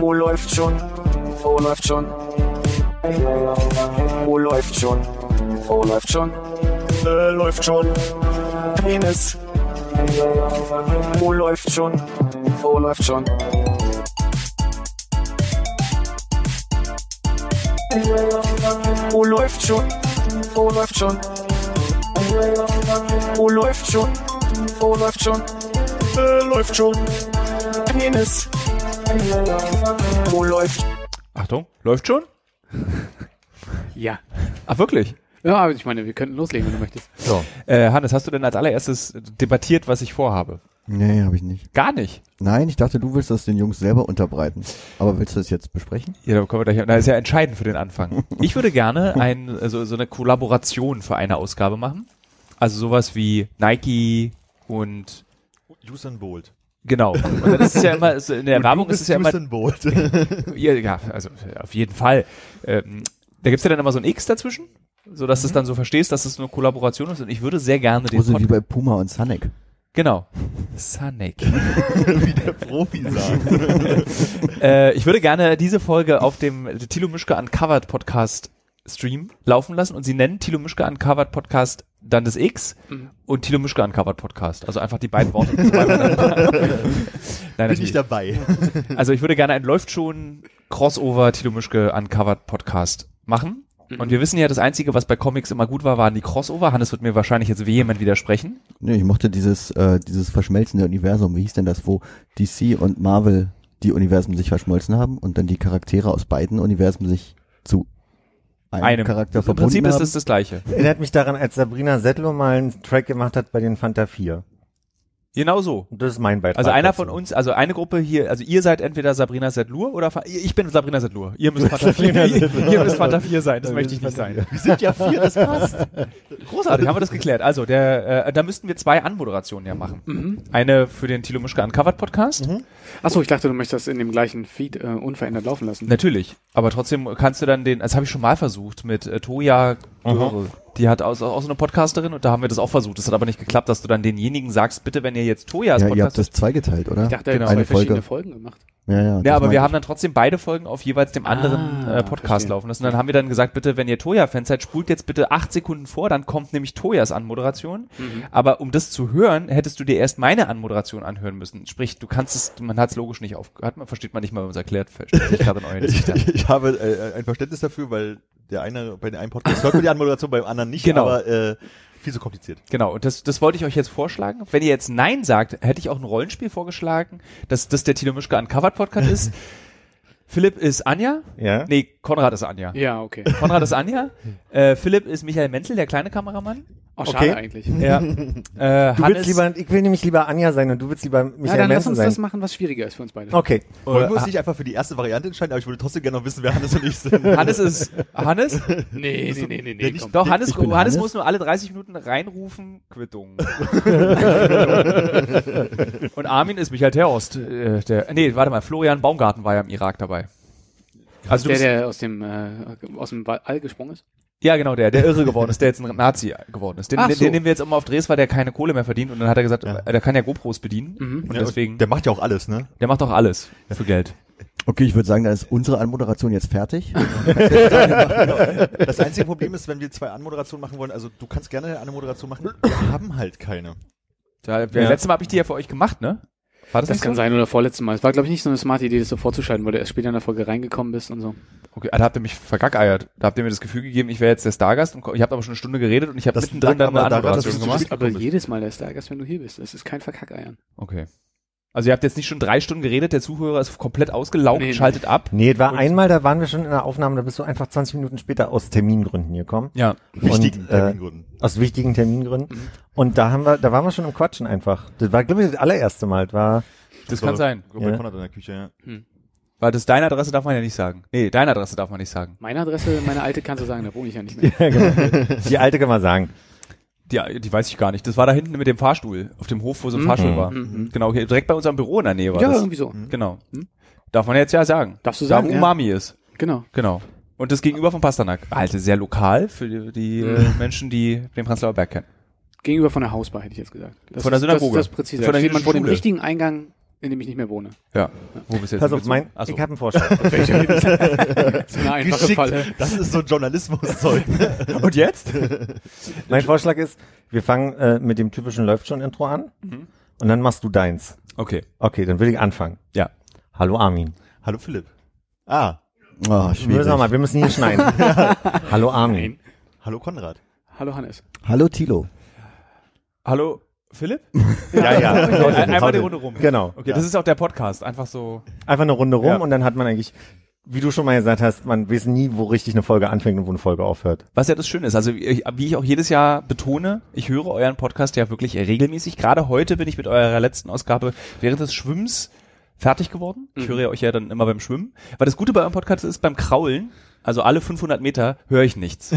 Oh, läuft schon. Oh, läuft schon. Oh, läuft schon. Oh, läuft schon. Äh, läuft schon. Penis. Oh, läuft schon. Oh, läuft schon. Oh, läuft schon. Oh, läuft schon. Oh, läuft schon. Oh, läuft schon. Äh, läuft schon. Penis. Oh, läuft. Achtung, läuft schon? Ja. Ach, wirklich? Ja, aber ich meine, wir könnten loslegen, wenn du möchtest. So. Äh, Hannes, hast du denn als allererstes debattiert, was ich vorhabe? Nee, habe ich nicht. Gar nicht. Nein, ich dachte, du willst das den Jungs selber unterbreiten. Aber willst du das jetzt besprechen? Ja, da kommen wir gleich. Na, ist ja entscheidend für den Anfang. Ich würde gerne ein, also, so eine Kollaboration für eine Ausgabe machen. Also sowas wie Nike und Usain Bolt. genau. Und dann ist es ja immer, ist- in der Werbung ist es ja immer Usain Bolt. Ja, ja, also auf jeden Fall. Ähm, da gibt's ja dann immer so ein X dazwischen, so dass du es dann so verstehst, dass es eine Kollaboration ist. Und ich würde sehr gerne den Also wie Pod bei Puma und Sonic. Genau. Sonic. Wie der Profi sagt. äh, ich würde gerne diese Folge auf dem Thilo Mischke Uncovered Podcast Stream laufen lassen und sie nennen Thilo Mischke Uncovered Podcast dann das X und Thilo Mischke Uncovered Podcast. Also einfach die beiden Worte. Nein, Bin natürlich. ich dabei. Also ich würde gerne ein läuft schon Crossover Thilo Mischke Uncovered Podcast machen. Und wir wissen ja, das Einzige, was bei Comics immer gut war, waren die Crossover. Hannes wird mir wahrscheinlich jetzt vehement widersprechen. Nee, ich mochte dieses, äh, dieses verschmelzende Universum. Wie hieß denn das, wo DC und Marvel die Universen sich verschmolzen haben und dann die Charaktere aus beiden Universen sich zu einem, Einem. Charakter Im verbunden Prinzip ist haben? es das Gleiche. Erinnert mich daran, als Sabrina Settler mal einen Track gemacht hat bei den Fanta 4. Genau so. Und das ist mein Beitrag. Also einer dazu. von uns, also eine Gruppe hier, also ihr seid entweder Sabrina Sedlur oder Fa ich bin Sabrina Sedlur. Ihr müsst Fanta 4, ihr, ihr müsst Fanta 4 sein, das möchte ich nicht sein. Wir sind ja vier, das passt. Großartig, haben wir das geklärt. Also, der, äh, da müssten wir zwei Anmoderationen ja machen. Mhm. Eine für den Thilo Mischke Uncovered Podcast. Mhm. Achso, ich dachte, du möchtest das in dem gleichen Feed äh, unverändert laufen lassen. Natürlich, aber trotzdem kannst du dann den, das habe ich schon mal versucht mit äh, Toja Göre. Die hat aus- auch, auch so eine Podcasterin und da haben wir das auch versucht. Das hat aber nicht geklappt, dass du dann denjenigen sagst, bitte, wenn ihr jetzt Tojas ja, ihr habt Podcast. das zweigeteilt, oder? Ich dachte, genau, genau. zwei eine verschiedene Folge. Folgen gemacht. Ja, ja, ja, das aber meinte wir haben dann trotzdem beide Folgen auf jeweils dem anderen Ah, äh, Podcast verstehe. laufen lassen. Dann haben wir dann gesagt, bitte, wenn ihr Toja-Fans seid, spult jetzt bitte acht Sekunden vor, dann kommt nämlich Tojas Anmoderation. Aber um das zu hören, hättest du dir erst meine Anmoderation anhören müssen. Sprich, du kannst es, man hat es logisch nicht auf, hat man, versteht man nicht mal, wenn man es erklärt, versteht sich gerade in euren Ich, Gesichtern. ich habe äh, ein Verständnis dafür, weil der eine bei dem einen Podcast hört man die Anmoderation, beim anderen nicht. Genau. Aber äh, viel zu kompliziert. Genau, und das, das wollte ich euch jetzt vorschlagen. Wenn ihr jetzt Nein sagt, hätte ich auch ein Rollenspiel vorgeschlagen, dass das der Tino Mischke Uncovered Podcast ist. Philipp ist Anja. Ja? Nee, Konrad ist Anja. Ja, okay. Konrad ist Anja. Äh, Philipp ist Michael Menzel, der kleine Kameramann. Auch Okay. schade eigentlich. Ja, Ja. Äh, Du willst Hannes, lieber, ich will nämlich lieber Anja sein und du willst lieber Michael dann lass Manson uns das sein. machen, was schwieriger ist für uns beide. Okay. Wollen wir äh, uns nicht einfach für die erste Variante entscheiden, aber ich würde trotzdem gerne noch wissen, wer Hannes und ich sind. Hannes ist Hannes? Nee, nee, nee, nee, Ja, nee. nicht Komm. Doch, Hannes, Ich bin Hannes, Hannes. muss nur alle 30 Minuten reinrufen, Quittung. Und Armin ist Michael Terhorst. Äh, der, nee, warte mal, Florian Baumgarten war ja im Irak dabei. Also du Der, bist- der aus dem, äh, aus dem Ba- All gesprungen ist. Ja, genau, der, der irre geworden ist, der jetzt ein Nazi geworden ist. Den, Ach den, so. den nehmen wir jetzt immer auf Dres, weil der keine Kohle mehr verdient und dann hat er gesagt, äh, der kann ja GoPros bedienen Mhm. und Ja, deswegen, der, Der macht ja auch alles, ne? macht auch alles für Geld. Okay, ich würde sagen, da ist unsere Anmoderation jetzt fertig. Das einzige Problem ist, wenn wir zwei Anmoderationen machen wollen, also du kannst gerne eine Anmoderation machen, wir haben halt keine. Da, ja. Letztes Mal habe ich die ja für euch gemacht, ne? War das, Das nicht kann so? sein oder vorletztes Mal. Es war, glaube ich, nicht so eine smarte Idee, das so vorzuschalten, weil du erst später in der Folge reingekommen bist und so. Okay, ah, da habt ihr mich vergackeiert. Da habt ihr mir das Gefühl gegeben, ich wäre jetzt der Stargast und ko- ich habe aber schon eine Stunde geredet und ich habe Das mittendrin lag dann eine aber daran, dass Anmoderation du gemacht. zu Aber komisch. jedes Mal der Stargast, wenn du hier bist. Das ist kein Verkackeiern. Okay. Also ihr habt jetzt nicht schon drei Stunden geredet, der Zuhörer ist komplett ausgelaugt, Nee, nee. schaltet ab. Nee, es war einmal, da waren wir schon in der Aufnahme, da bist du einfach 20 Minuten später aus Termingründen hier gekommen. Ja. Wichtigen Und, äh, Termingründen. Mhm. Aus wichtigen Termingründen. Und da haben wir, da waren wir schon im Quatschen einfach. Das war, glaube ich, das allererste Mal. Das war, Das kann So, sein. guck mal, Ja. Konrad in der Küche, ja. Weil das deine Adresse darf man ja nicht sagen. Nee, deine Adresse darf man nicht sagen. Meine Adresse, meine alte kannst du sagen, da wohne ich ja nicht mehr. die alte kann man sagen. Die, die weiß ich gar nicht. Das war da hinten mit dem Fahrstuhl, auf dem Hof, wo so ein Fahrstuhl war. Genau, hier, direkt bei unserem Büro in der Nähe war Ja, das. irgendwie so. Genau. Darf man jetzt ja sagen. Darfst du Da sagen, wo ja. Umami ist. Genau. Genau. Und das gegenüber von Pasternak. Alte, sehr lokal für die, die äh, Mhm. Menschen, die den Prenzlauer Berg kennen. Gegenüber von der Hausbar, hätte ich jetzt gesagt. Das Von der ist- Synagoge. Das, das ist präziser. Von Von der der steht man vor dem Schule. richtigen Eingang in dem ich nicht mehr wohne. Ja. Wo bist du jetzt Pass auf, hingezogen? mein, Ach so. ich habe einen Vorschlag. Das ist eine einfache Falle. Das ist so ein Journalismuszeug. Und jetzt? mein Vorschlag ist, wir fangen äh, mit dem typischen läuft schon Intro an Mhm. und dann machst du deins. Okay. Okay, dann will ich anfangen. Ja. Hallo Armin. Hallo Philipp. Ah, Ah, Wir müssen, schwierig. mal, wir müssen hier schneiden. Hallo Armin. Nein. hallo Konrad. Hallo Hannes. Hallo Tilo. Hallo, Philipp? Ja, ja. Okay, einmal die Runde rum. Genau. Okay, das ist auch der Podcast. Einfach so. Einfach eine Runde rum Ja. und dann hat man eigentlich, wie du schon mal gesagt hast, man weiß nie, wo richtig eine Folge anfängt und wo eine Folge aufhört. Was ja das Schöne ist, also wie ich- wie ich auch jedes Jahr betone, ich höre euren Podcast ja wirklich regelmäßig. Gerade heute bin ich mit eurer letzten Ausgabe während des Schwimmens fertig geworden. Ich höre ja euch ja dann immer beim Schwimmen. Weil das Gute bei eurem Podcast ist, beim Kraulen, also alle 500 Meter, höre ich nichts.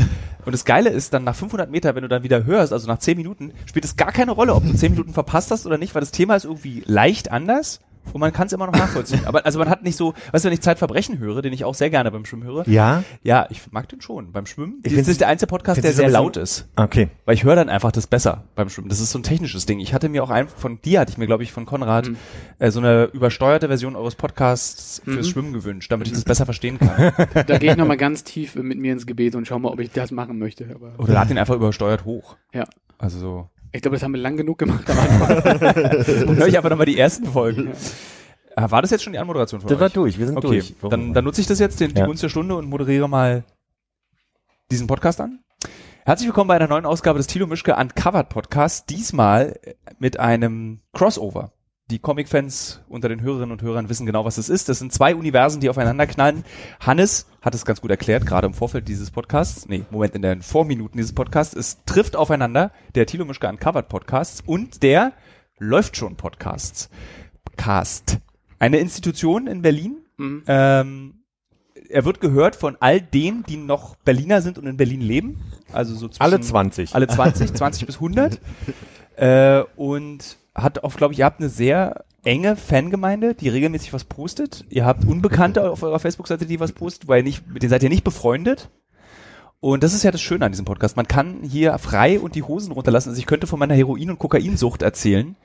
Und das Geile ist dann, nach 500 Meter, wenn du dann wieder hörst, also nach 10 Minuten, spielt es gar keine Rolle, ob du 10 Minuten verpasst hast oder nicht, weil das Thema ist irgendwie leicht anders. Und man kann es immer noch nachvollziehen. Aber also man hat nicht so, weißt du, wenn ich Zeitverbrechen höre, den ich auch sehr gerne beim Schwimmen höre, Ja? ja, ich mag den schon beim Schwimmen. Ich find's- das ist der einzige Podcast, find's der so ein sehr bisschen- laut ist. Okay. Weil ich höre dann einfach das besser beim Schwimmen. Das ist so ein technisches Ding. Ich hatte mir auch einfach von dir, hatte ich mir, glaube ich, von Konrad, Mhm. äh, so eine übersteuerte Version eures Podcasts fürs Mhm. Schwimmen gewünscht, damit ich das besser verstehen kann. Da gehe ich nochmal ganz tief mit mir ins Gebet und schau mal, ob ich das machen möchte. Aber, Oder lad den einfach übersteuert hoch. ja. Also so. Ich glaube, das haben wir lang genug gemacht am Anfang. Dann höre ich einfach nochmal die ersten Folgen. Ah, War das jetzt schon die Anmoderation von Das war euch? durch, wir sind Okay, durch. dann, dann nutze ich das jetzt, den, die Ja. Gunst der Stunde und moderiere mal diesen Podcast an. Herzlich willkommen bei einer neuen Ausgabe des Thilo Mischke Uncovered Podcast, diesmal äh, mit einem Crossover. Die Comic-Fans unter den Hörerinnen und Hörern wissen genau, was es ist. Das sind zwei Universen, die aufeinander knallen. Hannes hat es ganz gut erklärt, gerade im Vorfeld dieses Podcasts. Nee, Moment, in den Vorminuten dieses Podcasts. Es trifft aufeinander der Thilo Mischke Uncovered Podcast und der Läuft schon Podcasts. Cast. Eine Institution in Berlin. Ähm, er wird gehört von all denen, die noch Berliner sind und in Berlin leben. Also so zwischen, Alle 20. Alle 20, 20 bis 100. Äh, und hat auch, glaube ich, ihr habt eine sehr enge Fangemeinde, die regelmäßig was postet. Ihr habt Unbekannte auf eurer Facebook-Seite, die was postet, weil ihr nicht, mit denen seid ihr nicht befreundet. Und das ist ja das Schöne an diesem Podcast. Man kann hier frei und die Hosen runterlassen. Also ich könnte von meiner Heroin- und Kokainsucht erzählen.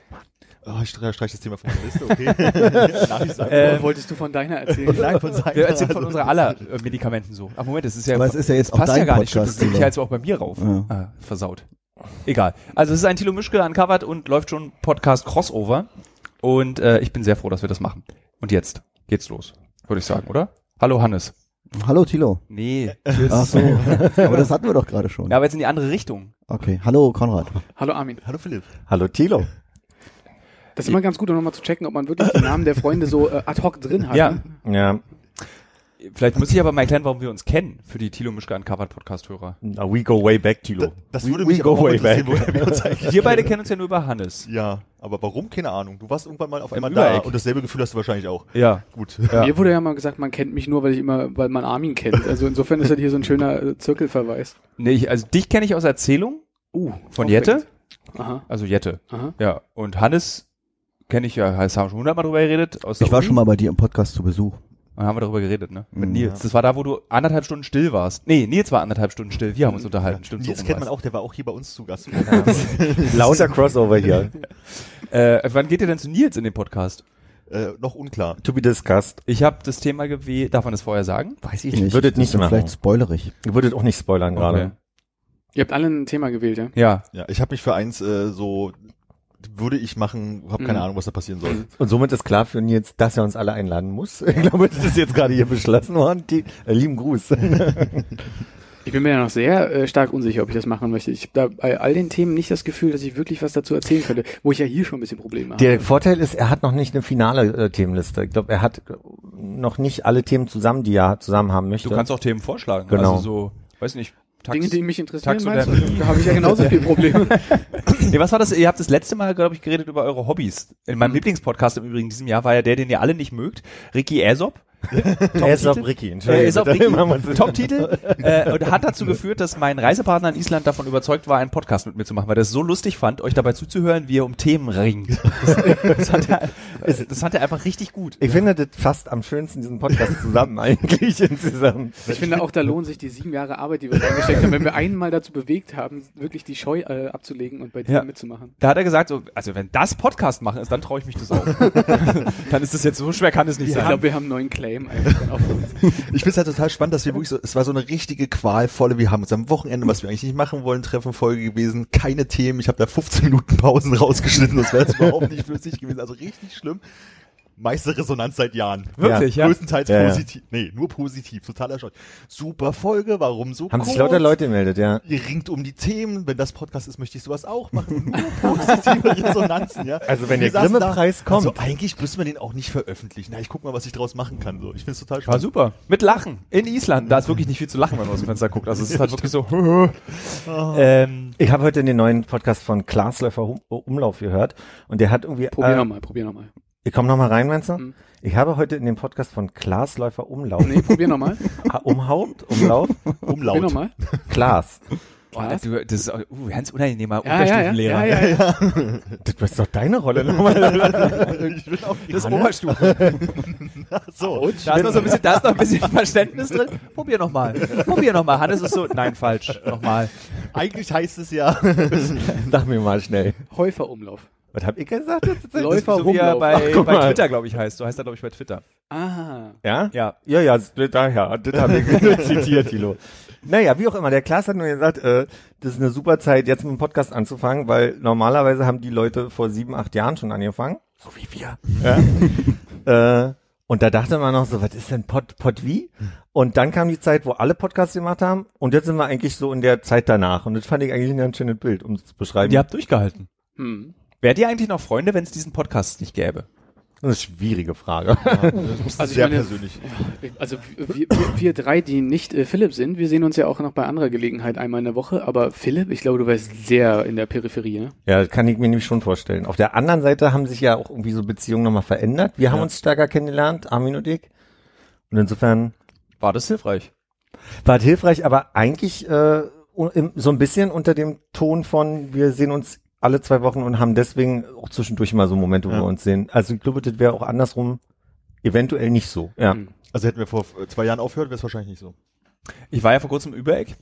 Oh, ich streich streich das Thema von meiner Liste, okay. Darf ich sagen? Oder wolltest du von deiner erzählen? Nein, von Seiten. Wir erzählen von unserer aller äh, Medikamenten so. Ach Moment, das ist ja. Also, Aber es ist ja jetzt auch passt dein ja gar nicht. Stimmt, das Podcast, nehme ich Tilo. ja jetzt auch bei mir rauf. Ja. Ah, versaut. Egal. Also es ist ein Thilo Mischke uncovered und läuft schon Podcast Crossover. Und äh, ich bin sehr froh, dass wir das machen. Und jetzt geht's los, würde ich sagen, oder? Hallo Hannes. Hallo Tilo. Nee. Ach so. Aber das hatten wir doch gerade schon. Ja, aber jetzt in die andere Richtung. Okay. Hallo Konrad. Hallo Armin. Hallo Philipp. Hallo Thilo. Das ist immer ganz gut, um nochmal zu checken, ob man wirklich die Namen der Freunde so äh, ad hoc drin hat. Ja. ne? Ja, Vielleicht muss ich aber mal erklären, warum wir uns kennen für die Thilo Mischke uncovered Podcast-Hörer. na, we go way back, Thilo. Das we, würde we mich aber go auch way interessieren, back. woher wir uns eigentlich Wir beide kennen uns ja nur über Hannes. Ja, aber warum? Keine Ahnung. Du warst irgendwann mal auf einmal da Übereck. und dasselbe Gefühl hast du wahrscheinlich auch. Ja. Gut. Ja. Mir wurde ja mal gesagt, man kennt mich nur, weil ich immer, weil man Armin kennt. Also insofern ist das hier so ein schöner äh, Zirkelverweis. Nee, ich, also dich kenne ich aus Erzählung Uh, von aufregend. Jette. Aha, Also Jette. aha. Ja, und Hannes kenne ich ja, Hannes haben wir schon hundertmal drüber geredet. Aus der Ich war Uni. schon mal bei dir im Podcast zu Besuch. Und haben wir darüber geredet, ne? Mit Mhm. Nils. Das war da, wo du anderthalb Stunden still warst. Nee, Nils war anderthalb Stunden still. Wir haben uns unterhalten. Stimmt, Nils rum kennt man war's. auch, der war auch hier bei uns zu Gast. Lauter Crossover hier. Äh, wann geht ihr denn zu Nils in den Podcast? äh, noch unklar. To be discussed. Ich habe das Thema gewählt. Darf man das vorher sagen? Weiß Ich würde es das ist nicht dann machen. Vielleicht spoilerig. Ihr würdet auch nicht spoilern Okay. gerade. Ihr habt alle ein Thema gewählt, ja? Ja. Ja, ich habe mich für eins äh, so würde ich machen, habe keine Mhm. Ahnung, was da passieren soll. Und somit ist klar für Nils, dass er uns alle einladen muss. Ich glaube, das ist jetzt gerade hier beschlossen worden. Die, äh, lieben Gruß. Ich bin mir ja noch sehr äh, stark unsicher, ob ich das machen möchte. Ich habe da bei all den Themen nicht das Gefühl, dass ich wirklich was dazu erzählen könnte, wo ich ja hier schon ein bisschen Probleme habe. Der Vorteil ist, er hat noch nicht eine finale äh, Themenliste. Ich glaube, er hat äh, noch nicht alle Themen zusammen, die er zusammen haben möchte. Du kannst auch Themen vorschlagen. Genau. Also so, weiß nicht. Tax Dinge, die mich interessieren, Tax- meinst oder- du? da habe ich ja genauso viel Probleme. Nee, was war das? Ihr habt das letzte Mal, glaube ich, Mhm. geredet über eure Hobbys. In meinem Lieblingspodcast im Übrigen in diesem Jahr war ja der, den ihr alle nicht mögt. Ricky Aesop. Er ist auf Ricky, Er Äh, ist auf bitte. Wiki. Machen wir's. Top-Titel. Äh, und hat dazu geführt, dass mein Reisepartner in Island davon überzeugt war, einen Podcast mit mir zu machen, weil er es so lustig fand, euch dabei zuzuhören, wie ihr um Themen ringt. Das, das, hat, er, das hat er einfach richtig gut. Ich finde das fast am schönsten, diesen Podcast zusammen eigentlich insgesamt. Ich finde auch, da lohnen sich die sieben Jahre Arbeit, die wir reingesteckt haben, wenn wir einmal dazu bewegt haben, wirklich die Scheu äh, abzulegen und bei dir Ja. mitzumachen. Da hat er gesagt, so, also wenn das Podcast machen ist, dann traue ich mich das auch. dann ist das jetzt so schwer, kann es nicht Ich sein. glaube, wir haben einen neuen Claim einfach dann auf uns. Ich finde es halt total spannend, dass wir wirklich so, es war so eine richtige qualvolle, wir haben uns am Wochenende, was wir eigentlich nicht machen wollen, Treffenfolge gewesen, keine Themen, ich habe da 15 Minuten Pausen rausgeschnitten, das wäre jetzt überhaupt nicht flüssig gewesen, also richtig schlimm. Meiste Resonanz seit Jahren. Wirklich, ja. Größtenteils Ja, ja. positiv. Nee, nur positiv. Total erschreckt. Super Folge, warum so Haben kurz? sich lauter Leute gemeldet, ja. Ihr ringt um die Themen. Wenn das Podcast ist, möchte ich sowas auch machen. Nur positive Resonanzen, ja. Also wenn der Wir saßen Grimme-Preis da, kommt. Also eigentlich müssen wir den auch nicht veröffentlichen. Na, ich guck mal, was ich draus machen kann. So, ich finde es total War spannend. super. Mit Lachen. In Island. Da ist wirklich nicht viel zu lachen, wenn man aus dem Fenster guckt. Also es ist halt wirklich so. Ah, ähm, Ich habe heute den neuen Podcast von Klaas Läufer Hum- Umlauf gehört und der hat irgendwie... Probier äh, nochmal, probier nochmal. ich komme nochmal rein, meinst du? Mhm. Ich habe heute in dem Podcast von Klaas Läufer Umlauf... Nee, probier nochmal. Ah, Umhaupt? Umlauf? Probier Umlaut. nochmal. Klaas. boah, du, das ist uh, ganz unangenehmer Ja, ja, ja, Unterstufenlehrer. ja, ja, ja. Das ist doch deine Rolle nochmal. Ich bin auch Das ist Oberstufe. so. Da ist, noch so ein bisschen, da ist noch ein bisschen Verständnis drin. Probier nochmal. Probier nochmal. Hannes ist so, nein, falsch. Nochmal. Eigentlich heißt es ja. Sag mir mal schnell. Häuferumlauf. Was hab ich gesagt? Läufer So wie er rumlaufen. bei, guck bei mal. Twitter, glaube ich, heißt. So heißt er, glaube ich, bei Twitter. Ah. Ja? Ja. Ja, ja, das- da, ja, das habe ich zitiert, Tilo. Naja, wie auch immer, der Klaas hat nur gesagt, äh, das ist eine super Zeit, jetzt mit dem Podcast anzufangen, weil normalerweise haben die Leute vor sieben, acht Jahren schon angefangen. So wie wir. Ja. äh, und da dachte man noch so, was ist denn Pod, Pod wie? Und dann kam die Zeit, wo alle Podcasts gemacht haben und jetzt sind wir eigentlich so in der Zeit danach. Und das fand ich eigentlich ein ganz schönes Bild, um es zu beschreiben. Ihr habt durchgehalten. Hm. Wärt ihr eigentlich noch Freunde, wenn es diesen Podcast nicht gäbe? Das ist eine schwierige Frage. Also ich sehr meine- persönlich. Also wir, wir, wir drei, die nicht äh, Philipp sind, wir sehen uns ja auch noch bei anderer Gelegenheit einmal in der Woche. Aber Philipp, ich glaube, du warst sehr in der Peripherie. Ne? Ja, das kann ich mir nämlich schon vorstellen. Auf der anderen Seite haben sich ja auch irgendwie so Beziehungen nochmal verändert. Wir haben uns stärker kennengelernt, Armin und ich. Und insofern War das hilfreich? war es hilfreich, aber eigentlich äh, un- im- so ein bisschen unter dem Ton von, wir sehen uns alle zwei Wochen und haben deswegen auch zwischendurch mal so Momente, wo Ja. wir uns sehen. Also ich glaube, das wäre auch andersrum eventuell nicht so. Ja. Hm. Mhm. Also hätten wir vor äh, zwei Jahren aufgehört, wäre es wahrscheinlich nicht so. Ich war ja vor kurzem im Übereck.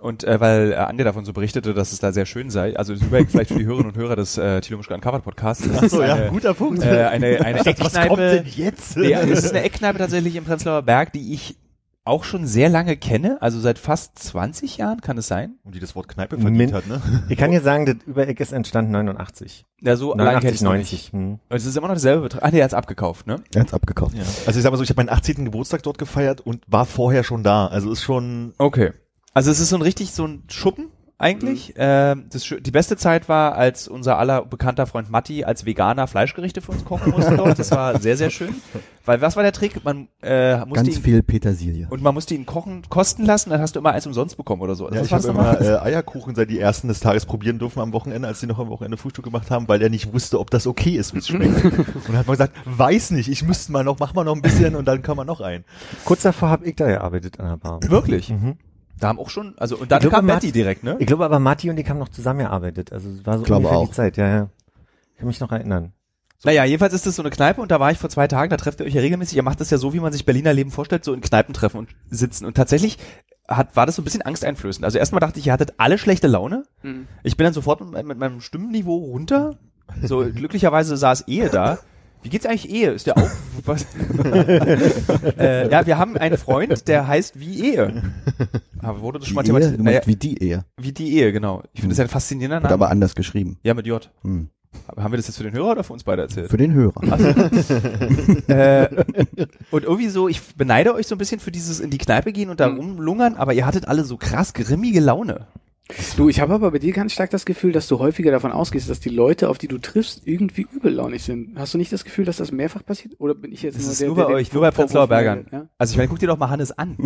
Und äh, weil äh, Andi davon so berichtete, dass es da sehr schön sei, also das Übereck vielleicht für die Hörerinnen und Hörer des äh, Thilo Mischke Uncovered Podcasts. Das ist eine, guter Punkt. äh, eine, eine was kommt Eckkneipe, denn jetzt? Nee, also es ist eine Eckkneipe tatsächlich im Prenzlauer Berg, die ich auch schon sehr lange kenne, also seit fast 20 Jahren, kann es sein? Und Um die das Wort Kneipe verdient Min- hat, ne? Ich kann dir sagen, das Übereck ist entstanden 89. Ja, so Oh, allein kenn ich's 89, noch 90. Hm. nicht. Und es ist immer noch derselbe Betrag. Ah, nee, er hat's abgekauft, ne? Er hat's abgekauft. Also ich sag mal so, ich habe meinen 18. Geburtstag dort gefeiert und war vorher schon da. Also ist schon Okay. Also es ist so ein richtig so ein Schuppen eigentlich. Ähm, das, Schö- die beste Zeit war, als unser aller bekannter Freund Matti als Veganer Fleischgerichte für uns kochen musste dort. Das war sehr, sehr schön. Weil was war der Trick? Man äh, musste Ganz ihn, viel Petersilie. und man musste ihn kochen, kosten lassen, dann hast du immer eins umsonst bekommen oder so. Ja, Was ich war's habe nochmal? immer äh, Eierkuchen seit die ersten des Tages probieren dürfen am Wochenende, als die noch am Wochenende Frühstück gemacht haben, weil er nicht wusste, ob das okay ist, wie es schmeckt. und dann hat man gesagt, weiß nicht, ich müsste mal noch, mach mal noch ein bisschen und dann kann man noch ein. Kurz davor habe ich da gearbeitet an der Bar. Mhm. Wirklich? Da haben auch schon, also und dann äh, Ich glaub, kam man Betty hat- direkt, ne? Ich glaube aber, Marti und ich haben noch zusammengearbeitet. Also es war so Glaube ungefähr auch. die Zeit, ja, ja. Ich kann mich noch erinnern. Naja, jedenfalls ist das so eine Kneipe und da war ich vor zwei Tagen, da trefft ihr euch ja regelmäßig, ihr macht das ja so, wie man sich Berliner Leben vorstellt, so in Kneipen treffen und sitzen. Und tatsächlich hat, war das so ein bisschen angsteinflößend. Also erstmal dachte ich, ihr hattet alle schlechte Laune. Mhm. Ich bin dann sofort mit, mit meinem Stimmniveau runter. So glücklicherweise saß Ehe da. Wie geht's eigentlich Ehe? Ist der auch? Was? äh, ja, wir haben einen Freund, der heißt wie Ehe. Aber wurde das Die schon mal thematisiert? Ehe, du Naja, äh, meinst wie die Ehe. wie die Ehe, genau. Ich finde das ja ein faszinierender Wird Name. aber anders geschrieben. Ja, mit J. Hm. Aber haben wir das jetzt für den Hörer oder für uns beide erzählt? Für den Hörer. äh, und irgendwie so, ich beneide euch so ein bisschen für dieses in die Kneipe gehen und da rumlungern, aber ihr hattet alle so krass grimmige Laune. Du, ich habe aber bei dir ganz stark das Gefühl, dass du häufiger davon ausgehst, dass die Leute, auf die du triffst, irgendwie übellaunig sind. Hast du nicht das Gefühl, dass das mehrfach passiert? Oder bin ich jetzt Das nur ist der, nur der, bei der euch, nur bei Vorwurf Prenzlauer Bergern. meldet, Ja? Also ich meine, guck dir doch mal Hannes an.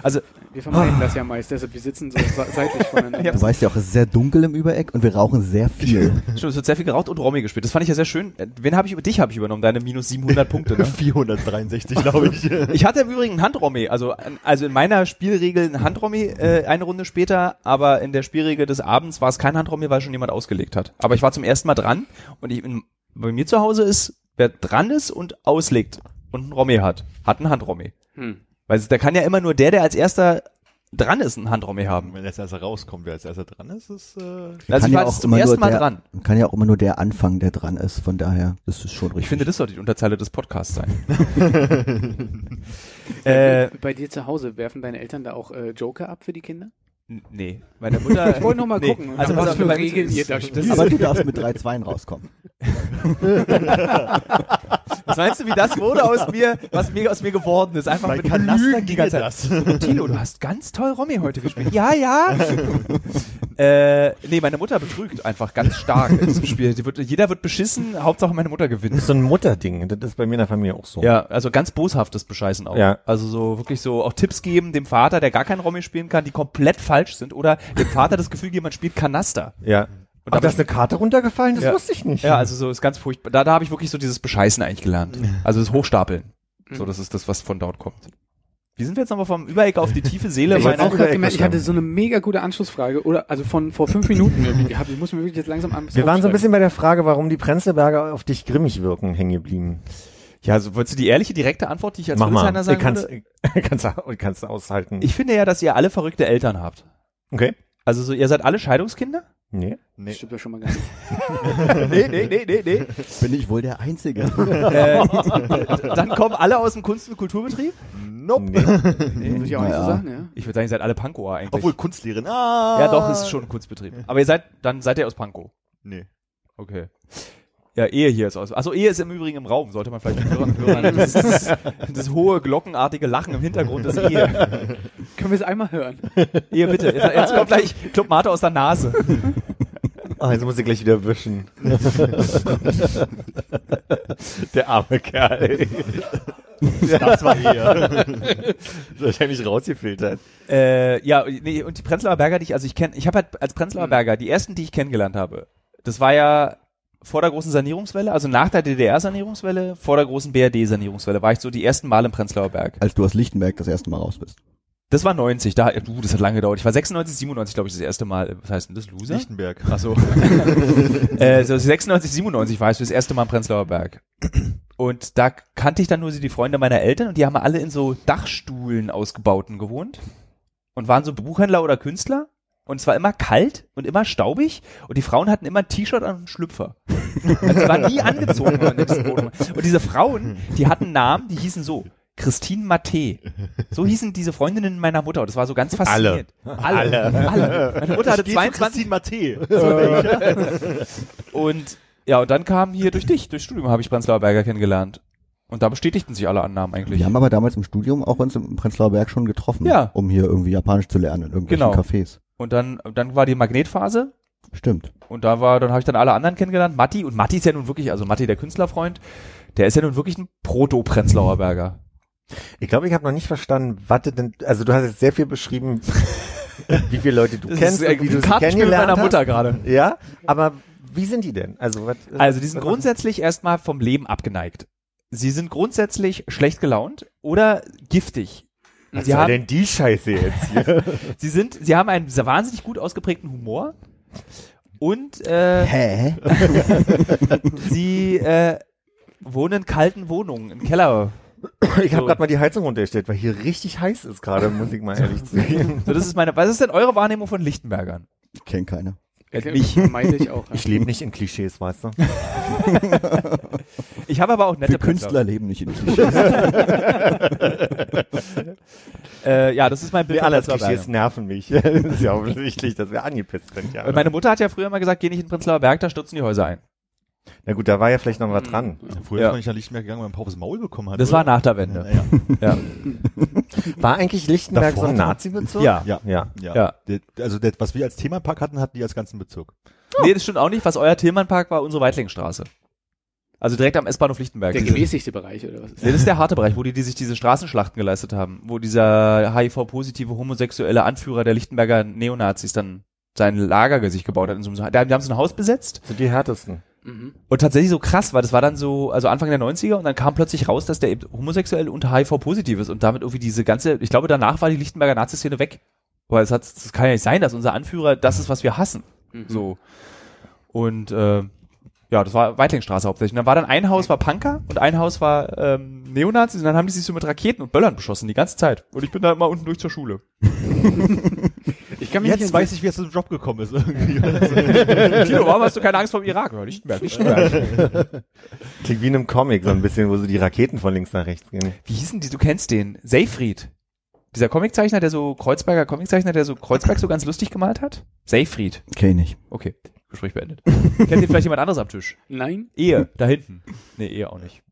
also Wir vermeiden das ja meist, deshalb wir sitzen so se- seitlich voneinander. Du weißt ja auch, es ist sehr dunkel im Übereck und wir rauchen sehr viel. Stimmt, es wird sehr viel geraucht und Romy gespielt. Das fand ich ja sehr schön. Äh, Wen habe ich über dich habe ich übernommen? Deine minus 700 Punkte. Ne? 463, glaube ich. Ich hatte im Übrigen einen Handromy, also ein- also in meiner Spielregel ein Handromy äh, eine Runde später, aber in der Spielregel des Abends war es kein Handromy, weil schon jemand ausgelegt hat. Aber ich war zum ersten Mal dran und ich in, bei mir zu Hause ist, wer dran ist und auslegt und einen Romy hat, hat einen Handromy. Hm. Weil es- da kann ja immer nur der, der als erster dran ist, einen Handromy haben. Wenn er als erster rauskommt, wer als erster dran ist, ist äh, Also Kann ich ja war auch jetzt zum immer nur ersten Mal der, dran. Kann ja auch immer nur der anfangen, der dran ist. Von daher, das ist schon richtig. Ich finde, das sollte die Unterzeile des Podcasts sein. äh, Bei dir zu Hause werfen deine Eltern da auch äh, Joker ab für die Kinder? n- nee, meine Mutter. Ich wollte noch mal gucken, Also was was für für Regeln ihr da spielt. aber du darfst mit drei Zweien rauskommen. Was meinst du, wie das wurde aus mir, was mir aus mir geworden ist? Einfach mit Lügen die ganze Zeit. Tilo, du hast ganz toll Romy heute gespielt. Ja, ja. äh, nee, meine Mutter betrügt einfach ganz stark in diesem Spiel. Die wird, jeder wird beschissen, Hauptsache meine Mutter gewinnt. Das ist so ein Mutterding. Das ist bei mir in der Familie auch so. Ja, also ganz boshaftes Bescheißen auch. Ja. Also so wirklich so auch Tipps geben dem Vater, der gar kein Romy spielen kann, die komplett falsch sind oder dem Vater das Gefühl geben, man spielt Kanaster. ja. Und Ach, da ist eine Karte runtergefallen? Das Ja. wusste ich nicht. Ja, also so ist ganz furchtbar. Da, da habe ich wirklich so dieses Bescheißen eigentlich gelernt. Also das Hochstapeln. So, das ist das, was von dort kommt. Wie sind wir jetzt nochmal vom Übereck auf die tiefe Seele Ich, hab wollte meiner auch auch grad direkt gemerkt, ich was hatte so eine mega gute Anschlussfrage, oder also von vor fünf Minuten irgendwie gehabt. Ich muss mir wirklich jetzt langsam an. Wir waren so ein bisschen bei der Frage, warum die Prenzlberger auf dich grimmig wirken, hängen geblieben. Ja, also wolltest du die ehrliche, direkte Antwort, die ich als Mach mal. Äh, Rüdesheimer sagen kannst, würde? kannst, du- kannst du aushalten. Ich finde ja, dass ihr alle verrückte Eltern habt. okay. Also so, ihr seid alle Scheidungskinder? Nee. Das stimmt ja schon mal gar nicht. nee, nee, nee, nee, nee. Bin ich wohl der Einzige. äh, dann kommen alle aus dem Kunst- und Kulturbetrieb? Nope. nee. Würde ich auch nicht so Ja. sagen, ja. Ich würde sagen, ihr seid alle Pankower eigentlich. Obwohl Kunstlehrerin. Ah. ja, doch, ist schon ein Kunstbetrieb. Aber ihr seid, dann seid ihr aus Pankow. Nee. Okay. Ja, Ehe hier ist aus. Achso, Ehe ist im Übrigen im Raum, sollte man vielleicht den Hörern, Hörern das, das, das hohe glockenartige Lachen im Hintergrund ist Ehe. Können wir es einmal hören? Ehe, bitte. Jetzt, jetzt kommt gleich Club Mate aus der Nase. Ah, jetzt muss ich gleich wieder wischen. der arme Kerl. Das war eher. Wahrscheinlich rausgefiltert. Äh, ja, nee, und die Prenzlauer Berger, die ich, also ich kenne, ich habe halt als Prenzlauer Berger, die ersten, die ich kennengelernt habe, das war ja vor der großen Sanierungswelle, also nach der DDR-Sanierungswelle, vor der großen BRD-Sanierungswelle, war ich so die ersten Mal im Prenzlauer Berg. Als du aus Lichtenberg das erste Mal raus bist. Das war 90, da, du, das hat lange gedauert. Ich war 96, 97, glaube ich, das erste Mal. Was heißt denn das, Loser? Lichtenberg. Ach so. äh, so 96, 97 war ich das erste Mal im Prenzlauer Berg. Und da kannte ich dann nur so die Freunde meiner Eltern und die haben alle in so Dachstuhlen ausgebauten gewohnt und waren so Buchhändler oder Künstler. Und es war immer kalt und immer staubig und die Frauen hatten immer ein T-Shirt an und einen Schlüpfer. Also die waren nie angezogen. worden in diesem Wohnung. Und diese Frauen, die hatten Namen, die hießen so. Christine Matte. So hießen diese Freundinnen meiner Mutter. Und Das war so ganz faszinierend. Alle. Alle. Alle. Meine Mutter hatte 22 Matte. und ja, und dann kam hier durch dich, durch Studium habe ich Prenzlauer Berger kennengelernt. Und da bestätigten sich alle Annahmen eigentlich. Wir haben aber damals im Studium auch uns im Prenzlauer Berg schon getroffen, Ja. um hier irgendwie Japanisch zu lernen in irgendwelchen Genau. Cafés. Und dann, dann war die Magnetphase Stimmt. und da war, dann habe ich dann alle anderen kennengelernt. Matti, und Matti ist ja nun wirklich, also Matti, der Künstlerfreund, der ist ja nun wirklich ein Proto-Prenzlauer Berger. Ich glaube, ich habe noch nicht verstanden, was du denn, also du hast jetzt sehr viel beschrieben, wie viele Leute du Das kennst, ist und irgendwie wie du ein sie Kartenspiel mit kennengelernt meiner hast. Mutter gerade. Ja, aber wie sind die denn? Also, was, Also die sind was- grundsätzlich erstmal vom Leben abgeneigt. Sie sind grundsätzlich schlecht gelaunt oder giftig. Was Sie soll haben, denn die Scheiße jetzt hier? sie sind, sie haben einen wahnsinnig gut ausgeprägten Humor und äh, Hä? Sie äh, wohnen in kalten Wohnungen, im Keller. Ich habe So. gerade mal die Heizung runtergestellt, weil hier richtig heiß ist gerade, muss ich mal ehrlich zugeben. So, das ist meine. Was ist denn eure Wahrnehmung von Lichtenbergern? Ich kenne keine. Äh, mich. Meinte ich auch. ja. Ich lebe nicht in Klischees, weißt du? Ich habe aber auch nette Wir Künstler leben nicht in Klischees. Prenzlauer. Äh, ja, das ist mein Bild. Wir von alle als Prenzlauer Klischees Bergen. nerven mich. das ist ja offensichtlich, dass wir angepisst sind, ja. Äh, Meine Mutter hat ja früher mal gesagt, geh nicht in Prenzlauer Berg, da stürzen die Häuser ein. Na gut, da war ja vielleicht noch was dran. Früher Ja. ist man nicht nach Lichtenberg gegangen, weil man ein Paupes Maul bekommen hat. Das war oder? nach der Wende. Naja. Ja. War eigentlich Lichtenberg Davor so ein hatte man- Nazi-Bezirk? Ja. Ja, Ja. ja. Ja. Der, also der, was wir als Themapark hatten, hatten die als ganzen Bezirk. Nee, das stimmt auch nicht. Was euer Themenpark war, unsere Weitlingstraße. Also direkt am S-Bahnhof Lichtenberg. Der Diese- gemäßigte Bereich oder was? Nee, das ist der harte Bereich, wo die, die sich diese Straßenschlachten geleistet haben, wo dieser HIV-positive homosexuelle Anführer der Lichtenberger Neonazis dann sein Lager sich gebaut hat. In so einem, da, die haben so ein Haus besetzt Sind die härtesten. Mhm. und tatsächlich so krass war, das war dann so, also Anfang der 90er und dann kam plötzlich raus, dass der eben homosexuell und HIV-positiv ist und damit irgendwie diese ganze, ich glaube danach war die Lichtenberger Nazi-Szene weg. Weil es hat, es kann ja nicht sein, dass unser Anführer das ist, was wir hassen. Mhm. So. Und äh, ja, das war Weitlingstraße hauptsächlich. Und dann war dann ein Haus war Punker und ein Haus war ähm, Neonazis und dann haben die sich so mit Raketen und Böllern beschossen die ganze Zeit. Und ich bin da immer unten durch zur Schule. Ich kann mich Jetzt nicht weiß ich, wie er zu dem Job gekommen ist. irgendwie. Tilo, warum hast du keine Angst vor dem Irak? Ja, nicht mehr, nicht mehr. Klingt wie in einem Comic so ein bisschen, wo so die Raketen von links nach rechts gehen. Wie hießen die? Du kennst den. Seyfried. Dieser Comiczeichner, der so Kreuzberger Comiczeichner, der so Kreuzberg so ganz lustig gemalt hat? Seyfried. Okay, nicht. Okay. Gespräch beendet. Kennt den vielleicht jemand anderes am Tisch? Nein. Ehe, da hinten. Nee, Ehe auch nicht.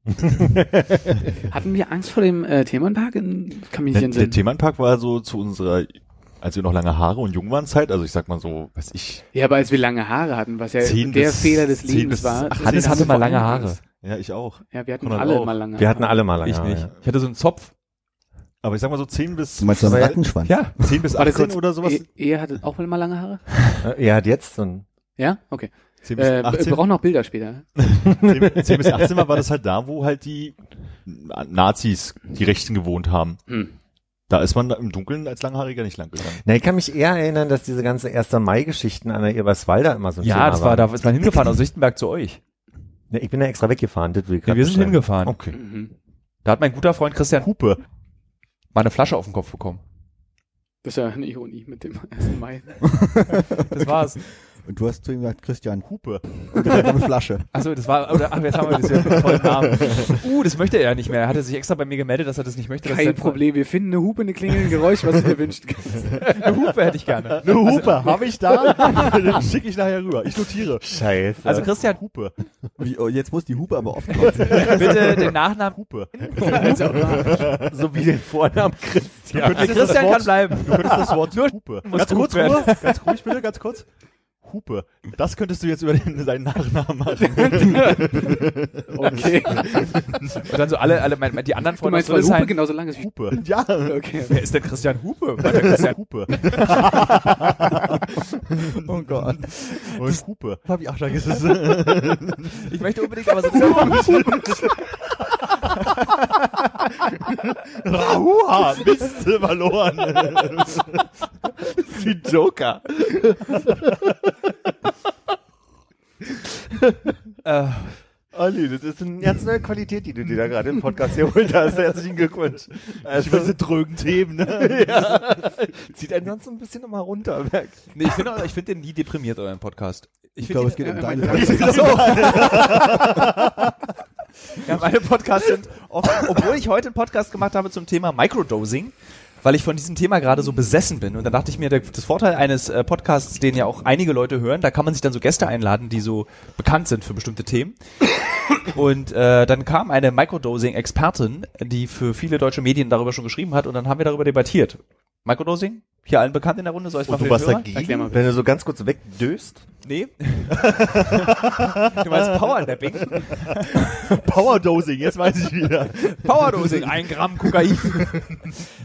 Hatten wir Angst vor dem äh, Themenpark? In- Kann mich nicht Der, der entsinnen. Themenpark war so zu unserer, als wir noch lange Haare und jung waren Zeit, also ich sag mal so, weiß ich, Ja, aber als wir lange Haare hatten, was ja 10 der bis- Fehler des 10 Lebens bis- war. Ach, Hannes Deswegen hatte hatten mal wir lange vor allem Haare. Angst. ja, ich auch. Ja, wir hatten Konrad alle auch. mal lange Haare. Wir hatten alle mal lange Ich Haare, nicht. ja. Ich hatte so einen Zopf. Aber ich sag mal so 10 bis, Du meinst so einen Weil- Rattenschwanz? Ja. 10 bis Warte 18 kurz, oder sowas? E Ehe hatte auch mal lange Haare? Äh, Er hat jetzt so ein. Ja? Okay. 10 bis Äh, wir 18, brauchen noch Bilder später. 10, 10 bis 18 war, war das halt da, wo halt die Nazis, die Rechten gewohnt haben. Hm. Da ist man im Dunkeln als Langhaariger nicht lang gegangen. Na, ich kann mich eher erinnern, dass diese ganze 1. Mai-Geschichten an der Eberswalda immer so ein Thema Ja, das war, da ist man hingefahren aus Lichtenberg zu euch. Ne, ich bin ja extra weggefahren, das will ich Nee, grad wir sind beschreiben. hingefahren. Okay. Mhm. Da hat mein guter Freund Christian Hupe mal eine Flasche auf den Kopf bekommen. Das ist ja eine Ironie mit dem 1. Mai. Das war's. Und du hast zu ihm gesagt, Christian, Hupe. und er hat eine Flasche. Achso, Also, das war, oder, ach, jetzt haben wir das hier mit vollen Namen. Uh, das möchte er ja nicht mehr. Er hatte sich extra bei mir gemeldet, dass er das nicht möchte. dass Kein sein- Problem, wir finden eine Hupe, eine Klingel, ein Geräusch, was du dir wünschen kannst. Eine Hupe hätte ich gerne. Eine Also, Hupe habe ich da. Den schicke ich nachher rüber. Ich notiere. Scheiße. Also Christian Hupe. Wie, oh, jetzt muss die Hupe aber offen raus. Bitte den Nachnamen Hupe. so wie den Vornamen Christian. Also Christian kann bleiben. Du könntest das Wort Nur Hupe. muss ganz kurz, Hupe werden. Ruhe. Ganz ruhig bitte, ganz kurz. Hupe. Das könntest du jetzt über den, seinen Nachnamen machen. Okay. Und dann so alle, alle, mein, mein- die anderen Du Freunde meinst, aus weil Hupe Rüsselsheim. genauso lang ist wie Hupe. Ja. Okay. Wer ist denn Christian Hupe? Meint er Christian Hupe. Oh Gott. Und Hupe. Hab ich auch schon gesagt. Ich möchte unbedingt aber so. Rahua. Mist, verloren. Wie Joker. Äh, Olli, das ist eine ganz neue Qualität, die du dir da gerade im Podcast geholt hast. Herzlichen Glückwunsch. Also, drögen Themen, ne? zieht einen sonst so ein bisschen immer runter. merk. nee, ich finde ich find den nie deprimiert, euren Podcast. Ich find glaube, ihn- es geht um Ja, deine mein- Sache. Ja, meine Podcasts sind oft, obwohl ich heute einen Podcast gemacht habe zum Thema Microdosing, weil ich von diesem Thema gerade so besessen bin. Und dann dachte ich mir, der, das Vorteil eines äh, Podcasts, den ja auch einige Leute hören, da kann man sich dann so Gäste einladen, die so bekannt sind für bestimmte Themen. Und äh, dann kam eine Microdosing-Expertin, die für viele deutsche Medien darüber schon geschrieben hat, und dann haben wir darüber debattiert. Microdosing? Hier allen bekannt in der Runde, soll ich Und du den warst Hörer? dagegen? Wenn du so ganz kurz wegdöst. Nee. du meinst Powernapping? Powerdosing, jetzt weiß ich wieder. Powerdosing, ein Gramm Kokain.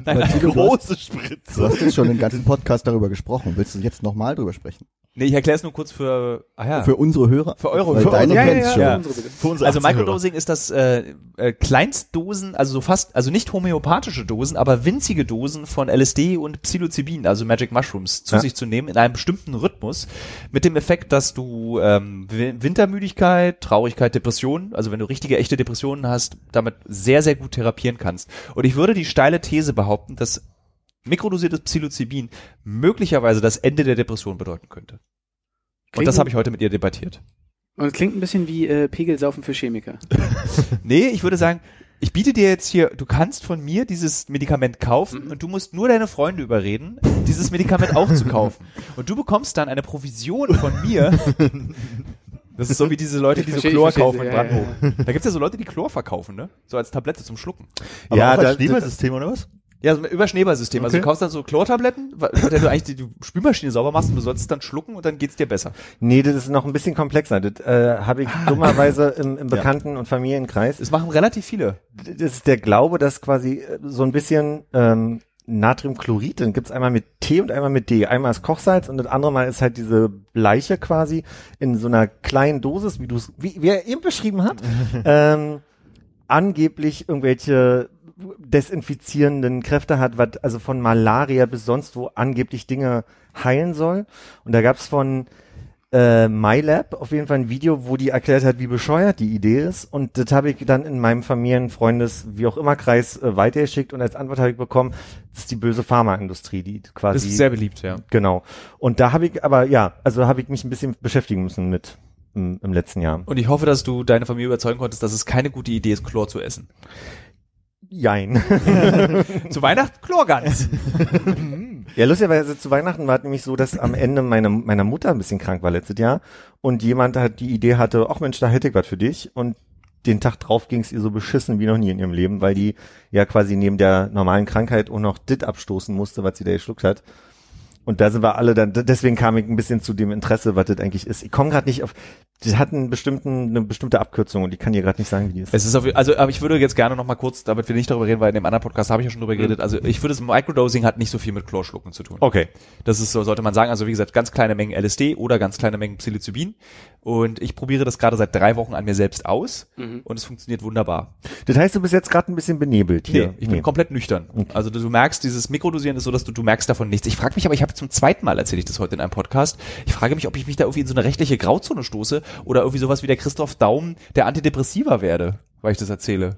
Nein, Die große Spritze. Du hast jetzt schon den ganzen Podcast darüber gesprochen. Willst du jetzt nochmal drüber sprechen? Nee, ich erkläre es nur kurz für. Ah ja. Für unsere Hörer? Für eure Weil Hörer. Deine Ja, ja, kennst ja, schon. ja. unsere bitte. Für unsere also 18 Hörer. Microdosing ist das äh, äh, Kleinstdosen, also so fast, also nicht homöopathische Dosen, aber winzige Dosen von LSD und Psilocybin, also Magic Mushrooms, zu Ja. sich zu nehmen in einem bestimmten Rhythmus, mit dem Effekt, dass du ähm, Wi- Wintermüdigkeit, Traurigkeit, Depressionen, also wenn du richtige, echte Depressionen hast, damit sehr, sehr gut therapieren kannst. Und ich würde die steile These behaupten, dass mikrodosiertes Psilocybin möglicherweise das Ende der Depression bedeuten könnte. Und Klingt- das habe ich heute mit ihr debattiert. Und es klingt ein bisschen wie äh, Pegelsaufen für Chemiker. Nee, ich würde sagen, ich biete dir jetzt hier, du kannst von mir dieses Medikament kaufen und du musst nur deine Freunde überreden, dieses Medikament auch zu kaufen. Und du bekommst dann eine Provision von mir. Das ist so wie diese Leute, Ich die so verstehe, Chlor ich verstehe kaufen sie, in ja, Brandenburg. Da gibt's ja so Leute, die Chlor verkaufen, ne? So als Tablette zum Schlucken. Aber Ja, auch da- als Schneeballsystem oder was? Ja, so ein Überschneeballsystem. Also Okay. du kaufst dann so Chlortabletten, wa- mit der du eigentlich die, die Spülmaschine sauber machst und du sollst es dann schlucken und dann geht's dir besser. Nee, das ist noch ein bisschen komplexer. Das äh, habe ich Ah. dummerweise im, im Bekannten- und Familienkreis. Das machen relativ viele. das ist der Glaube, dass quasi äh, so ein bisschen ähm, Natriumchlorid, dann gibt's einmal mit T und einmal mit D. Einmal ist Kochsalz und das andere Mal ist halt diese Bleiche quasi in so einer kleinen Dosis, wie du es, wie, wie er eben beschrieben hat, ähm, angeblich irgendwelche desinfizierenden Kräfte hat, was also von Malaria bis sonst wo angeblich Dinge heilen soll. Und da gab's von äh, MyLab auf jeden Fall ein Video, wo die erklärt hat, wie bescheuert die Idee ist. Und das habe ich dann in meinem Familienfreundes, wie auch immer, Kreis äh, weitergeschickt. Und als Antwort habe ich bekommen, das ist die böse Pharmaindustrie, die quasi. Das ist sehr beliebt, ja. genau. Und da habe ich aber, ja, also habe ich mich ein bisschen beschäftigen müssen mit im, im letzten Jahr. Und ich hoffe, dass du deine Familie überzeugen konntest, dass es keine gute Idee ist, Chlor zu essen. Jein. zu Weihnachten Chlorgans. Ja, lustigerweise zu Weihnachten war es nämlich so, dass am Ende meine, meiner Mutter ein bisschen krank war letztes Jahr und jemand hat die Idee hatte, ach Mensch, da hätte ich was für dich und den Tag drauf ging es ihr so beschissen wie noch nie in ihrem Leben, weil die ja quasi neben der normalen Krankheit auch noch dit abstoßen musste, was sie da geschluckt hat. Und da sind wir alle dann, d- deswegen kam ich ein bisschen zu dem Interesse, was das eigentlich ist. Ich komme gerade nicht auf, die hatten einen bestimmten, eine bestimmte Abkürzung und ich kann dir gerade nicht sagen, wie die ist. Es ist auf, also, aber ich würde jetzt gerne noch mal kurz, damit wir nicht darüber reden, weil in dem anderen Podcast habe ich ja schon drüber geredet. Also, ich würde, das Microdosing hat nicht so viel mit Chlorschlucken zu tun. Okay. Das ist so, sollte man sagen. Also, wie gesagt, ganz kleine Mengen LSD oder ganz kleine Mengen Psilocybin. Und ich probiere das gerade seit drei Wochen an mir selbst aus. Und es funktioniert wunderbar. Das heißt, du bist jetzt gerade ein bisschen benebelt Nee, hier. ich bin komplett nüchtern. Also du, du merkst, dieses Mikrodosieren ist so, dass du, du merkst davon nichts. Ich frage mich aber, ich habe zum zweiten Mal erzähle ich das heute in einem Podcast, ich frage mich, ob ich mich da irgendwie in so eine rechtliche Grauzone stoße oder irgendwie sowas wie der Christoph Daum, der Antidepressiver werde, weil ich das erzähle.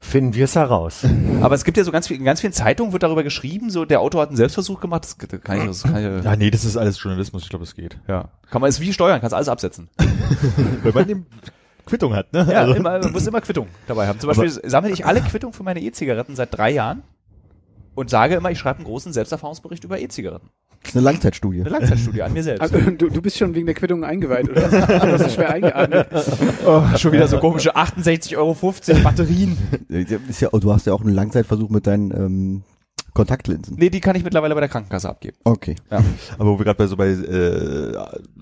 Finden wir es heraus. Aber es gibt ja so ganz viel, in ganz vielen Zeitungen wird darüber geschrieben, so der Autor hat einen Selbstversuch gemacht, das kann ich, das kann ich Ja, nee, das ist alles Journalismus. Ich glaube, das geht. ja. Kann man es wie steuern, kannst alles absetzen. Wenn man eben Quittung hat, ne? Ja, also, immer, man muss immer Quittung dabei haben. Zum Beispiel sammle ich alle Quittung für meine E-Zigaretten seit drei Jahren und sage immer, ich schreibe einen großen Selbsterfahrungsbericht über E-Zigaretten. Das ist eine Langzeitstudie. Eine Langzeitstudie an mir selbst. Aber, äh, Du, du bist schon wegen der Quittung eingeweiht, oder? Du hast schwer eingeatmet. Oh, Schon wieder so komische 68,50 Euro Batterien. Ist ja, oh, du hast ja auch einen Langzeitversuch mit deinen ähm, Kontaktlinsen. Nee, die kann ich mittlerweile bei der Krankenkasse abgeben. Okay. aber wo wir gerade bei so bei äh,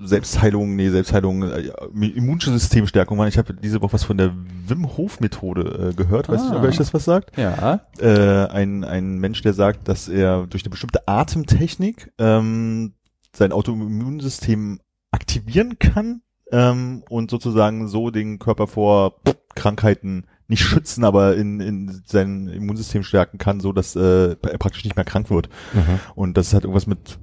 Selbstheilung, nee, Selbstheilung, äh, Immunsystemstärkung waren. Ich habe diese Woche was von der Wim Hof Methode äh, gehört. Weißt Ah. du, ob euch das was sagt? Ja. äh, ein, ein Mensch, der sagt, dass er durch eine bestimmte Atemtechnik ähm, sein Autoimmunsystem aktivieren kann ähm, und sozusagen so den Körper vor pff, Krankheiten nicht schützen, aber in, in sein Immunsystem stärken kann, so dass äh, er praktisch nicht mehr krank wird. Mhm. Und das hat irgendwas mit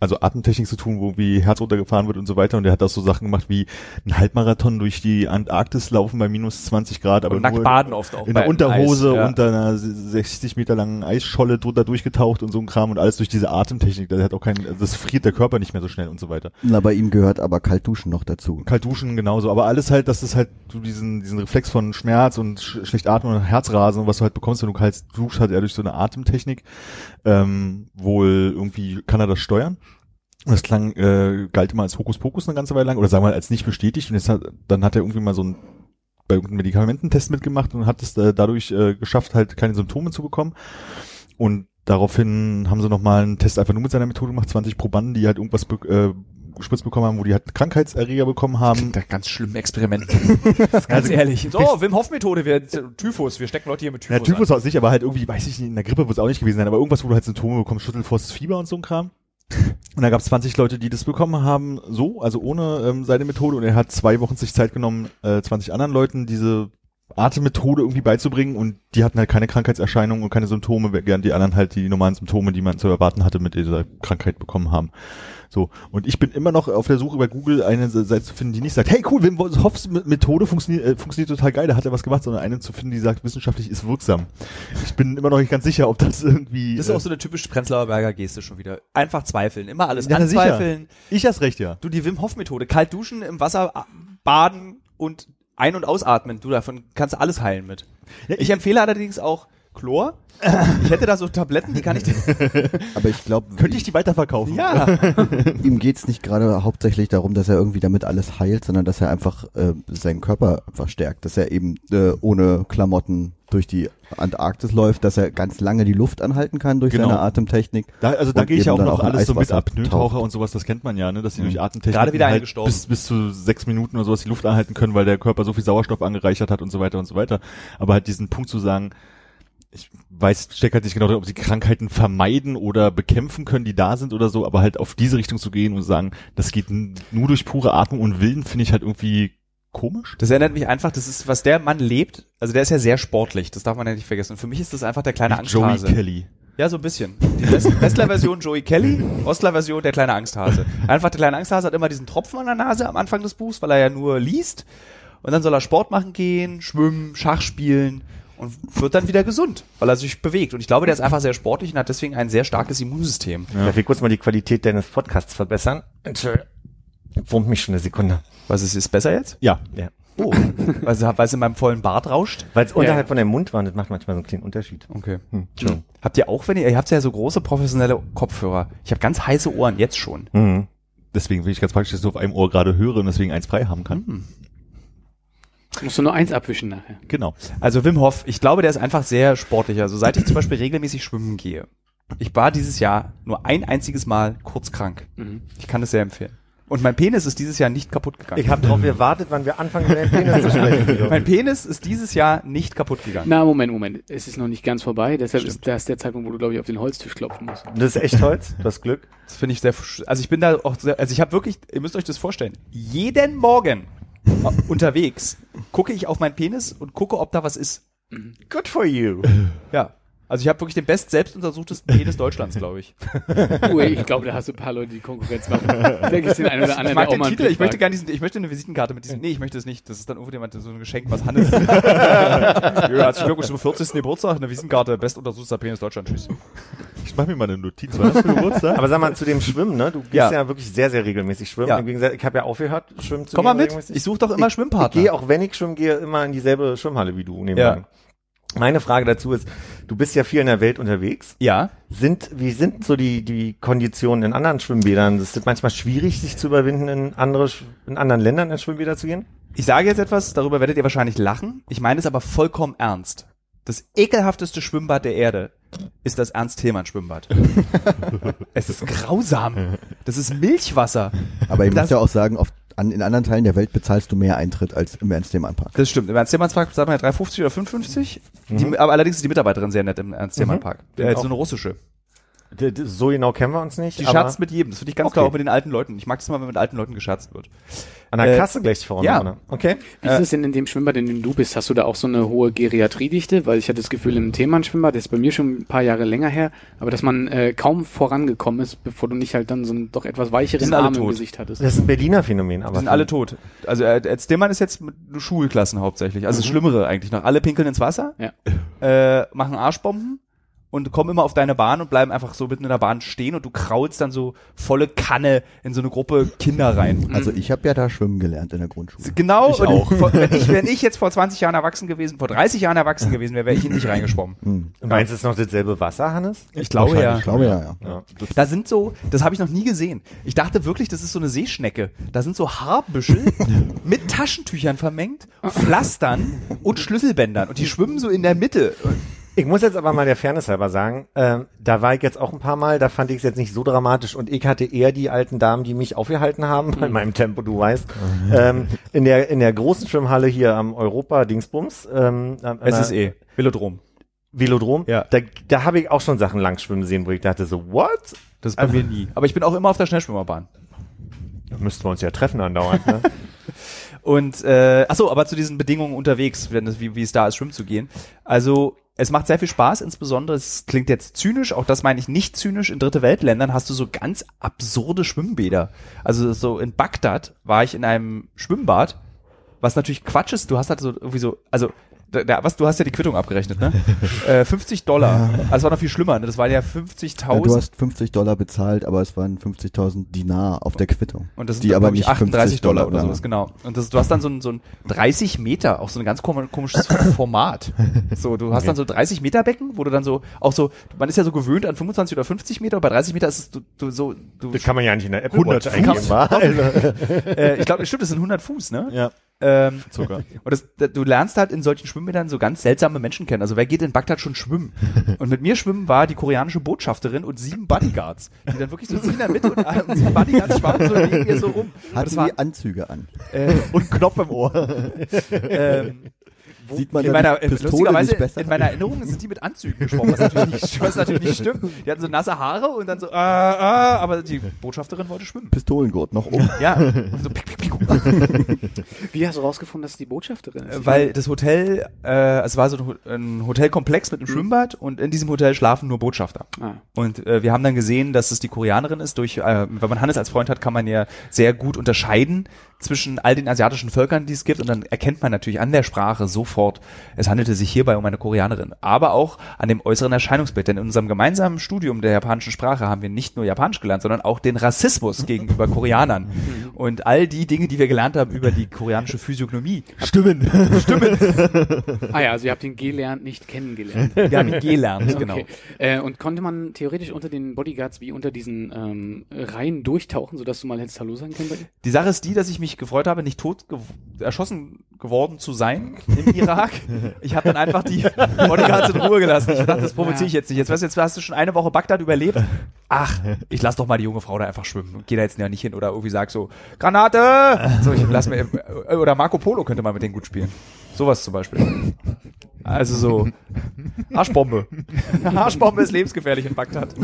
also Atemtechnik zu tun, wo wie Herz runtergefahren wird und so weiter. Und er hat auch so Sachen gemacht wie einen Halbmarathon durch die Antarktis laufen bei minus 20 Grad, aber Und nackt nur baden oft auch. in bei der Unterhose Eis, ja. unter einer 60 Meter langen Eisscholle drunter durchgetaucht und so ein Kram und alles durch diese Atemtechnik. Das hat auch keinen, also das friert der Körper nicht mehr so schnell und so weiter. Na, bei ihm gehört aber Kaltduschen noch dazu. Kalt duschen genauso, aber alles halt, dass es halt du diesen diesen Reflex von Schmerz und sch schlecht atmen und Herzrasen und was du halt bekommst, wenn du kalt duschst, hat er durch so eine Atemtechnik ähm, wohl irgendwie kann er das steuern. Und Das klang äh, galt immer als Hokuspokus eine ganze Weile lang oder sagen wir mal als nicht bestätigt und jetzt hat, dann hat er irgendwie mal so ein bei irgendeinem Medikamententest mitgemacht und hat es äh, dadurch äh, geschafft, halt keine Symptome zu bekommen. Und daraufhin haben sie nochmal einen Test einfach nur mit seiner Methode gemacht, 20 Probanden, die halt irgendwas be äh, gespritzt bekommen haben, wo die halt Krankheitserreger bekommen haben. Da ganz schlimme Experimente. ganz ehrlich. So, Wim Hof Methode, wir Typhus, wir stecken Leute hier mit Typhus. Na, Typhus aus nicht, aber halt irgendwie, weiß ich nicht, in der Grippe wird es auch nicht gewesen sein, aber irgendwas, wo du halt Symptome bekommst, Schüttelfrost, Fieber und so ein Kram. Und da gab es 20 Leute, die das bekommen haben, so, also ohne ähm, seine Methode. Und er hat zwei Wochen sich Zeit genommen, äh, 20 anderen Leuten diese Atemmethode irgendwie beizubringen. Und die hatten halt keine Krankheitserscheinungen und keine Symptome, während die anderen halt die normalen Symptome, die man zu erwarten hatte, mit dieser Krankheit bekommen haben. So, und ich bin immer noch auf der Suche bei Google eine Seite zu finden, die nicht sagt, hey cool, Wim Hofs Methode funktioniert, äh, funktioniert total geil, da hat er was gemacht, sondern eine zu finden, die sagt, wissenschaftlich ist wirksam. Ich bin immer noch nicht ganz sicher, ob das irgendwie... äh, Das ist auch so eine typische Prenzlauer Berger Geste schon wieder. Einfach zweifeln, immer alles Ja, na sicher. anzweifeln. äh, ich hast recht, ja. Du, die Wim Hof Methode, kalt duschen, im Wasser a- baden und ein- und ausatmen. Du, davon kannst du alles heilen mit. Ich empfehle allerdings auch Chlor. Ich hätte da so Tabletten, die kann ich dir... Aber ich glaube, Könnte ich die weiterverkaufen? Ja. ihm geht's nicht gerade hauptsächlich darum, dass er irgendwie damit alles heilt, sondern dass er einfach äh, seinen Körper einfach stärkt, dass er eben äh, ohne Klamotten durch die Antarktis läuft, dass er ganz lange die Luft anhalten kann durch Genau. seine Atemtechnik. Da, also da Und gehe ich ja auch eben dann noch auch in alles so mit Eiswasser ab. Nötaucher taucht. Mhm. und sowas, das kennt man ja, ne? dass die durch Atemtechnik Gerade wieder halt eingestorben. bis, bis zu sechs Minuten oder sowas die Luft anhalten können, weil der Körper so viel Sauerstoff angereichert hat und so weiter und so weiter. Aber halt diesen Punkt zu sagen, ich weiß, steck halt nicht genau, drin, ob sie Krankheiten vermeiden oder bekämpfen können, die da sind oder so, aber halt auf diese Richtung zu gehen und sagen, das geht n- nur durch pure Atmung und Willen, finde ich halt irgendwie komisch. Das erinnert mich einfach, das ist, was der Mann lebt, also der ist ja sehr sportlich, das darf man ja nicht vergessen. Und für mich ist das einfach der kleine Joey Angsthase. Kelly. Ja, so ein bisschen. Die West- Westler-Version Joey Kelly, Ostler-Version der kleine Angsthase. Einfach der kleine Angsthase hat immer diesen Tropfen an der Nase am Anfang des Buchs, weil er ja nur liest. Und dann soll er Sport machen gehen, schwimmen, Schach spielen und wird dann wieder gesund, weil er sich bewegt. Und ich glaube, der ist einfach sehr sportlich und hat deswegen ein sehr starkes Immunsystem. Darf ich kurz mal die Qualität deines Podcasts verbessern? Entschuldigung. Wurmt mich schon eine Sekunde. Was ist, ist besser jetzt? Ja. Ja. Oh, weil es- weil es in meinem vollen Bart rauscht. Weil es unterhalb von deinem Mund war, und das macht manchmal so einen kleinen Unterschied. Okay. Hm. Entschuldigung. Habt ihr auch, wenn ihr, ihr habt ja so große professionelle Kopfhörer. Ich habe ganz heiße Ohren jetzt schon. Mhm. Deswegen bin ich ganz praktisch, dass ich so auf einem Ohr gerade höre und deswegen eins frei haben kann. Mhm. Musst du nur eins abwischen nachher. Genau. Also Wim Hof, ich glaube, der ist einfach sehr sportlich. Also seit ich zum Beispiel regelmäßig schwimmen gehe. Ich war dieses Jahr nur ein einziges Mal kurz krank. Ich kann es sehr empfehlen. Und mein Penis ist dieses Jahr nicht kaputt gegangen. Ich habe darauf gewartet, wann wir anfangen, über den Penis zu sprechen. Guido. mein Penis ist dieses Jahr nicht kaputt gegangen. Na, Moment, Moment. Es ist noch nicht ganz vorbei. Deshalb ist das der Zeitpunkt, wo du, glaube ich, auf den Holztisch klopfen musst. Das ist echt Holz, du hast Glück. Das finde ich sehr. sch- Also ich bin da auch sehr. Also ich habe wirklich. Ihr müsst euch das vorstellen. Jeden Morgen äh, unterwegs gucke ich auf meinen Penis und gucke, ob da was ist. Good for you. Ja. Also ich habe wirklich den best selbst untersuchtesten Penis Deutschlands, glaube ich. Ui, ich glaube, da hast du ein paar Leute, die Konkurrenz machen. Da gibt es den einen oder anderen, Ich mag der den mal einen Titel, ich Blick möchte wagt. gar nicht, ich möchte eine Visitenkarte mit diesem, nee, ich möchte es nicht, das ist dann irgendjemand so ein Geschenk, was Hannes. Herzlichen Glückwunsch zum 40. Geburtstag, eine Visitenkarte, bestuntersuchter Penis Deutschland, tschüss. Ich mache mir mal eine Notiz. Wann hast du Geburtstag? Aber sag mal zu dem Schwimmen, ne? Du gehst Ja. ja, wirklich sehr, sehr regelmäßig schwimmen. Ja. Im Gegensatz, ich habe ja aufgehört, schwimmen zu Komm mal gehen mit, regelmäßig. ich suche doch immer Ich Schwimmpartner. gehe auch, wenn ich schwimmen gehe, immer in dieselbe Schwimmhalle wie du. Ja. nebenan. Meine Frage dazu ist, du bist ja viel in der Welt unterwegs. ja, Sind, wie sind so die, die Konditionen in anderen Schwimmbädern? Ist es manchmal schwierig, sich zu überwinden, in andere, Sch- in anderen Ländern in Schwimmbäder zu gehen? ich sage jetzt etwas, darüber werdet ihr wahrscheinlich lachen, ich meine es aber vollkommen ernst. Das ekelhafteste Schwimmbad der Erde ist das Ernst-Thälmann-Schwimmbad. es ist grausam. Das ist Milchwasser. Aber ich Das- muss ja auch sagen, oft an, in anderen Teilen der Welt bezahlst du mehr Eintritt als im Ernst-Thema-Park. Das stimmt. Im Ernst-Themann-Park sagt man ja 3,50 oder 5,50. Mhm. Die, aber allerdings ist die Mitarbeiterin sehr nett im Ernst-Themann-Park. Äh, so eine russische. D- d- So genau kennen wir uns nicht. Die aber scherzt mit jedem. Das finde ich ganz Okay. klar, auch mit den alten Leuten. Ich mag das mal, wenn mit alten Leuten gescherzt wird. an der äh, Kasse gleich vorne. ja. Äh, oder? Okay. Wie ist es denn in dem Schwimmbad, in dem du bist? Hast du da auch so eine hohe Geriatriedichte? Weil ich hatte das Gefühl, im Themenschwimmbad, das ist bei mir schon ein paar Jahre länger her, aber dass man äh, kaum vorangekommen ist, bevor du nicht halt dann so einen doch etwas weicheren sind alle Arm im tot. Gesicht hattest. Das ist ein Berliner Phänomen, aber. Die sind alle tot. Also äh, als Dillmann ist jetzt mit Schulklassen hauptsächlich. Also das Mhm. Schlimmere eigentlich noch. Alle pinkeln ins Wasser, Ja. äh, machen Arschbomben und kommen immer auf deine Bahn und bleiben einfach so mitten in der Bahn stehen und du kraulst dann so volle Kanne in so eine Gruppe Kinder rein. Also ich habe ja da schwimmen gelernt in der Grundschule. Genau, Ich und auch. Vor, wenn, ich, wenn ich jetzt vor 20 Jahren erwachsen gewesen, vor 30 Jahren erwachsen gewesen wäre, wäre ich hier nicht reingeschwommen. Meinst du, es ist noch dasselbe Wasser, Hannes? Ich glaube ja. Ich glaube ja, ja. Da sind so, das habe ich noch nie gesehen. Ich dachte wirklich, das ist so eine Seeschnecke. Da sind so Haarbüschel mit Taschentüchern vermengt, Pflastern und Schlüsselbändern. Und die schwimmen so in der Mitte. Ich muss jetzt aber mal der Fairness halber sagen, ähm, da war ich jetzt auch ein paar Mal, da fand ich es jetzt nicht so dramatisch und ich hatte eher die alten Damen, die mich aufgehalten haben, bei Mhm. meinem Tempo, du weißt, ähm, in der in der großen Schwimmhalle hier am Europa-Dingsbums, ähm, am- an der eh Velodrom. Velodrom, Ja. da, da habe ich auch schon Sachen lang schwimmen sehen, wo ich dachte so, what? Das ist bei Also mir nie. Aber ich bin auch immer auf der Schnellschwimmerbahn. Da müssten wir uns ja treffen andauernd, ne? Und äh, ach so, aber zu diesen Bedingungen unterwegs, wenn es, wie, wie es da ist, schwimmen zu gehen. Also es macht sehr viel Spaß, insbesondere, es klingt jetzt zynisch, auch das meine ich nicht zynisch, in dritte Weltländern hast du so ganz absurde Schwimmbäder. Also so in Bagdad war ich in einem Schwimmbad, was natürlich Quatsch ist, du hast halt so irgendwie so, also da, da, was, du hast ja die Quittung abgerechnet, ne? äh, 50 Dollar. Also das war noch viel schlimmer, ne? Das waren ja Ja, du 50.000 hast 50 Dollar bezahlt, aber es waren 50.000 Dinar auf der Quittung. Und das sind die dann, aber glaub ich, nicht 38 50 Dollar oder sowas, waren. genau. Und das, du hast dann so ein, so ein 30 Meter, auch so ein ganz kom- komisches Format. So, du hast dann so 30 Meter Becken, wo du dann so, auch so, man ist ja so gewöhnt an 25 oder 50 Meter, bei 30 Meter ist es du, du, so, du, Das kann man ja nicht in der App 100 Watch eingeben, wa? äh, ich glaube, stimmt, das sind 100 Fuß, ne? Ja. Ähm, Zucker. und das, da, du lernst halt in solchen Schwimmbädern so ganz seltsame Menschen kennen. Also wer geht in Bagdad schon schwimmen? Und mit mir schwimmen war die koreanische Botschafterin und sieben Bodyguards, die dann wirklich so sie in der Mitte und, alle- und sieben Bodyguards schwammen so neben ihr so rum. Und Hatten das war, die Anzüge an. äh, Und Knopf im Ohr. ähm, Sieht man in da die meiner, in- Pistole lustigerweise, nicht besser? in meiner Erinnerung sind die mit Anzügen gesprochen, was natürlich nicht, was natürlich nicht stimmt. Die hatten so nasse Haare und dann so, äh, äh, aber die Botschafterin wollte schwimmen. Pistolengurt noch um. Ja, und so pick, pick, pick. Wie hast du rausgefunden, dass es die Botschafterin ist? Äh, weil das Hotel, äh, es war so ein Ho- ein Hotelkomplex mit einem Schwimmbad und in diesem Hotel schlafen nur Botschafter. Ah. Und äh, wir haben dann gesehen, dass es die Koreanerin ist. Durch, äh, wenn man Hannes als Freund hat, kann man ja sehr gut unterscheiden zwischen all den asiatischen Völkern, die es gibt. Und dann erkennt man natürlich an der Sprache sofort, es handelte sich hierbei um eine Koreanerin. Aber auch an dem äußeren Erscheinungsbild. Denn in unserem gemeinsamen Studium der japanischen Sprache haben wir nicht nur Japanisch gelernt, sondern auch den Rassismus gegenüber Koreanern. Und all die Dinge, die wir gelernt haben über die koreanische Physiognomie, Stimmen. ah ja, also ihr habt ihn gelernt, nicht kennengelernt. wir haben gelernt, genau. Okay. Äh, und konnte man theoretisch unter den Bodyguards wie unter diesen ähm, Reihen durchtauchen, sodass du mal hättest Hallo sagen können? Bei dir? Die Sache ist die, dass ich mich gefreut habe, nicht tot gew erschossen geworden zu sein im Irak. Ich habe dann einfach die Bodyguards in Ruhe gelassen. Ich dachte, das provoziere ich jetzt nicht. Jetzt weißt du, jetzt hast du schon eine Woche Bagdad überlebt. Ach, ich lass doch mal die junge Frau da einfach schwimmen und geh da jetzt ja nicht hin oder irgendwie sag so Granate. So, ich lass mir äh, oder Marco Polo könnte mal mit denen gut spielen. Sowas zum Beispiel. Also so Arschbombe. Arschbombe ist lebensgefährlich in Bagdad.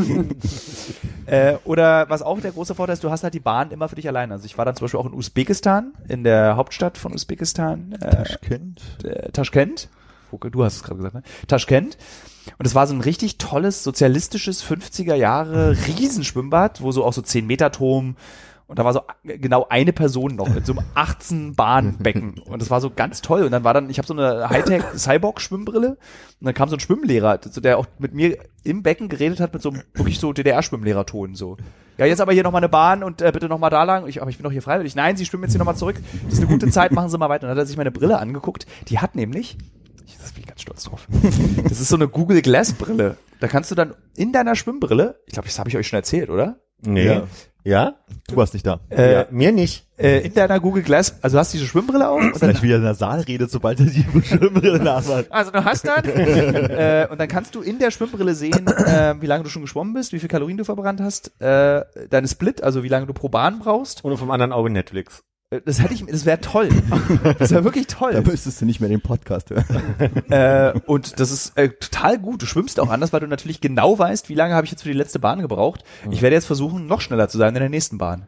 Äh, oder was auch der große Vorteil ist, du hast halt die Bahn immer für dich alleine. Also ich war dann zum Beispiel auch in Usbekistan, in der Hauptstadt von Usbekistan, äh, Taschkent. äh, Taschkent. Okay, Du hast es gerade gesagt, ne? Taschkent. Und es war so ein richtig tolles, sozialistisches 50er Jahre Riesenschwimmbad, wo so auch so 10 Meter Turm und da war so a- genau eine Person noch in so einem 18 Bahnbecken und das war so ganz toll und dann war dann ich habe so eine Hightech Cyborg Schwimmbrille und dann kam so ein Schwimmlehrer, so der auch mit mir im Becken geredet hat mit so einem wirklich so DDR Schwimmlehrerton so. Ja, jetzt aber hier nochmal eine Bahn und äh, bitte nochmal da lang. Ich, aber ich bin doch hier freiwillig. Nein, Sie schwimmen jetzt hier nochmal zurück. Das ist eine gute Zeit, machen Sie mal weiter. Und dann hat er sich meine Brille angeguckt. Die hat nämlich, ich das bin ich ganz stolz drauf, das ist so eine Google Glass Brille. Da kannst du dann in deiner Schwimmbrille, ich glaube, das habe ich euch schon erzählt, oder? Nee. Ja. Ja? Du warst nicht da. Äh, Mir nicht. Äh, in deiner Google Glass, also du hast diese Schwimmbrille auf und dann Vielleicht wieder in der Saalrede, sobald er die Schwimmbrille nach hat. Also du hast das. äh, und dann kannst du in der Schwimmbrille sehen, äh, wie lange du schon geschwommen bist, wie viel Kalorien du verbrannt hast, äh, deine Split, also wie lange du pro Bahn brauchst. Und vom anderen Auge Netflix. Äh, Das hätte ich, das wäre toll. Das wäre wirklich Da toll. müsstest du nicht mehr den Podcast hören. Äh, und das ist äh, total gut. Du schwimmst auch anders, weil du natürlich genau weißt, wie lange habe ich jetzt für die letzte Bahn gebraucht. Mhm. Ich werde jetzt versuchen, noch schneller zu sein in der nächsten Bahn.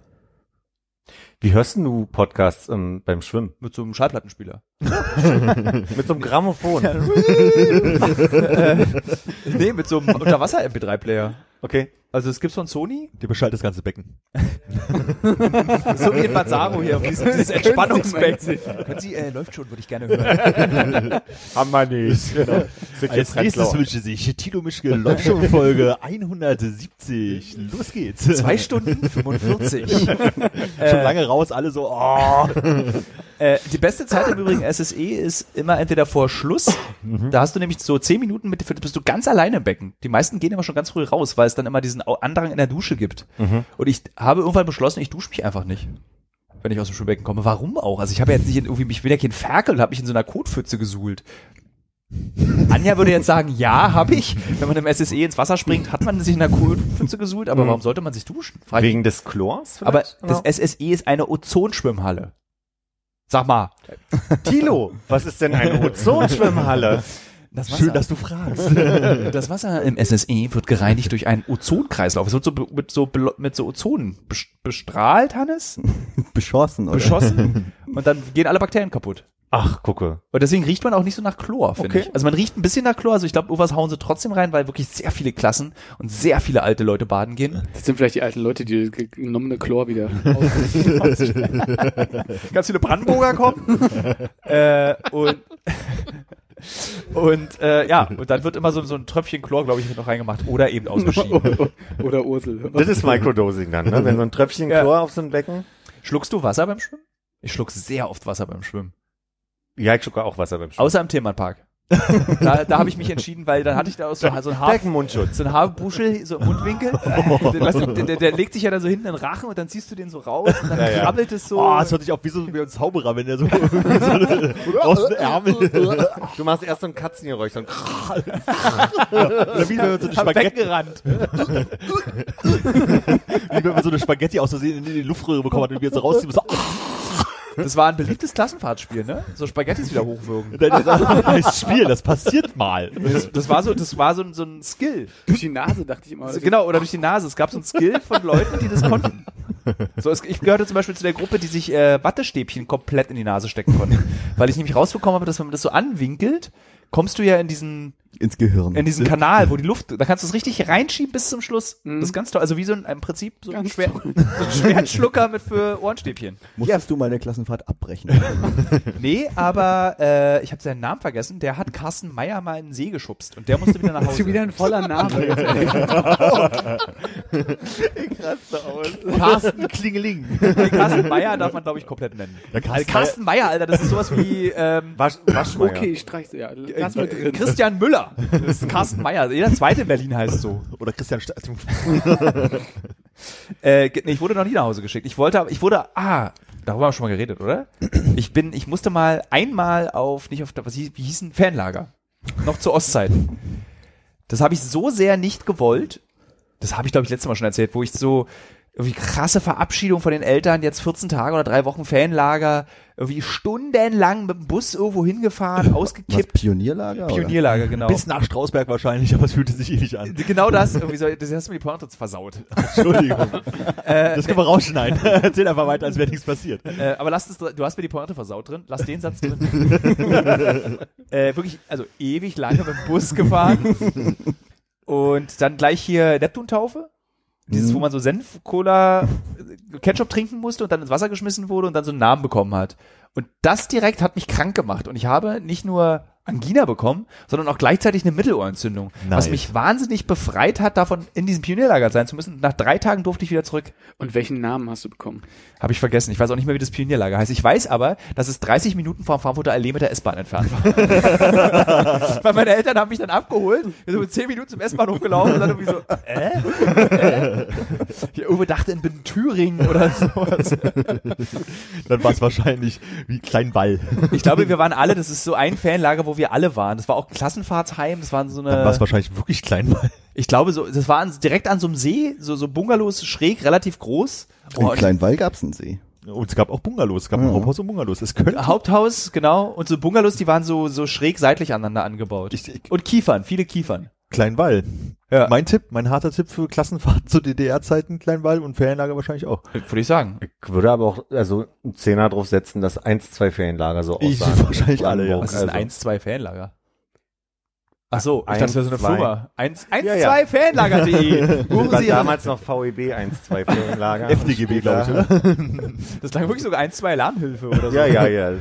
Wie hörst denn du Podcasts ähm, beim Schwimmen? Mit so einem Schallplattenspieler. Mit so einem Grammophon. Äh, Nee, mit so einem Unterwasser-MP3-Player. Okay. Also es gibt's von Sony, Der beschallt das ganze Becken. so wie in Mazzaro hier, auf diesem, dieses Entspannungsbecken. Können Sie, äh, läuft schon, würde ich gerne hören. Haben wir nicht. Als nächstes wünsche sich Tilo Mischke Läufschuh Folge 170. Los geht's. Äh. Zwei Stunden 45. Schon lange raus, alle so, oh. äh, die beste Zeit im Übrigen SSE ist immer entweder vor Schluss. Mhm. Da hast du nämlich so zehn Minuten, mit, bist du ganz alleine im Becken. Die meisten gehen immer schon ganz früh raus, weil es dann immer diesen Au- Andrang in der Dusche gibt. Mhm. Und ich habe irgendwann beschlossen, ich dusche mich einfach nicht. Wenn ich aus dem Schwimmbecken komme. Warum auch? Also ich habe ja jetzt nicht in- irgendwie, ich bin ja kein Ferkel und habe mich in so einer Kotpfütze gesuhlt. Anja würde jetzt sagen, ja, habe ich. Wenn man im SSE ins Wasser springt, hat man sich in einer Kotpfütze gesuhlt, aber warum sollte man sich duschen? Frag ich Mhm. Wegen des Chlors? Aber vielleicht? Genau. das SSE ist eine Ozonschwimmhalle. Sag mal. Tilo, was ist denn eine Ozonschwimmhalle? Das Wasser, Schön, dass du fragst. das Wasser im SSE wird gereinigt durch einen Ozonkreislauf. Es wird so be- mit so, belo- mit so Ozonen bes- bestrahlt, Hannes, Beschossen, oder? beschossen und dann gehen alle Bakterien kaputt. Ach, gucke. Und deswegen riecht man auch nicht so nach Chlor, finde Okay. ich. Also man riecht ein bisschen nach Chlor, also ich glaube, irgendwas hauen sie trotzdem rein, weil wirklich sehr viele Klassen und sehr viele alte Leute baden gehen. Das sind vielleicht die alten Leute, die das genommene Chlor wieder. Ganz viele Brandenburger kommen. äh, und und äh, ja, und dann wird immer so, so ein Tröpfchen Chlor, glaube ich, noch reingemacht oder eben ausgeschieden. Oder Ursel. Das ist Microdosing dann, ne? Wenn so ein Tröpfchen Ja. Chlor auf so ein Becken. Schluckst du Wasser beim Schwimmen? Ich schluck sehr oft Wasser beim Schwimmen. Ja, ich schlucke auch Wasser beim Schwimmen. Außer im Themenpark. Da, da habe ich mich entschieden, weil dann hatte ich da auch so, so ein Haar, Deckenmundschutz. so ein Haarbuschel, so im Mundwinkel. Den, weißt du, der, der, der legt sich ja da so hinten in den Rachen und dann ziehst du den so raus und dann Ja, ja. krabbelt es so. Oh, das hört sich auch wie so wie ein Zauberer, wenn der so, so aus dem Ärmel Du machst erst so ein Katzengeräusch. So ein Oder wie wenn man so eine hab Spaghetti, weggerannt. wie wenn man so eine Spaghetti aus Versehen in die Luftröhre bekommen hat und wir jetzt so rausziehen und so, Das war ein beliebtes Klassenfahrtspiel, ne? So Spaghettis wieder hochwürgen. das Spiel, das passiert mal. Das, das war so, das war so, ein- so ein Skill. Durch die Nase dachte ich immer. Also, genau, oder durch die Nase. Es gab so ein Skill von Leuten, die das konnten. So, es, ich gehörte zum Beispiel zu der Gruppe, die sich äh, Wattestäbchen komplett in die Nase stecken konnte. Weil ich nämlich rausbekommen habe, dass wenn man das so anwinkelt, kommst du ja in diesen, Ins Gehirn. in diesen Kanal, wo die Luft, da kannst du es richtig reinschieben bis zum Schluss. Das ist ganz toll. Also wie so ein, im Prinzip so ein, Ganz Schwer, so ein Schwertschlucker mit für Ohrenstäbchen. Musstest du mal eine Klassenfahrt abbrechen. Nee, aber äh, ich habe seinen Namen vergessen. Der hat Carsten Meyer mal in den See geschubst und der musste wieder nach Das ist Hause. wieder ein voller Name. Carsten Klingeling. Nee, Carsten Meyer darf man, glaube ich, komplett nennen. Also Karl- Carsten Meyer, Alter, das ist sowas wie ähm, Wasch, Waschmeier. Okay, ich streich's. Ja, lass mal drin. Christian Müller. Das ist Carsten Meyer. Jeder zweite in Berlin heißt so. Oder Christian Stein. Äh, ge- nee, ich wurde noch nie nach Hause geschickt. Ich wollte, aber- ich wurde, ah, darüber haben wir schon mal geredet, oder? Ich bin, ich musste mal einmal auf, nicht auf, was hieß, wie hießen, Fanlager. Noch zu Ostzeiten. Das habe ich so sehr nicht gewollt. Das habe ich, glaube ich, letztes Mal schon erzählt, wo ich so, irgendwie krasse Verabschiedung von den Eltern, jetzt 14 Tage oder drei Wochen Fanlager, irgendwie stundenlang mit dem Bus irgendwo hingefahren, Was, ausgekippt. Pionierlager? oder? Pionierlager, genau. Bis nach Strausberg wahrscheinlich, aber es fühlte sich ähnlich an. Genau das, irgendwie so, das hast du mir die Pointe versaut. Entschuldigung. das können wir rausschneiden. Erzähl einfach weiter, als wäre nichts passiert. Äh, aber lass das, du hast mir die Pointe versaut drin, lass den Satz drin. äh, wirklich, also ewig lange mit dem Bus gefahren. Und dann gleich hier Neptuntaufe. Dieses, wo man so Senf, Cola, äh, Ketchup trinken musste und dann ins Wasser geschmissen wurde und dann so einen Namen bekommen hat. Und das direkt hat mich krank gemacht. Und ich habe nicht nur Angina bekommen, sondern auch gleichzeitig eine Mittelohrentzündung. Was Nice. mich wahnsinnig befreit hat, davon in diesem Pionierlager sein zu müssen. Nach drei Tagen durfte ich wieder zurück. Und welchen Namen hast du bekommen? Habe ich vergessen. Ich weiß auch nicht mehr, wie das Pionierlager heißt. Ich weiß aber, dass es 30 Minuten vom Frankfurter Allee mit der S-Bahn entfernt war. Weil meine Eltern haben mich dann abgeholt, wir sind mit 10 Minuten zum S-Bahnhof gelaufen und dann irgendwie so, äh? äh? Ich irgendwo dachte, ich bin in Thüringen oder sowas. Dann war es wahrscheinlich wie klein Ball. Ich glaube, wir waren alle, das ist so ein Fanlager, wo wir alle waren. Das war auch ein Klassenfahrtsheim, das waren so Dann war es eine, wahrscheinlich wirklich klein Ball. ich glaube, so, das war an, direkt an so einem See, so, so Bungalows, schräg, relativ groß. In Oh, und Kleinwall gab's einen See. Und es gab auch Bungalows. Es gab ein Haupthaus und Bungalows. Es könnte. Haupthaus, genau. Und so Bungalows, die waren so, so schräg seitlich aneinander angebaut. Ich- ich- und Kiefern, viele Kiefern. Kleinwall. Ja. Mein Tipp, mein harter Tipp für Klassenfahrten zu DDR-Zeiten, Kleinwall und Ferienlager wahrscheinlich auch. Würde ich sagen. Ich würde aber auch also einen Zehner drauf setzen, dass eins, zwei Ferienlager so Ich- aussahen. wahrscheinlich alle, ja. Was ist Also, ein 1-2-Fanlager? Ach so, ich Eins, dachte, das ist eine zwei. Firma. 1 Ja, 2 ja. fanlager.de. das Buchen war Sie Ihre- damals noch E VEB 1, 2 Ferienlager. FDGB, glaube ich, oder? Das klang wirklich sogar 1 2 Alarmhilfe oder so. Ja, ja, ja.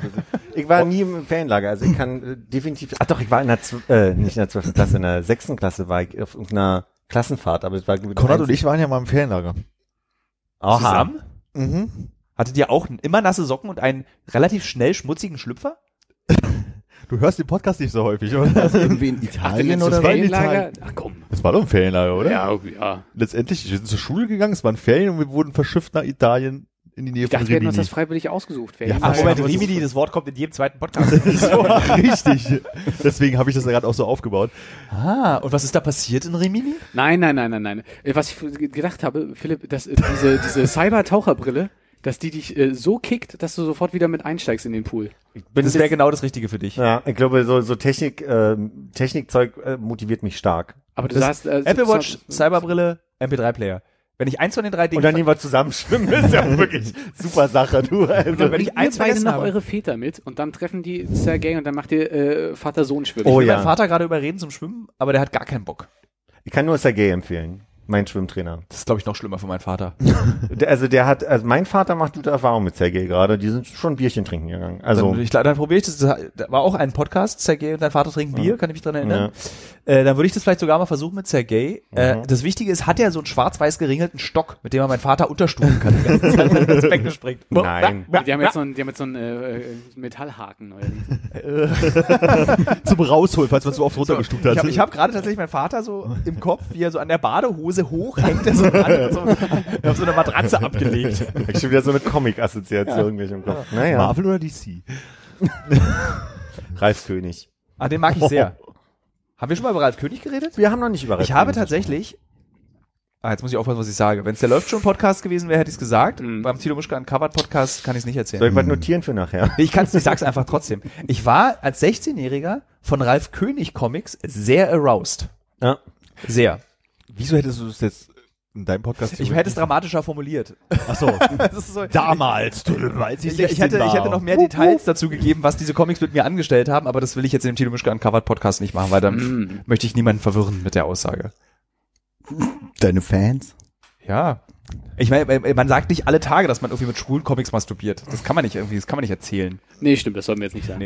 Ich war nie im Ferienlager, also ich kann äh, definitiv, ach doch, ich war in der, zw- äh, nicht in der 12. Klasse, in der 6. Klasse war ich auf irgendeiner Klassenfahrt, aber es war Konrad und ich waren ja mal im Ferienlager. Aha. Zusammen? Mhm. Hattet ihr auch immer nasse Socken und einen relativ schnell schmutzigen Schlüpfer? Du hörst den Podcast nicht so häufig, oder? Irgendwie in Italien das oder war in Ferienlager? Ach komm. Das war doch ein Ferienlager, oder? Ja, okay, ja. Letztendlich, wir sind zur Schule gegangen, es waren Ferien und wir wurden verschifft nach Italien in die Nähe Ich dachte, von wir hätten uns Rimini. das freiwillig ausgesucht. Ach, Ferienlager. Moment, Aber Ah, Rimini, das Wort kommt in jedem zweiten Podcast. Richtig. Deswegen habe ich das gerade auch so aufgebaut. ah, und was ist da passiert in Rimini? Nein, nein, nein, nein, nein. Äh, Was ich ge- gedacht habe, Philipp, dass äh, diese, diese Cyber-Taucherbrille, dass die dich äh, so kickt, dass du sofort wieder mit einsteigst in den Pool. Ich bin Das wäre genau das Richtige für dich. ja, ich glaube, so, so Technik, ähm, Technikzeug äh, motiviert mich stark. Aber du Das- sahst äh, so- Apple Watch, so- Cyberbrille, MP3-Player. Wenn ich eins von den drei Dingen Und dann gehen wir zusammen schwimmen, ist ja wirklich super Sache, du. Also. wenn ich Bringt ihr eins beide vergessen noch habe. eure Väter mit und dann treffen die Sergei und dann macht ihr äh, Vater-Sohn-Schwimmen. Oh Ich will ja. meinen Vater gerade überreden zum Schwimmen, aber der hat gar keinen Bock. Ich kann nur Sergei empfehlen, mein Schwimmtrainer. Das ist, glaube ich, noch schlimmer für meinen Vater. Der, also der hat, also mein Vater macht gute Erfahrungen mit Sergei gerade, die sind schon Bierchen trinken gegangen. Also Dann, ich, glaub, dann probiere ich das. Da war auch ein Podcast, Sergej und dein Vater trinken Bier, kann ich mich dran erinnern. Äh, dann würde ich das vielleicht sogar mal versuchen mit Sergei. Mhm. Äh, das Wichtige ist, hat er so einen schwarz-weiß geringelten Stock, mit dem er meinen Vater unterstufen kann, die ganze Zeit, wenn er ins Becken springt. Nein. Die haben jetzt so einen, die haben jetzt so einen äh, äh, Metallhaken. neuerdings. Zum Rausholen, falls man so oft runtergestuft Ich hat. habe ich hab gerade tatsächlich meinen Vater so im Kopf, wie er so an der Badehose hochhängt, der so, dran, so auf so einer Matratze abgelegt. Ich hab schon wieder so eine Comic-Assoziation irgendwie im Kopf. Naja, Marvel oder DC? Ralf König. Ah, den Oh. mag ich sehr. Haben wir schon mal über Ralf König geredet? Wir haben noch nicht über Ralf Ich habe König tatsächlich. Ah, jetzt muss ich aufpassen, was ich sage. Wenn es der läuft schon Podcast gewesen wäre, hätte ich es gesagt. Beim Tilo Mischka Uncovered Podcast kann ich es nicht gesprochen. Soll erzählen. ich was notieren für nachher? Ich kann's nicht, sag's einfach trotzdem. Ich war als 16-Jähriger von Ralf König Comics sehr aroused. Ja. Sehr. Wieso hättest du das jetzt in deinem Podcast? Ich hätte es dramatischer formuliert. Achso. Das ist so, Damals, als ich, ich, hätte, ich hätte noch mehr Details dazu gegeben, was diese Comics mit mir angestellt haben, aber das will ich jetzt in dem Tilo Mischka Uncovered Podcast nicht machen, weil dann möchte ich niemanden verwirren mit der Aussage. Deine Fans? Ja. Ich meine, weil man sagt nicht alle Tage, dass man irgendwie mit schwulen Comics masturbiert. Das kann man nicht irgendwie, das kann man nicht erzählen. Nee, stimmt, das sollten wir jetzt nicht sagen.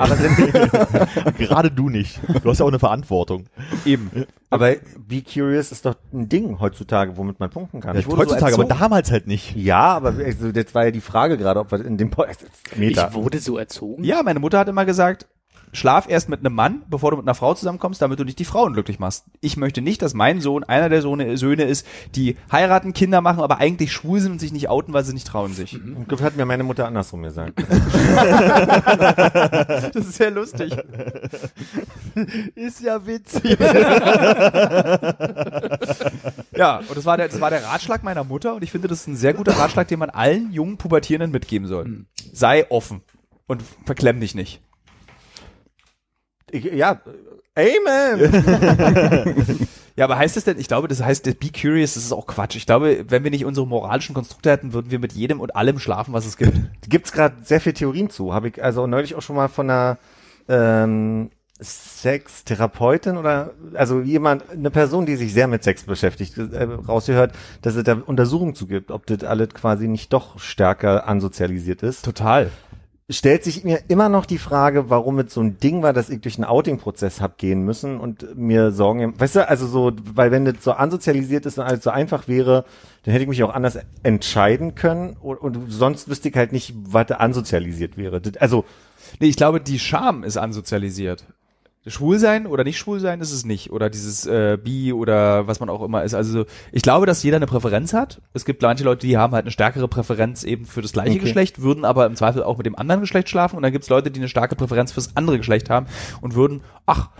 Gerade du nicht. Du hast ja auch eine Verantwortung. Eben. Aber Be Curious ist doch ein Ding heutzutage, womit man punkten kann. Ich wurde so Heutzutage, aber erzogen. damals halt nicht. Ja, aber also, jetzt war ja die Frage gerade, ob wir in dem Podcast. Meta. ich wurde so erzogen. Ja, meine Mutter hat immer gesagt, schlaf erst mit einem Mann, bevor du mit einer Frau zusammenkommst, damit du nicht die Frauen glücklich machst. Ich möchte nicht, dass mein Sohn einer der Sohne, Söhne ist, die heiraten, Kinder machen, aber eigentlich schwul sind und sich nicht outen, weil sie nicht trauen sich. Das hat mir meine Mutter andersrum gesagt. Das ist sehr lustig. Ist ja witzig. Ja, und das war der, das war der Ratschlag meiner Mutter und ich finde, das ist ein sehr guter Ratschlag, den man allen jungen Pubertierenden mitgeben Hm. soll. Sei offen und verklemm dich nicht. Ich, ja, Amen! Ja, aber heißt das denn, ich glaube, das heißt, das Be Curious, das ist auch Quatsch. Ich glaube, wenn wir nicht unsere moralischen Konstrukte hätten, würden wir mit jedem und allem schlafen, was es gibt. Gibt's gerade sehr viele Theorien zu. Habe ich also neulich auch schon mal von einer ähm, Sextherapeutin oder also jemand, eine Person, die sich sehr mit Sex beschäftigt, äh, rausgehört, dass es da Untersuchungen zu gibt, ob das alles quasi nicht doch stärker ansozialisiert ist. Total. stellt sich mir immer noch die Frage, warum es so ein Ding war, dass ich durch einen Outing-Prozess hab gehen müssen und mir Sorgen, weißt du, also so, weil wenn das so ansozialisiert ist und alles so einfach wäre, dann hätte ich mich auch anders entscheiden können und, und sonst wüsste ich halt nicht, was da ansozialisiert wäre. Das- Also, Nee, ich glaube, die Scham ist ansozialisiert. Schwul sein oder nicht schwul sein ist es nicht. Oder dieses äh, Bi oder was man auch immer ist. Also ich glaube, dass jeder eine Präferenz hat. Es gibt manche Leute, die haben halt eine stärkere Präferenz eben für das gleiche Geschlecht, würden aber im Zweifel auch mit dem anderen Geschlecht schlafen. Und dann gibt's Leute, die eine starke Präferenz fürs andere Geschlecht haben und würden, ach,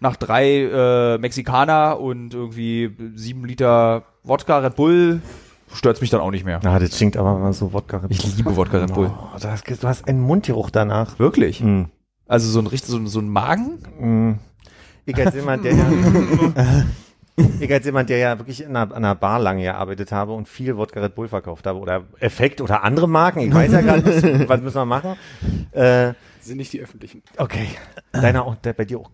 nach drei äh, Mexikaner und irgendwie sieben Liter Wodka Red Bull stört's mich dann auch nicht mehr. ah, das klingt aber mal so Wodka. Ich liebe Wodka Red Bull. Oh, das, du hast einen Mundgeruch danach. Wirklich? Mhm. Also so ein richtig, so, ein- so ein Magen? Ich als jemand, der ja, ich als jemand, der ja wirklich in einer, an einer Bar lange gearbeitet habe und viel Wodka Red Bull verkauft habe oder Effekt oder andere Marken, ich weiß ja gerade nicht, was müssen wir machen. Äh, Sind nicht die öffentlichen. okay, deiner auch, der, bei dir auch.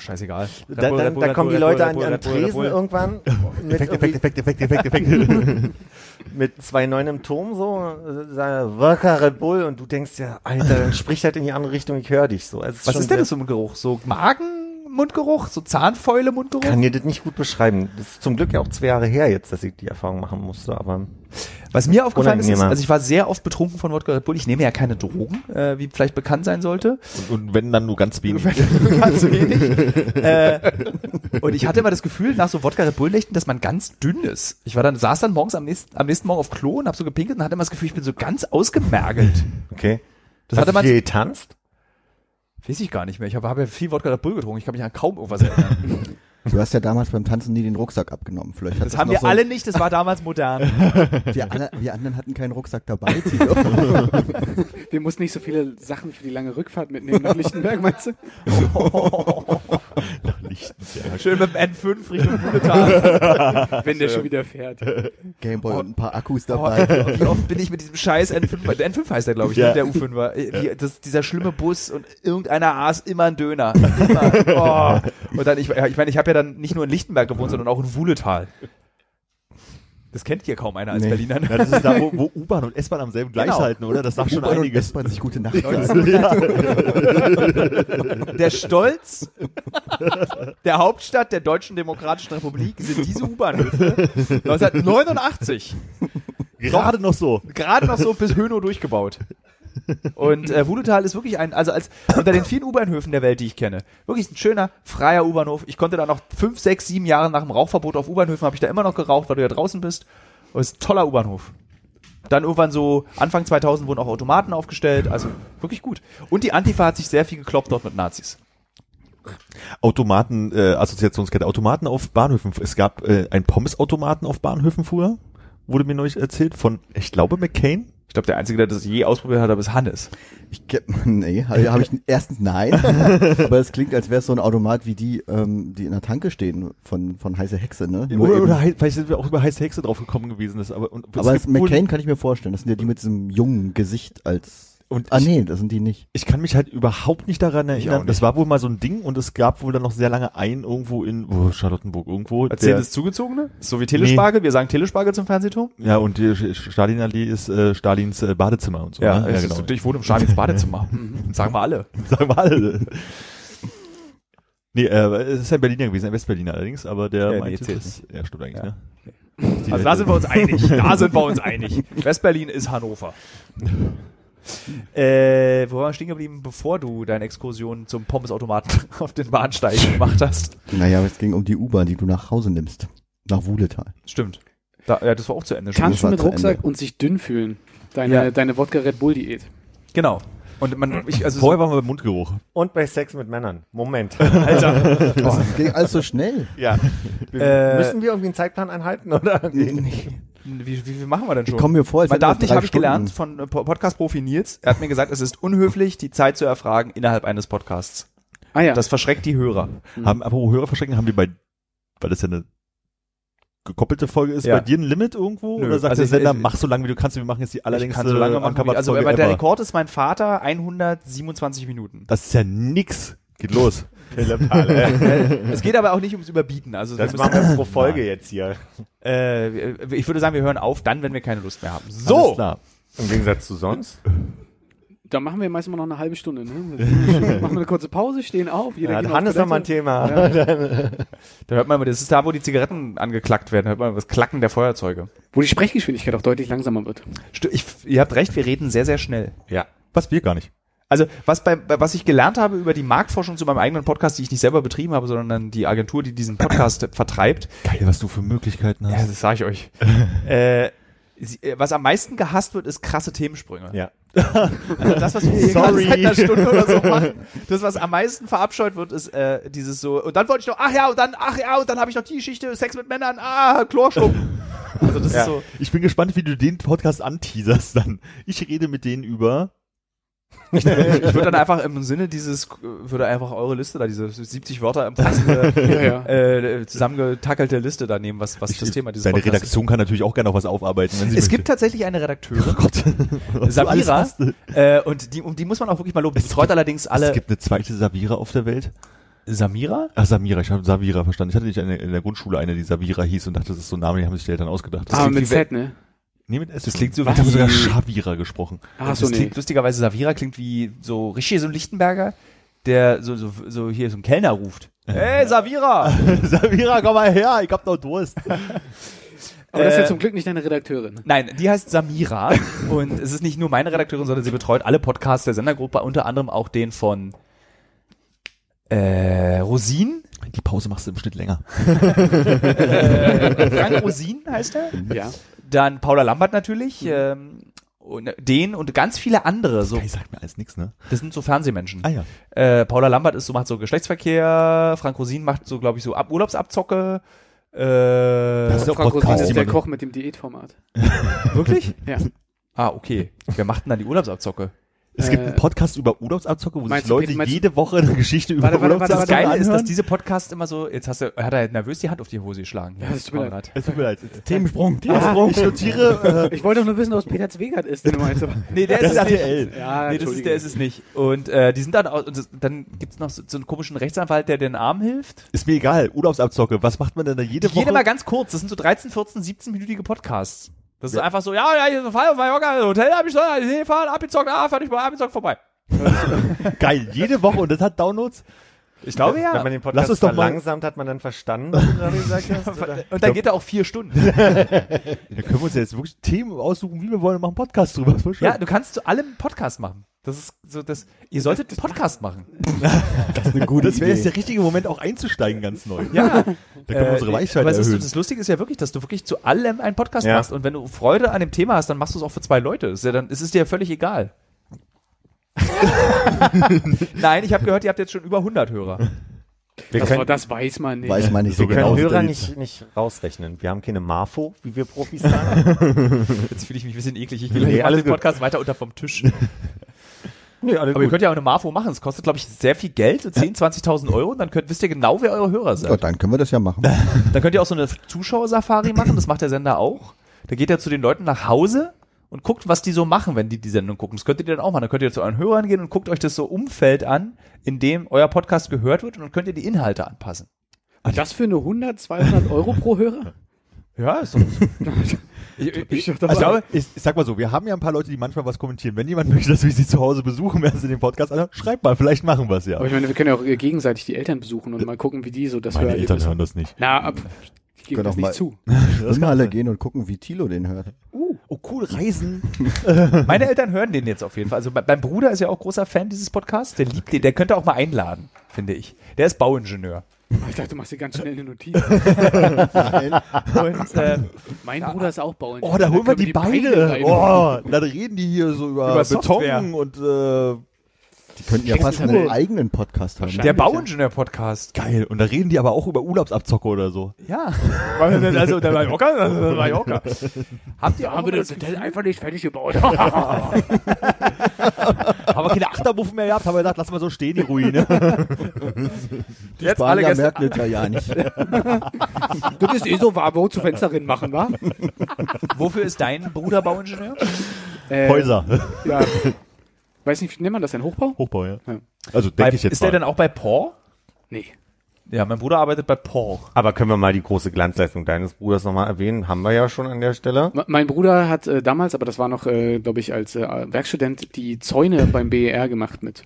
Scheißegal. Da, da, da kommen die Leute an an den Tresen irgendwann mit, Effekt, irgendwie- Effekt, Effekt, Effekt, Effekt. mit zwei neun im Turm so, äh, sagen, Wodka Red Bull und du denkst ja, Alter, dann sprich halt in die andere Richtung, ich höre dich so. Also es Was schon ist denn sehr- das für ein Geruch? So Magen-Mundgeruch? So Zahnfäule-Mundgeruch? kann dir das nicht gut beschreiben. Das ist zum Glück ja auch zwei Jahre her jetzt, dass ich die Erfahrung machen musste, aber Was mir aufgefallen ist, ist, Unangenehmer. also ich war sehr oft betrunken von Wodka Red Bull. Ich nehme ja keine Drogen, äh, wie vielleicht bekannt sein sollte. Und, und wenn dann nur ganz wenig. Ganz wenig. äh, und ich hatte immer das Gefühl, nach so Wodka Red Bull-Nächten, dass man ganz dünn ist. Ich war dann, saß dann morgens am nächsten, am nächsten Morgen auf Klo und habe so gepinkelt und hatte immer das Gefühl, ich bin so ganz ausgemergelt. okay. Das Hast hatte du man- viel getanzt? Weiß ich gar nicht mehr. Ich habe hab ja viel Wodka Red Bull getrunken. Ich kann mich an kaum irgendwas erinnern. Du hast ja damals beim Tanzen nie den Rucksack abgenommen. Vielleicht hat Das haben noch wir so, alle nicht. Das war damals modern. Wir, alle, wir anderen hatten keinen Rucksack dabei, Tilo. Wir mussten nicht so viele Sachen für die lange Rückfahrt mitnehmen nach Lichtenberg, meinst du? Schön mit dem N5 Richtung Bhutan. Wenn der schon wieder fährt. Gameboy und ein paar Akkus Oh, dabei. wie oft bin ich mit diesem scheiß N5, der N5 heißt der, glaube ich, Ja. nicht der U5er. Äh, Wie, das, dieser schlimme Bus und irgendeiner aß immer einen Döner. Immer. Oh. Und dann, ich, ja, ich meine, ich habe ja dann nicht nur in Lichtenberg gewohnt, sondern auch in Wuhletal. Das kennt hier kaum einer als Nee. Berliner. ne? Ja, das ist da, wo, wo U-Bahn und S-Bahn am selben gleich Genau. halten, oder? Das sagt schon U-Bahn und einiges. S-Bahn sich gute Nacht sagen. Der Stolz der Hauptstadt der Deutschen Demokratischen Republik sind diese U-Bahnhöfe 1989. Gerade noch so. gerade noch so bis Hönow durchgebaut. Und äh, Wudetal ist wirklich ein, also als unter den vielen U-Bahnhöfen der Welt, die ich kenne, wirklich ein schöner, freier U-Bahnhof. Ich konnte da noch fünf, sechs, sieben Jahre nach dem Rauchverbot auf U-Bahnhöfen, habe ich da immer noch geraucht, weil du ja draußen bist. Und es ist ein toller U-Bahnhof. Dann irgendwann so Anfang 2000 wurden auch Automaten aufgestellt, also wirklich gut. Und die Antifa hat sich sehr viel gekloppt dort mit Nazis. Automaten, äh, Assoziationskette, Automaten auf Bahnhöfen. Es gab äh, einen Pommesautomaten auf Bahnhöfen früher, wurde mir neulich erzählt, von, ich glaube, McCain. Ich glaube, der Einzige, der das je ausprobiert hat, ist Hannes. Ich, ke- nee, also habe ich erstens nein, aber es klingt, als wäre es so ein Automat wie die, ähm, die in der Tanke stehen von, von heiße Hexe, ne? Nur Oder, eben- oder hei- vielleicht sind wir auch über heiße Hexe drauf gekommen gewesen. Das, aber und, aber es es gibt wohl- McCain kann ich mir vorstellen. Das sind ja die mit diesem jungen Gesicht als. Und ah ich- nee, das sind die nicht. ich kann mich halt überhaupt nicht daran erinnern. auch nicht. Das war wohl mal so ein Ding und es gab wohl dann noch sehr lange einen irgendwo in oh, Charlottenburg irgendwo. Erzählt der- das Zugezogene? So wie Telespargel, wir sagen Telespargel zum Fernsehturm. Ja, und die Sch- Sch- Stalinallee ist äh, Stalins äh, Badezimmer und so. ne? es ist- ich wohne im Schalins Badezimmer. genau. Mhm. sagen wir alle. Sagen wir alle. Nee, äh, es ist ein Berliner gewesen, ein Westberliner allerdings, aber der Ja, nee, meinte, zählt das, ja, stimmt eigentlich, Ja. ne? Also da sind wir uns einig. Da sind wir uns einig. Westberlin ist Hannover. Äh, wo waren wir stehen geblieben, bevor du deine Exkursion zum Pommesautomaten auf den Bahnsteig gemacht hast? Naja, es ging um die U-Bahn, die du nach Hause nimmst. Nach Wuhletal. Stimmt. Da, ja, das war auch zu Ende schon. Kann- Kannst du war mit zu Rucksack Ende. und sich dünn fühlen. Deine, Ja. deine Wodka Red Bull Diät. Genau. Und man, ich, also, Vorher waren wir beim Mundgeruch. Und bei Sex mit Männern. Moment. Alter, Boah, das ging alles so schnell. ja. Äh, Müssen wir irgendwie einen Zeitplan einhalten, oder? wie, wie, wie machen wir denn schon? Ich komme mir vor, als Man hätten wir darf nicht, drei habe ich Stunden. gelernt von äh, Po- Podcast-Profi Nils. Er hat mir gesagt, es ist unhöflich, die Zeit zu erfragen innerhalb eines Podcasts. Ah ja. Das verschreckt die Hörer. Haben, apropos Hörer verschrecken, haben wir bei, weil das ja eine gekoppelte Folge ist, Ja. bei dir ein Limit irgendwo? Nö. Oder sagt Also der ich- Sender, ich- mach so lange, wie du kannst, wir machen jetzt die ich allerdings kann so äh, lange machen, wie, also aber der ever. Rekord ist mein Vater 127 Minuten. Das ist ja nix. Geht los. es geht aber auch nicht ums Überbieten. Also wir Das müssen, machen wir pro Folge jetzt hier. äh, ich würde sagen, wir hören auf dann, wenn wir keine Lust mehr haben. Alles So, klar. Im Gegensatz zu sonst. Da machen wir meistens mal noch eine halbe Stunde. Ne? machen wir eine kurze Pause, stehen auf. Jeder Ja, geht auf Hannes Toilette. hat mal ein Thema. da hört man immer, das ist da, wo die Zigaretten angeklackt werden, hört man das Klacken der Feuerzeuge. Wo die Sprechgeschwindigkeit auch deutlich langsamer wird. Stu- Ich, ihr habt recht, wir reden sehr, sehr schnell. Ja. Was wir gar nicht. Also was, bei, bei- was ich gelernt habe über die Marktforschung zu meinem eigenen Podcast, die ich nicht selber betrieben habe, sondern die Agentur, die diesen Podcast vertreibt, Geil, was du für Möglichkeiten ja, hast. das sage ich euch. äh, sie, äh, was am meisten gehasst wird, ist krasse Themensprünge. Ja. Also das, was wir hier gerade Sorry. seit einer Stunde oder so machen, das, was am meisten verabscheut wird, ist äh, dieses so, und dann wollte ich noch, ach ja, und dann, ach ja, und dann habe ich noch die Geschichte, Sex mit Männern, ah, Chlorschlucken. Also das Ja. ist so, Ich bin gespannt, wie du den Podcast anteaserst dann. Ich rede mit denen über. ich würde dann einfach im Sinne dieses, äh, würde einfach eure Liste da, diese 70 Wörter umfassende, Ja, ja. äh, zusammengetackelte Liste da nehmen, was, was das Thema dieses Deine Podcasts Redaktion kann natürlich auch gerne noch was aufarbeiten, wenn sie Es gibt tatsächlich eine Redakteurin, Gott, Samira, äh, und die, um die muss man auch wirklich mal loben. Die betreut allerdings Alle. Es alle. gibt eine zweite Savira auf der Welt. Samira? Ach, Samira, ich habe Savira verstanden. Ich hatte nicht eine, in der Grundschule eine, die Savira hieß und dachte, das ist so ein Name, den haben sich die Eltern ausgedacht. Das Aber klingt, mit wie wenn- Z, ne? nee, mit S. Ah, Das klingt so Ich habe wie- sogar Shavira gesprochen. Das Ach Ah, so, nee. klingt lustigerweise, Savira klingt wie so richtig so ein Lichtenberger, der so, so, so hier so ein Kellner ruft. Hey, Savira! Savira, komm mal her, ich hab noch Durst. Aber das ist Äh, ja zum Glück nicht deine Redakteurin. Nein, die heißt Samira und es ist nicht nur meine Redakteurin, sondern sie betreut alle Podcasts der Sendergruppe, unter anderem auch den von äh, Rosin. Die Pause machst du im Schnitt länger. Äh, Frank Rosin heißt er. Ja. Dann Paula Lambert natürlich. Ähm, und den und ganz viele andere. So, Geil, sagt mir alles nix, ne? das sind so Fernsehmenschen. Ah ja. Äh, Paula Lambert ist so, macht so Geschlechtsverkehr, Frank Rosin macht so, glaube ich, so Ab Urlaubsabzocke. Äh, Das ist ja auch Frank Rosin Podcast, ist die der man- Koch mit dem Diätformat. wirklich? Ja. Ah, okay. Wer macht denn dann die Urlaubsabzocke? Es gibt einen Podcast über Urlaubsabzocke, wo sich meinst du, Leute Peter, meinst du- jede Woche eine Geschichte über Warte, warte, warte, Das warte, Urlaubsabzocke Geile ist, dass anhören. diese Podcasts immer so, jetzt hast du, hat er nervös die Hand auf die Hose geschlagen. Ja, das tut mir leid. Es tut mir leid. Ah, Themensprung. Ich notiere, äh, Ich wollte doch nur wissen, ob es Peter Zwegert ist, den du meinst. aber- Nee, der das ist ist es nicht. RTL. Ja, Nee, das ist, der ist es nicht. Und äh, die sind dann auch, und das, dann gibt's noch so, so einen komischen Rechtsanwalt, der den Arm hilft. Ist mir egal, Urlaubsabzocke. Was macht man denn da jede Woche? Jede mal ganz kurz, das sind so 13, 14, 17-minütige Podcasts. Das ist einfach so, ja, ja, hier ist ein Fall auf Mallorca, Hotel hab ich da, hier fahren, abgezockt, ah, fertig, mal abgezockt, vorbei. Geil, jede Woche und das hat Downloads. Ich glaube ja. Wenn man den Lass uns Podcast doch mal- verlangsamt, hat man dann verstanden, was du gerade gesagt hast? Oder? Und dann geht er auch vier Stunden. Da können wir uns jetzt wirklich Themen aussuchen, wie wir wollen, und machen einen Podcast drüber. Das war schön. ja, du kannst zu allem einen Podcast machen. Das ist so, das, ihr solltet einen Podcast machen. Das ist eine gute das wäre jetzt Idee. der richtige Moment, auch einzusteigen, ganz neu. Ja. Da können wir unsere Reichweite Äh, aber es ist, erhöhen. das Lustige ist ja wirklich, dass du wirklich zu allem einen Podcast Ja. machst. Und wenn du Freude an dem Thema hast, dann machst du es auch für zwei Leute. Ist ja dann, es ist dir ja völlig egal. Nein, ich habe gehört, ihr habt jetzt schon über 100 Hörer. Wir Das, können, das weiß man nicht. Weiß man nicht so wir können genau. Hörer Stellt- nicht, nicht rausrechnen. Wir haben keine Marfo, wie wir Profis sagen. Jetzt fühle ich mich ein bisschen eklig. Ich will Nee, nee, alles den gut. Podcast weiter unter vom Tisch. nee, alle Aber ihr könnt ja auch eine MAFO machen. Es kostet, glaube ich, sehr viel Geld. so 10, 20.000 Euro. Und dann könnt, wisst ihr genau, wer eure Hörer Ja, sind. dann können wir das ja machen. Dann könnt ihr auch so eine Zuschauersafari machen. Das macht der Sender auch. Da geht er zu den Leuten nach Hause und guckt, was die so machen, wenn die die Sendung gucken. Das könntet ihr dann auch machen. Dann könnt ihr zu euren Hörern gehen und guckt euch das so Umfeld an, in dem euer Podcast gehört wird. Und dann könnt ihr die Inhalte anpassen. Und das für eine 100, 200 Euro pro Hörer? Ja, ist so. ich, ich, ich, Also, ich, ich sag mal so, wir haben ja ein paar Leute, die manchmal was kommentieren. Wenn jemand möchte, dass wir sie zu Hause besuchen, während sie den Podcast anhören, schreibt mal, vielleicht machen wir es ja. Aber ich meine, wir können ja auch äh, gegenseitig die Eltern besuchen und mal gucken, wie die so das Meine hören. Eltern hören das nicht. Na, ab, die geben Können das auch nicht mal- zu. Können wir alle gehen und gucken, wie Tilo den hört. Oh cool, Reisen. Meine Eltern hören den jetzt auf jeden Fall. Also mein mein Bruder ist ja auch großer Fan dieses Podcasts. Der liebt den. Der könnte auch mal einladen, finde ich. Der ist Bauingenieur. Ich dachte, du machst dir ganz schnell eine Notiz. Und äh, Mein Bruder ist auch Bauern. Oh, da holen Dann wir können die, Beine beide. rein- Oh, dann reden die hier so über, Über Software. Beton und äh, Die könnten ja fast einen eigenen Podcast haben. der Bauingenieur-Podcast. geil. Und da reden die aber auch über Urlaubsabzocke oder so. Ja. Also der Mallorca, der Mallorca. Habt ihr Da haben aber, wir das Hotel einfach nicht fertig gebaut. Haben wir keine Achterbuffen mehr gehabt, haben wir gedacht, lass mal so stehen, die Ruine. jetzt alle Spanier Gäste, merken das ja ja nicht. das ist eh so warm, wo zu Fensterin machen, wa? wofür ist dein Bruder Bauingenieur? Äh, Häuser. Ja. Weiß nicht, wie nennt man das denn? Hochbau? Hochbau, ja. Ja. Also Bei, denke ich jetzt ist mal. der denn auch bei Paw? Nee. Ja, mein Bruder arbeitet bei Paw. Aber können wir mal die große Glanzleistung deines Bruders nochmal erwähnen? Haben wir ja schon an der Stelle. Me- Mein Bruder hat äh, damals, aber das war noch, äh, glaube ich, als äh, Werkstudent, die Zäune beim BER gemacht mit.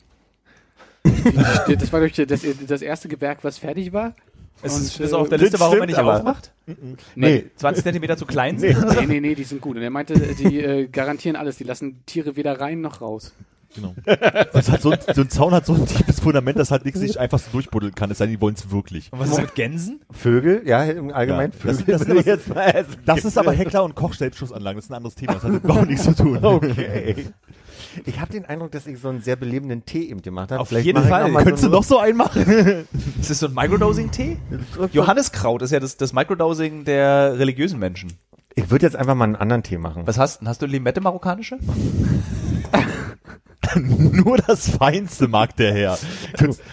Die- das war, glaube ich, das, das erste Gewerk, was fertig war. Es ist, Und, ist äh, auf der Liste, das warum er stimmt, nicht aber- aufmacht. Nee. 20 Zentimeter zu klein sind. Nee, nee, nee, die sind gut. Und er meinte, die äh, garantieren alles. Die lassen Tiere weder rein noch raus. Genau. Das hat so, ein, so ein Zaun hat so ein tiefes Fundament, dass halt nichts sich einfach so durchbuddeln kann. Es sei denn, die wollen es wirklich. Und was ist mit Gänsen? Vögel, ja, im Allgemeinen Ja, das- Vögel. das- will ich jetzt mal essen. Das ist aber Heckler und Koch Selbstschussanlagen. Das ist ein anderes Thema. Das hat mit Bau nichts zu tun. Okay. Ich habe den Eindruck, dass ich so einen sehr belebenden Tee eben gemacht habe. Auf jeden mache ich Fall. noch mal Könntest so du noch so einen machen? Ist das so ein Microdosing-Tee? einen- Johanneskraut ist ja das, das Microdosing der religiösen Menschen. Ich würde jetzt einfach mal einen anderen Tee machen. Was hast du? Hast du Limette marokkanische? Nur das Feinste mag der Herr.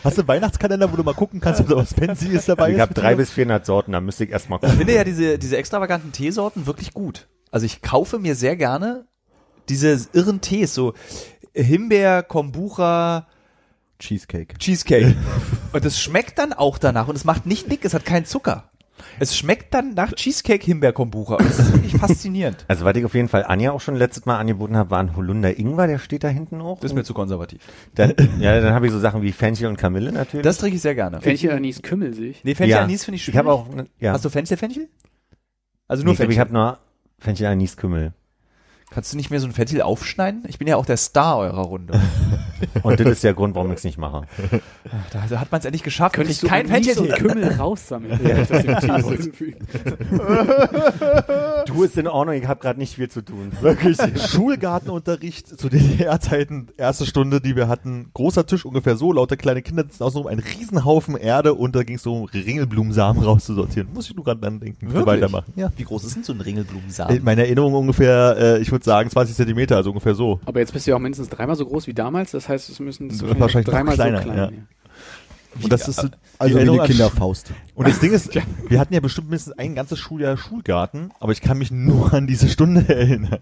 Hast du einen Weihnachtskalender, wo du mal gucken kannst, ob da was Fancy ist dabei? Also Ich ist habe mit drei dir? bis 400 Sorten, da müsste ich erstmal gucken. Ich finde ja diese, diese extravaganten Teesorten wirklich gut. Also ich kaufe mir sehr gerne diese irren Tees, so Himbeer, Kombucha, Cheesecake. Cheesecake. Und es schmeckt dann auch danach und es macht nicht dick, es hat keinen Zucker. Es schmeckt dann nach Cheesecake, Himbeer, Kombucha. Und Das ist wirklich faszinierend. Also was ich auf jeden Fall Anja auch schon letztes Mal angeboten habe, war ein Holunder Ingwer, der steht da hinten auch. Das ist mir zu konservativ. Dann, ja, dann habe ich so Sachen wie Fenchel und Kamille natürlich. Das trinke ich sehr gerne. Fenchel, Anis, Kümmel sich. Nee, Fenchel ja. Anis finde ich schön. Ich habe auch, ne, ja. Hast du Fenchel, Fenchel? Also nur nur nee, ich glaub, Fenchel. ich habe nur Fenchel Anis Kümmel. Kannst du nicht mehr so ein Fenchel aufschneiden? Ich bin ja auch der Star eurer Runde. Und das ist der Grund, warum ich es nicht mache. Da da hat man es endlich geschafft. Könntest du Kein Anis Fenchel. und Kümmel raussammeln? Ja. Das im Tee hinzufügen. Du ist in Ordnung, ich habe gerade nicht viel zu tun. Wirklich. Schulgartenunterricht zu DDR-Zeiten, erste Stunde, die wir hatten. Großer Tisch, ungefähr so, lauter kleine Kinder sitzen außenrum, ein Riesenhaufen Erde und da ging es um Ringelblumensamen rauszusortieren. Muss ich nur gerade dran denken. Wirklich? Weitermachen. Ja. Wie groß ist denn so ein In Ringelblumensamen? meiner Erinnerung ungefähr, äh, ich würde sagen 20 Zentimeter, also ungefähr so. Aber jetzt bist du ja auch mindestens dreimal so groß wie damals. Das heißt, es müssen Das wird wahrscheinlich noch dreimal kleiner, so klein. ja. ja. Und das ist so- Also wie Erinnerung eine an- Kinderfaust. Und das Ding ist, wir hatten ja bestimmt mindestens ein ganzes Schuljahr Schulgarten, aber ich kann mich nur an diese Stunde erinnern.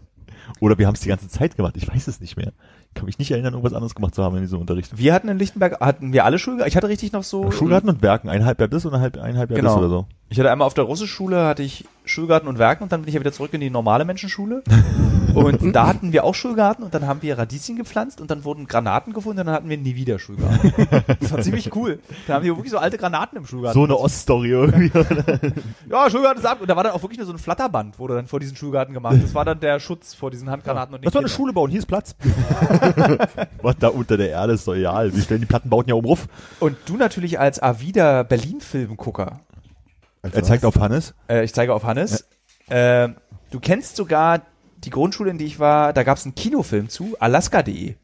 Oder wir haben es die ganze Zeit gemacht, ich weiß es nicht mehr. Ich kann mich nicht erinnern, irgendwas anderes gemacht zu haben in diesem Unterricht. Wir hatten in Lichtenberg, hatten wir alle Schulgarten? Ich hatte richtig noch so. Schulgarten und Werken, ein Halbjahr bis und ein Halb- ein Halbjahr Genau. bis oder so. Ich hatte einmal auf der Russischschule hatte ich Schulgarten und Werken und dann bin ich ja wieder zurück in die normale Menschenschule. Und da hatten wir auch Schulgarten und dann haben wir Radieschen gepflanzt und dann wurden Granaten gefunden und dann hatten wir nie wieder Schulgarten. Das war ziemlich cool. Da haben wir wirklich so alte Granaten im Schulgarten. So eine Oststory irgendwie. Ja, Schulgarten ist ab. Und da war dann auch wirklich nur so ein Flatterband, wurde dann vor diesen Schulgarten gemacht. Das war dann der Schutz vor diesen Handgranaten und den Lass mal eine Kindern. Schule bauen, hier ist Platz. Was da unter der Erde ist, doch egal. Wir stellen die Plattenbauten ja oben ruf. Und du natürlich als avider Berlin-Filmgucker, Er zeigt auf Hannes. äh, ich zeige auf Hannes, äh, du kennst sogar die Grundschule, in die ich war, da gab es einen Kinofilm zu, Alaska.de.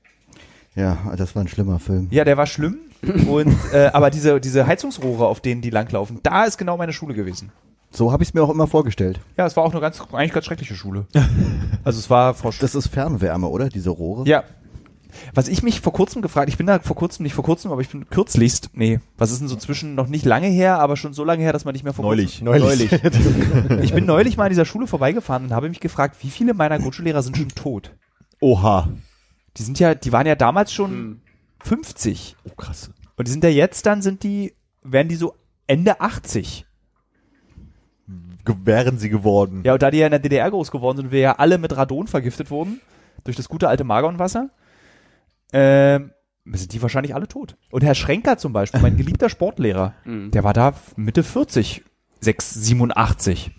Ja, das war ein schlimmer Film. Ja, der war schlimm. Und äh, aber diese, diese Heizungsrohre, auf denen die langlaufen, da ist genau meine Schule gewesen. So habe ich es mir auch immer vorgestellt. Ja, es war auch eine ganz eigentlich ganz schreckliche Schule. Also es war Frau Sch Das ist Fernwärme, oder? Diese Rohre? Ja. Was ich mich vor kurzem gefragt, ich bin da vor kurzem, nicht vor kurzem, aber ich bin kürzlichst, nee, was ist denn so zwischen noch nicht lange her, aber schon so lange her, dass man nicht mehr vor Neulich. Neulich. Kurzem, ich bin neulich mal an dieser Schule vorbeigefahren und habe mich gefragt, wie viele meiner Grundschullehrer sind schon tot? Oha. Die sind ja, die waren ja damals schon 50 Oh, krass. und die sind ja jetzt dann sind die werden die so Ende 80. Ge wären sie geworden. Ja, und da die ja in der DDR groß geworden sind, wir ja alle mit Radon vergiftet wurden, durch das gute alte Magonwasser, ähm, sind die wahrscheinlich alle tot. Und Herr Schrenker zum Beispiel, mein geliebter Sportlehrer, der war da Mitte 40, 6, 87.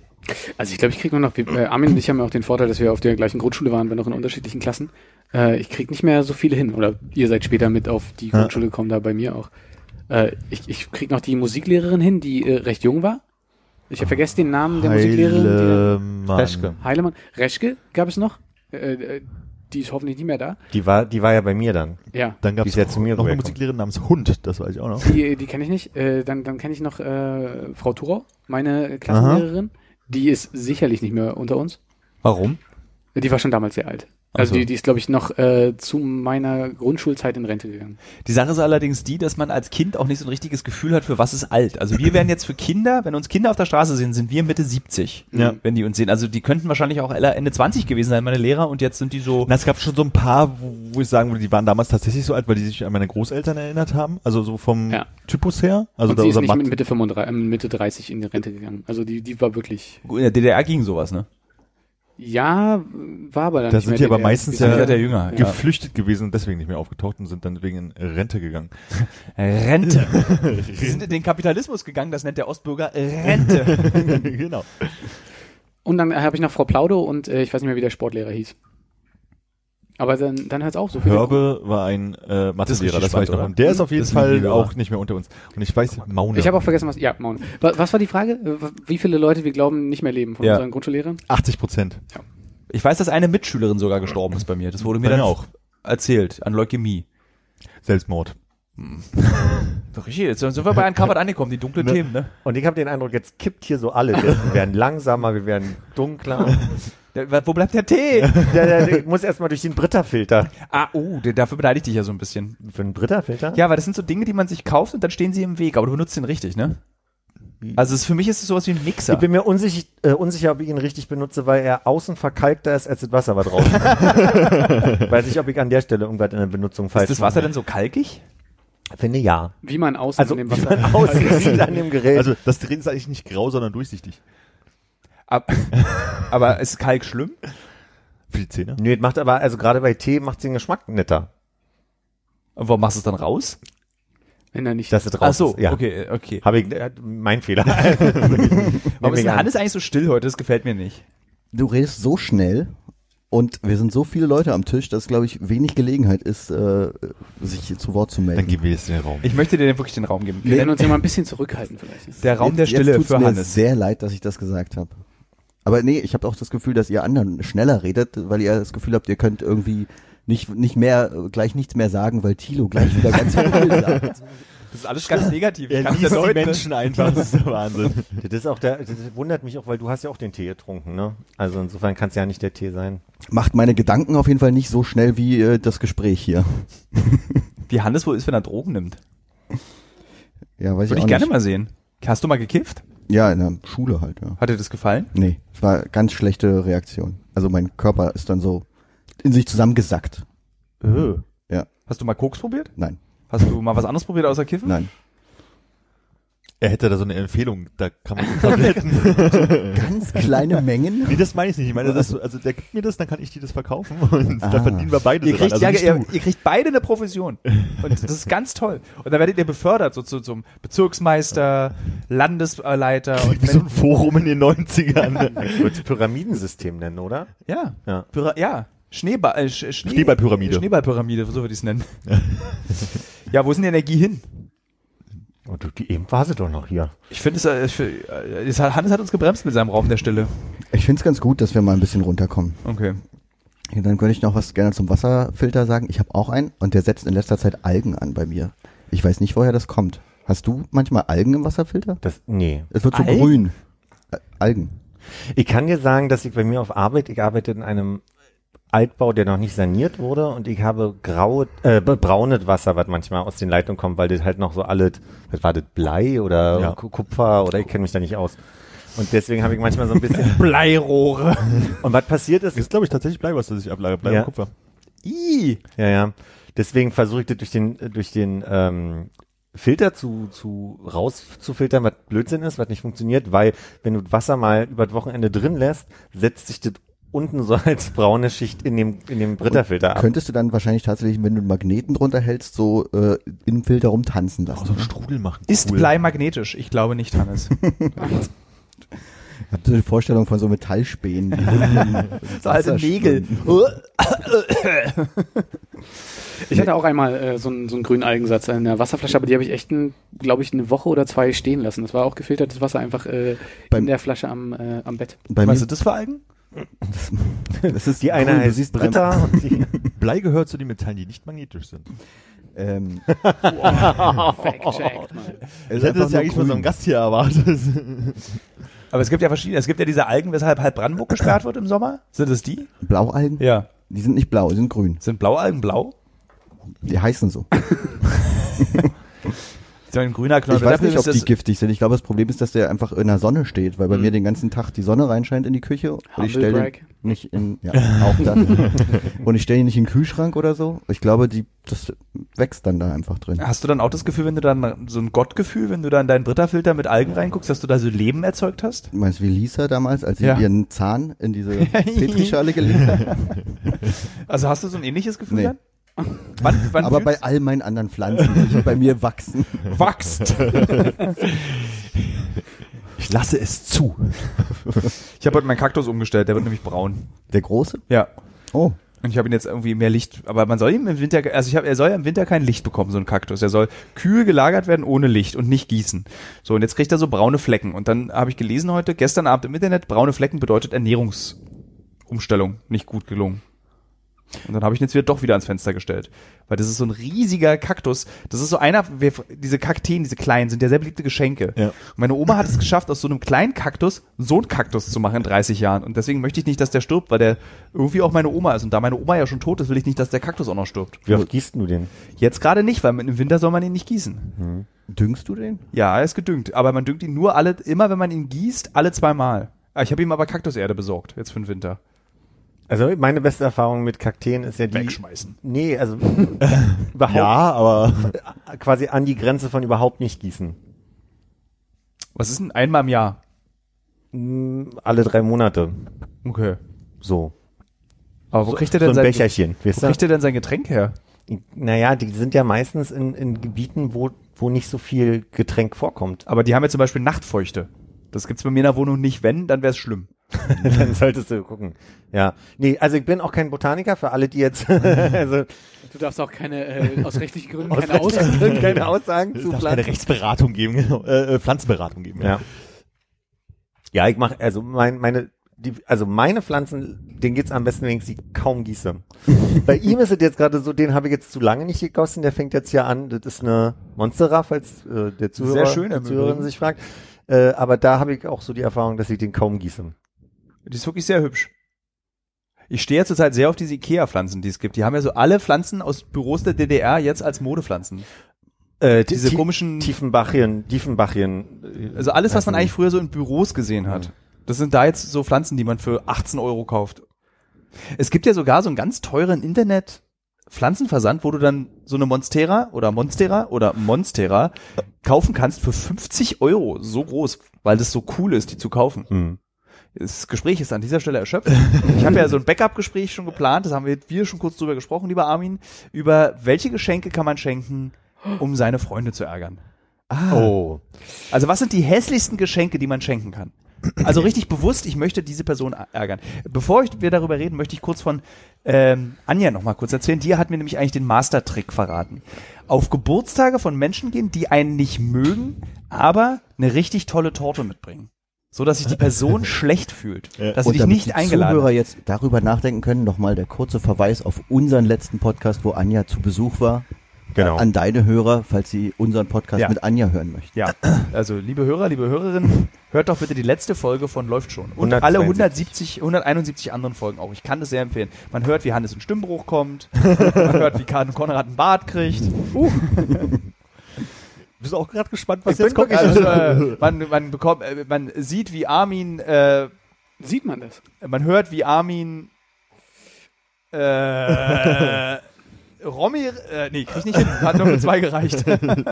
Also ich glaube, ich kriege nur noch, wir- äh, Armin und ich haben ja auch den Vorteil, dass wir auf der gleichen Grundschule waren, wenn auch in unterschiedlichen Klassen. Äh, ich kriege nicht mehr so viele hin. Oder ihr seid später mit auf die Ja. Grundschule gekommen, da bei mir auch. Äh, ich ich kriege noch die Musiklehrerin hin, die äh, recht jung war. Ich habe vergessen den Namen der Musiklehrerin. Die, da- Heile Mann. Feschke. Heilemann. Reschke gab es noch. Äh, äh, die ist hoffentlich nicht mehr da. Die war, die war ja bei mir dann. Ja. Dann gab Die es ist ja zu mir noch eine rübergekommen. Musiklehrerin namens Hund, das weiß ich auch noch. Die, die kenne ich nicht. Äh, dann dann kenne ich noch äh, Frau Thurau, meine Klassenlehrerin. Die ist sicherlich nicht mehr unter uns. Warum? Die war schon damals sehr alt. Also so. die, die ist, glaube ich, noch äh, zu meiner Grundschulzeit in Rente gegangen. Die Sache ist allerdings die, dass man als Kind auch nicht so ein richtiges Gefühl hat, für was ist alt. Also wir wären jetzt für Kinder, wenn uns Kinder auf der Straße sehen, sind wir Mitte 70, Ja. wenn die uns sehen. Also die könnten wahrscheinlich auch alle Ende 20 gewesen sein, meine Lehrer, und jetzt sind die so... Na, es gab schon so ein paar, wo, wo ich sagen würde, die waren damals tatsächlich so alt, weil die sich an meine Großeltern erinnert haben. Also so vom Ja. Typus her. Also Und sie ist unser nicht Mat- mit Mitte, 35, äh, Mitte 30 in die Rente gegangen. Also die, die war wirklich, in der DDR ging sowas, ne? ja, war aber dann Da nicht sind mehr die aber DDR. meistens sind ja- Ja, der Jünger. Ja. geflüchtet gewesen und deswegen nicht mehr aufgetaucht und sind dann wegen in Rente gegangen. Rente. Sie sind in den Kapitalismus gegangen, das nennt der Ostbürger Rente. genau. Und dann habe ich noch Frau Plaudo und äh, ich weiß nicht mehr, wie der Sportlehrer hieß. Aber dann, dann hört es auf so viel. Hörbe war ein äh, richtig Mathelehrer, das, weiß ich spannend, noch. oder? Und der ist auf jeden Das ist ein Fall Lehrer. auch nicht mehr unter uns. Und ich weiß, Maune. Ich habe auch vergessen, was, ja, Maun. Was, was war die Frage? Äh, Wie viele Leute wir glauben nicht mehr leben von Ja. unseren Grundschullehrern? 80 Prozent. Ich weiß, dass eine Mitschülerin sogar gestorben ist bei mir. Das wurde mir Bei mir dann auch. erzählt, an Leukämie. Selbstmord. Doch richtig, jetzt sind wir bei Uncovered angekommen, die dunklen Themen, ne? Und ich habe den Eindruck, jetzt kippt hier so alles. Wir werden langsamer, wir werden dunkler. Der, wo bleibt der Tee? Der, der, der muss erstmal durch den Britta-Filter. ah, oh, der, dafür beneide ich dich ja so ein bisschen. Für den Britta-Filter? Ja, weil das sind so Dinge, die man sich kauft und dann stehen sie im Weg, aber du benutzt den richtig, ne? Also es, für mich ist es sowas wie ein Mixer. Ich bin mir unsicher, äh, unsicher, ob ich ihn richtig benutze, weil er außen verkalkter ist als das Wasser, was drauf ist. Weiß nicht, ob ich an der Stelle irgendwas in der Benutzung falsch ist das Wasser denn so kalkig? mache. Finde ja. Wie man außen Also, von dem wie Wasser. man aussieht an dem Gerät. Also das Gerät ist eigentlich nicht grau, sondern durchsichtig. Ab- Aber ist Kalk schlimm? Für die Zähne. Nö, das macht aber, also gerade bei Tee macht den Geschmack netter. Und warum machst du es dann raus? Wenn er nicht. Dass es drauf Ach so, ist. Ja. okay, okay. Habe ich, äh, mein Fehler. Warum ist Nehmen wir denn an. Hannes eigentlich so still heute? Das gefällt mir nicht. Du redest so schnell und wir sind so viele Leute am Tisch, dass, glaube ich, wenig Gelegenheit ist, äh, sich zu Wort zu Dann melden. geben wir jetzt den Raum. Ich möchte dir wirklich den Raum geben. wir werden uns ja mal ein bisschen zurückhalten vielleicht. Der Raum Jetzt- der Stille jetzt tut's für mir Hannes. sehr leid, dass ich das gesagt habe. Aber nee, ich habe auch das Gefühl, dass ihr anderen schneller redet, weil ihr das Gefühl habt, ihr könnt irgendwie nicht, nicht mehr, äh, gleich nichts mehr sagen, weil Thilo gleich wieder ganz viel sagt. Das ist alles ganz negativ. Ich Er kann's ließ ja die deuten. Menschen einfach, das ist der Wahnsinn. Das ist auch der, das wundert mich auch, weil du hast ja auch den Tee getrunken, ne? Also insofern kann es ja nicht der Tee sein. Macht meine Gedanken auf jeden Fall nicht so schnell wie äh, das Gespräch hier. Wie Hannes wohl ist, wenn er Drogen nimmt. Ja, weiß Würde ich ich auch gerne nicht. mal sehen. Hast du mal gekifft? Ja, in der Schule halt, ja. Hat dir das gefallen? Nee, es war ganz schlechte Reaktion. Also mein Körper ist dann so in sich zusammengesackt. Öh. Ja, Hast du mal Koks probiert? nein, Hast du mal was anderes probiert außer Kiffen? nein. Er hätte da so eine Empfehlung, da kann man Tabletten. Ganz kleine Mengen. Nee, das meine ich nicht. Ich meine, das, ist so- also der gibt mir das, dann kann ich dir das verkaufen Ah. und da verdienen wir beide Ihr dran. kriegt, ja, Also nicht ihr, du. ihr kriegt beide eine Profession. Und das ist ganz toll. Und dann werdet ihr befördert, so zu, zum Bezirksmeister, Landesleiter und Wie so ein Forum in den 90ern. Würde Pyramidensystem nennen, oder? ja, Ja. Pyra ja. Schneeball, äh, Sch Schnee Schneeballpyramide. Schneeballpyramide, so würde ich es nennen. ja, wo ist denn die Energie hin? Und du, die eben war sie doch noch hier. Ich finde es, äh, ich fi- äh, es hat- Hannes hat uns gebremst mit seinem Raum der Stille. Ich finde es ganz gut, dass wir mal ein bisschen runterkommen. Okay. Ja, Dann könnte ich noch was gerne zum Wasserfilter sagen. Ich habe auch einen und der setzt in letzter Zeit Algen an bei mir. Ich weiß nicht, woher das kommt. Hast du manchmal Algen im Wasserfilter? Das, nee. Es wird so Algen? grün. Ä- Algen. Ich kann dir sagen, dass ich bei mir auf Arbeit, ich arbeite in einem Altbau, der noch nicht saniert wurde und ich habe graue, äh, be- braunes Wasser, was manchmal aus den Leitungen kommt, weil das halt noch so alles, was war das, Blei oder Ja. Ku- Kupfer oder ich kenne mich da nicht aus. Und deswegen habe ich manchmal so ein bisschen Bleirohre. Und was passiert ist, Das ist, glaube ich, tatsächlich Blei, was ich ablage. Blei Ja. und Kupfer. I. Ja, ja. Deswegen versuche ich das durch den, durch den ähm, Filter zu, zu rauszufiltern, was Blödsinn ist, was nicht funktioniert, weil wenn du Wasser mal über das Wochenende drin lässt, setzt sich das unten so als braune Schicht in dem, in dem Britterfilter ab. Könntest du dann wahrscheinlich tatsächlich, wenn du einen Magneten drunter hältst, so äh, im Filter rumtanzen lassen. ne? Oh, so einen Strudel machen. Ist Blei magnetisch? Ich glaube nicht, Hannes. Ich habe so eine Vorstellung von so Metallspänen. die unten im So alte Wasser Nägel. schwimmen. Ich hatte auch einmal äh, so, einen, so einen grünen Algensatz in der Wasserflasche, aber die habe ich echt, glaube ich, eine Woche oder zwei stehen lassen. Das war auch gefiltertes Wasser einfach äh, Beim- in der Flasche am, äh, am Bett. Bei mir, Was sind das für Algen? das ist Die eine grün, du heißt siehst Britta und die, Blei gehört zu den Metallen, die nicht magnetisch sind. Ähm, Oh. Fact-checked, Mann. einfach Ich hätte das nur ja eigentlich von so grün. einem Gast hier erwartet. Aber es gibt ja verschiedene. Es gibt ja diese Algen, weshalb halb Brandenburg gesperrt wird im Sommer. Sind es die? Blaualgen? Ja. Die sind nicht blau, die sind grün. Sind blaue Algen blau? Die heißen so. So ein grüner Knoll. Ich weiß nicht, Dafür ob ist die das- Mhm. giftig sind. Ich glaube, das Problem ist, dass der einfach in der Sonne steht, weil bei mir den ganzen Tag die Sonne reinscheint in die Küche. Und ich Humble stelle brag. nicht in, ja, auch das. und ich stelle ihn nicht in den Kühlschrank oder so. Ich glaube, die, das wächst dann da einfach drin. Hast du dann auch das Gefühl, wenn du dann so ein Gottgefühl, wenn du dann deinen Britterfilter mit Algen reinguckst, dass du da so Leben erzeugt hast? Du meinst wie Lisa damals, als sie Ja. ihren Zahn in diese Petrischale gelegt hat? Also hast du so ein ähnliches Gefühl Nee. dann? Wann, wann Aber bei fühlst- all meinen anderen Pflanzen, die bei mir wachsen. wachst. Ich lasse es zu. Ich habe heute meinen Kaktus umgestellt, der wird nämlich braun. Der große? Ja. Oh, Und ich habe ihn jetzt irgendwie mehr Licht, aber man soll ihm im Winter, also ich habe, er soll ja im Winter kein Licht bekommen, so ein Kaktus. Er soll kühl gelagert werden ohne Licht und nicht gießen. So, und jetzt kriegt er so braune Flecken. Und dann habe ich gelesen heute, gestern Abend im Internet, braune Flecken bedeutet Ernährungsumstellung. Nicht gut gelungen. Und dann habe ich ihn jetzt wieder doch wieder ans Fenster gestellt. Weil das ist so ein riesiger Kaktus. Das ist so einer, wir, diese Kakteen, diese kleinen, sind ja sehr beliebte Geschenke. Ja. Und meine Oma hat es geschafft, aus so einem kleinen Kaktus so einen Kaktus zu machen in 30 Jahren. Und deswegen möchte ich nicht, dass der stirbt, weil der irgendwie auch meine Oma ist. Und da meine Oma ja schon tot ist, will ich nicht, dass der Kaktus auch noch stirbt. wie oft gießt du den? Jetzt gerade nicht, weil im Winter soll man ihn nicht gießen. düngst du den? Ja, er ist gedüngt. Aber man düngt ihn nur alle, immer wenn man ihn gießt, alle zweimal. Ah, Ich habe ihm aber Kaktuserde besorgt, jetzt für den Winter. Also meine beste Erfahrung mit Kakteen ist ja die... Wegschmeißen. Nee, also überhaupt Ja, aber quasi an die Grenze von überhaupt nicht gießen. Was ist denn einmal im Jahr? Hm, Alle drei Monate. Okay. So. Aber wo kriegt er denn so sein, ein Becherchen. wo Weißt du? kriegt er denn sein Getränk her? Naja, die sind ja meistens in, in Gebieten, wo, wo nicht so viel Getränk vorkommt. Aber die haben ja zum Beispiel Nachtfeuchte. Das gibt's bei mir in der Wohnung nicht. Wenn, dann wäre es schlimm. Dann solltest du gucken. Ja. Nee, also ich bin auch kein Botaniker für alle, die jetzt also Du darfst auch keine, äh, aus rechtlichen Gründen, aus keine Aussagen. Rechtlichen- keine Aussagen es zu darf keine Pflanzen. äh, Rechtsberatung geben, genau. Äh, äh, Pflanzenberatung geben. Ja. ja, ich mache, also mein, meine die, also meine Pflanzen, denen geht's am besten, wenn ich sie kaum gieße. Bei ihm ist es jetzt gerade so, den habe ich jetzt zu lange nicht gegossen, der fängt jetzt hier an, das ist eine Monstera, falls äh, der Sehr Zuhörer schön die im Zuhörerin Übrigen. sich fragt. Äh, aber da habe ich auch so die Erfahrung, dass ich den kaum gieße. Die ist wirklich sehr hübsch. Ich stehe ja zurzeit sehr auf diese Ikea-Pflanzen, die es gibt. Die haben ja so alle Pflanzen aus Büros der DDR jetzt als Modepflanzen. Äh, Diese Tie- komischen, Tiefenbachien, Tiefenbachien. äh, also alles, was man Weiß eigentlich nicht. früher so in Büros gesehen hat. Das sind da jetzt so Pflanzen, die man für 18 Euro kauft. Es gibt ja sogar so einen ganz teuren Internet Pflanzenversand, wo du dann so eine Monstera oder Monstera oder Monstera kaufen kannst für 50 Euro. So groß, weil das so cool ist, die zu kaufen. Hm. Das Gespräch ist an dieser Stelle erschöpft. Ich habe ja so ein Backup-Gespräch schon geplant, das haben wir, wir schon kurz drüber gesprochen, lieber Armin, über welche Geschenke kann man schenken, um seine Freunde zu ärgern. ah. Oh. Also was sind die hässlichsten Geschenke, die man schenken kann? Also richtig bewusst, ich möchte diese Person ärgern. Bevor ich, wir darüber reden, möchte ich kurz von ähm, Anja noch mal kurz erzählen. Die hat mir nämlich eigentlich den Mastertrick verraten. Auf Geburtstage von Menschen gehen, die einen nicht mögen, aber eine richtig tolle Torte mitbringen. So dass sich die Person schlecht fühlt. Dass sie und dich damit nicht die eingeladen Zuhörer hat. jetzt darüber nachdenken können, nochmal der kurze Verweis auf unseren letzten Podcast, wo Anja zu Besuch war. Genau. Äh, An deine Hörer, falls sie unseren Podcast Ja. mit Anja hören möchten. Ja, also liebe Hörer, liebe Hörerinnen, hört doch bitte die letzte Folge von Läuft schon. Und alle 170, 171 anderen Folgen auch. Ich kann das sehr empfehlen. Man hört, wie Hannes in Stimmbruch kommt. man hört, wie Karl Konrad einen Bart kriegt. Uh. Bist du auch gerade gespannt, Ich bin wirklich- Also, äh, man, man, bekommt, äh, man sieht, wie Armin, äh, Sieht man das? man hört, wie Armin äh, Romy, äh, nee, krieg ich nicht hin, hat nur für zwei gereicht. Man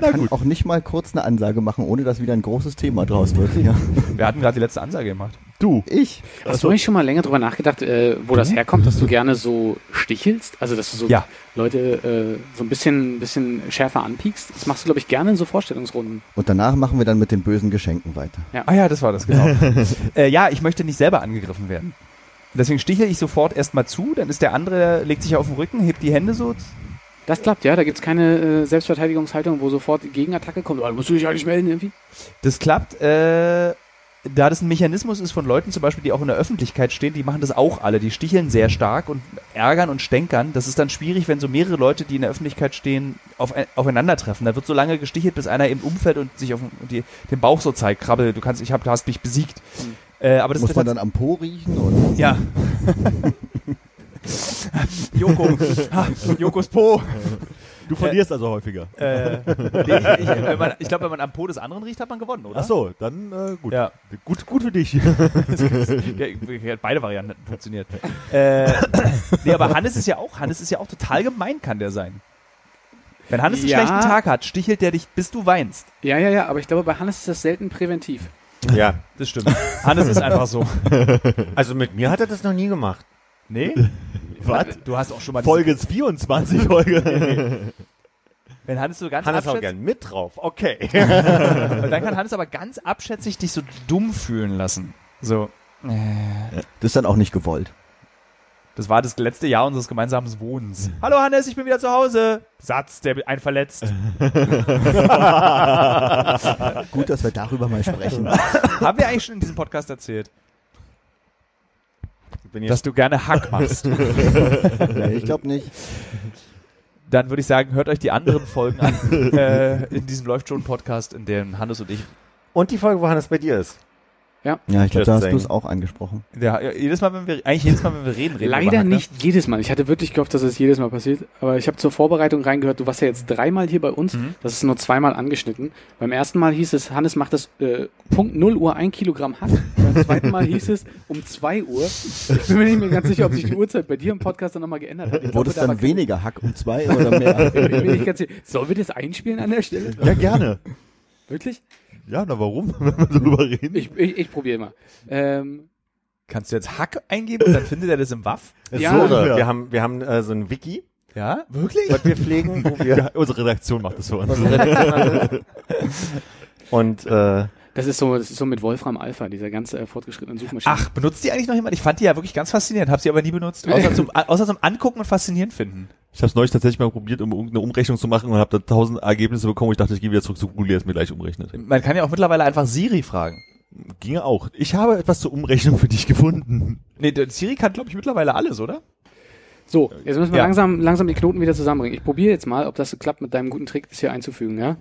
kann auch nicht mal kurz eine Ansage machen, ohne dass wieder ein großes Thema draus wird. Ja. Wir hatten gerade die letzte Ansage gemacht. Du. Ich. Hast du eigentlich schon mal länger drüber nachgedacht, äh, wo das herkommt, dass du gerne so stichelst? Also, dass du so Ja. Leute äh, so ein bisschen, bisschen schärfer anpiekst? Das machst du, glaube ich, gerne in so Vorstellungsrunden. Und danach machen wir dann mit den bösen Geschenken weiter. Ah ja, das war das, genau. äh, ja, ich möchte nicht selber angegriffen werden. Deswegen stichel ich sofort erstmal zu, dann ist der andere, legt sich auf den Rücken, hebt die Hände so. Das klappt, ja. Da gibt's keine äh, Selbstverteidigungshaltung, wo sofort die Gegenattacke kommt. Oh, da musst du dich ja nicht melden irgendwie. Das klappt, äh, da das ein Mechanismus ist von Leuten zum Beispiel, die auch in der Öffentlichkeit stehen, die machen das auch alle. Die sticheln sehr stark und ärgern und stänkern. Das ist dann schwierig, wenn so mehrere Leute, die in der Öffentlichkeit stehen, auf, aufeinandertreffen. Da wird so lange gestichelt, bis einer eben umfällt und sich auf den, die, den Bauch so zeigt. Krabbel, du kannst, ich hab, du hast mich besiegt. Äh, aber das Hm. Muss ist man dann am Po riechen? Und Ja. Joko. Ha, Jokos Po. Du verlierst also häufiger. Äh, nee, ich wenn man- ich glaube, wenn man am Po des anderen riecht, hat man gewonnen, oder? Ach so, dann äh, gut. Ja. gut. Gut für dich. Ja, ja, beide Varianten hätten funktioniert. Äh, nee, aber Hannes ist ja auch, Hannes ist ja auch total gemein, kann der sein. Wenn Hannes einen Ja. schlechten Tag hat, stichelt der dich, bis du weinst. Ja, ja, ja. Aber ich glaube, bei Hannes ist das selten präventiv. Ja. Das stimmt. Hannes ist einfach so. Also mit mir hat er das noch nie gemacht. Nee? Was? Du hast auch schon mal diese- Folge ist 24, Folge. Wenn Hannes so ganz Hannes haut abschätzt, gern mit drauf. Okay. dann kann Hannes aber ganz abschätzig dich so dumm fühlen lassen. So. das ist dann auch nicht gewollt. Das war das letzte Jahr unseres gemeinsamen Wohnens. Hallo Hannes, ich bin wieder zu Hause. Satz, der ein verletzt. Gut, dass wir darüber mal sprechen. Haben wir eigentlich schon in diesem Podcast erzählt, Ich bin dass du gerne Hack machst? nee, ich glaube nicht. Dann würde ich sagen, hört euch die anderen Folgen an äh, in diesem läuft schon Podcast, in dem Hannes und ich. Und die Folge, wo Hannes bei dir ist. Ja, ich glaube, da hast du Deswegen. es auch angesprochen. Ja, jedes Mal, wenn wir eigentlich jedes Mal, wenn wir reden, reden wir über Leider Hack, ne? nicht jedes Mal. Ich hatte wirklich gehofft, dass es jedes Mal passiert. Aber ich habe zur Vorbereitung reingehört, du warst ja jetzt dreimal hier bei uns. Mhm. Das ist nur zweimal angeschnitten. Beim ersten Mal hieß es, Hannes macht das äh, Punkt 0 Uhr ein Kilogramm Hack. Beim zweiten Mal hieß es um 2 Uhr. Ich bin mir nicht mehr ganz sicher, ob sich die Uhrzeit bei dir im Podcast dann nochmal geändert hat. Ich Wurde es glaube, da dann weniger Hack um zwei oder mehr? war- Ich bin nicht ganz sicher. Sollen wir das einspielen an der Stelle? ja, gerne. Wirklich? Ja, na warum, wenn wir darüber reden? Ich, ich, ich probiere mal. Ähm, Kannst du jetzt Hack eingeben und dann findet er das im Waff? Ja. So, oder? Ja. Wir haben, wir haben äh, so ein Wiki, Ja? Wirklich? was wir pflegen, wo wir unsere Redaktion macht das für uns. unsere Redaktion Und äh, das, ist so, das ist so mit Wolfram Alpha, dieser ganze äh, fortgeschrittenen Suchmaschine. Ach, benutzt die eigentlich noch jemand? Ich fand die ja wirklich ganz faszinierend, hab sie aber nie benutzt. Außer zum, außer zum Angucken und Faszinieren finden. Ich habe es neulich tatsächlich mal probiert, um irgendeine Umrechnung zu machen und habe da Hm. tausend Ergebnisse bekommen. Ich dachte, ich gehe wieder zurück zu Google, der es mir gleich umrechnet. Man kann ja auch mittlerweile einfach Siri fragen. Ginge auch. Ich habe etwas zur Umrechnung für dich gefunden. Nee, der Siri kann, glaube ich, mittlerweile alles, oder? So, jetzt müssen wir Ja. langsam, langsam die Knoten wieder zusammenbringen. Ich probiere jetzt mal, ob das klappt, mit deinem guten Trick das hier einzufügen, ja?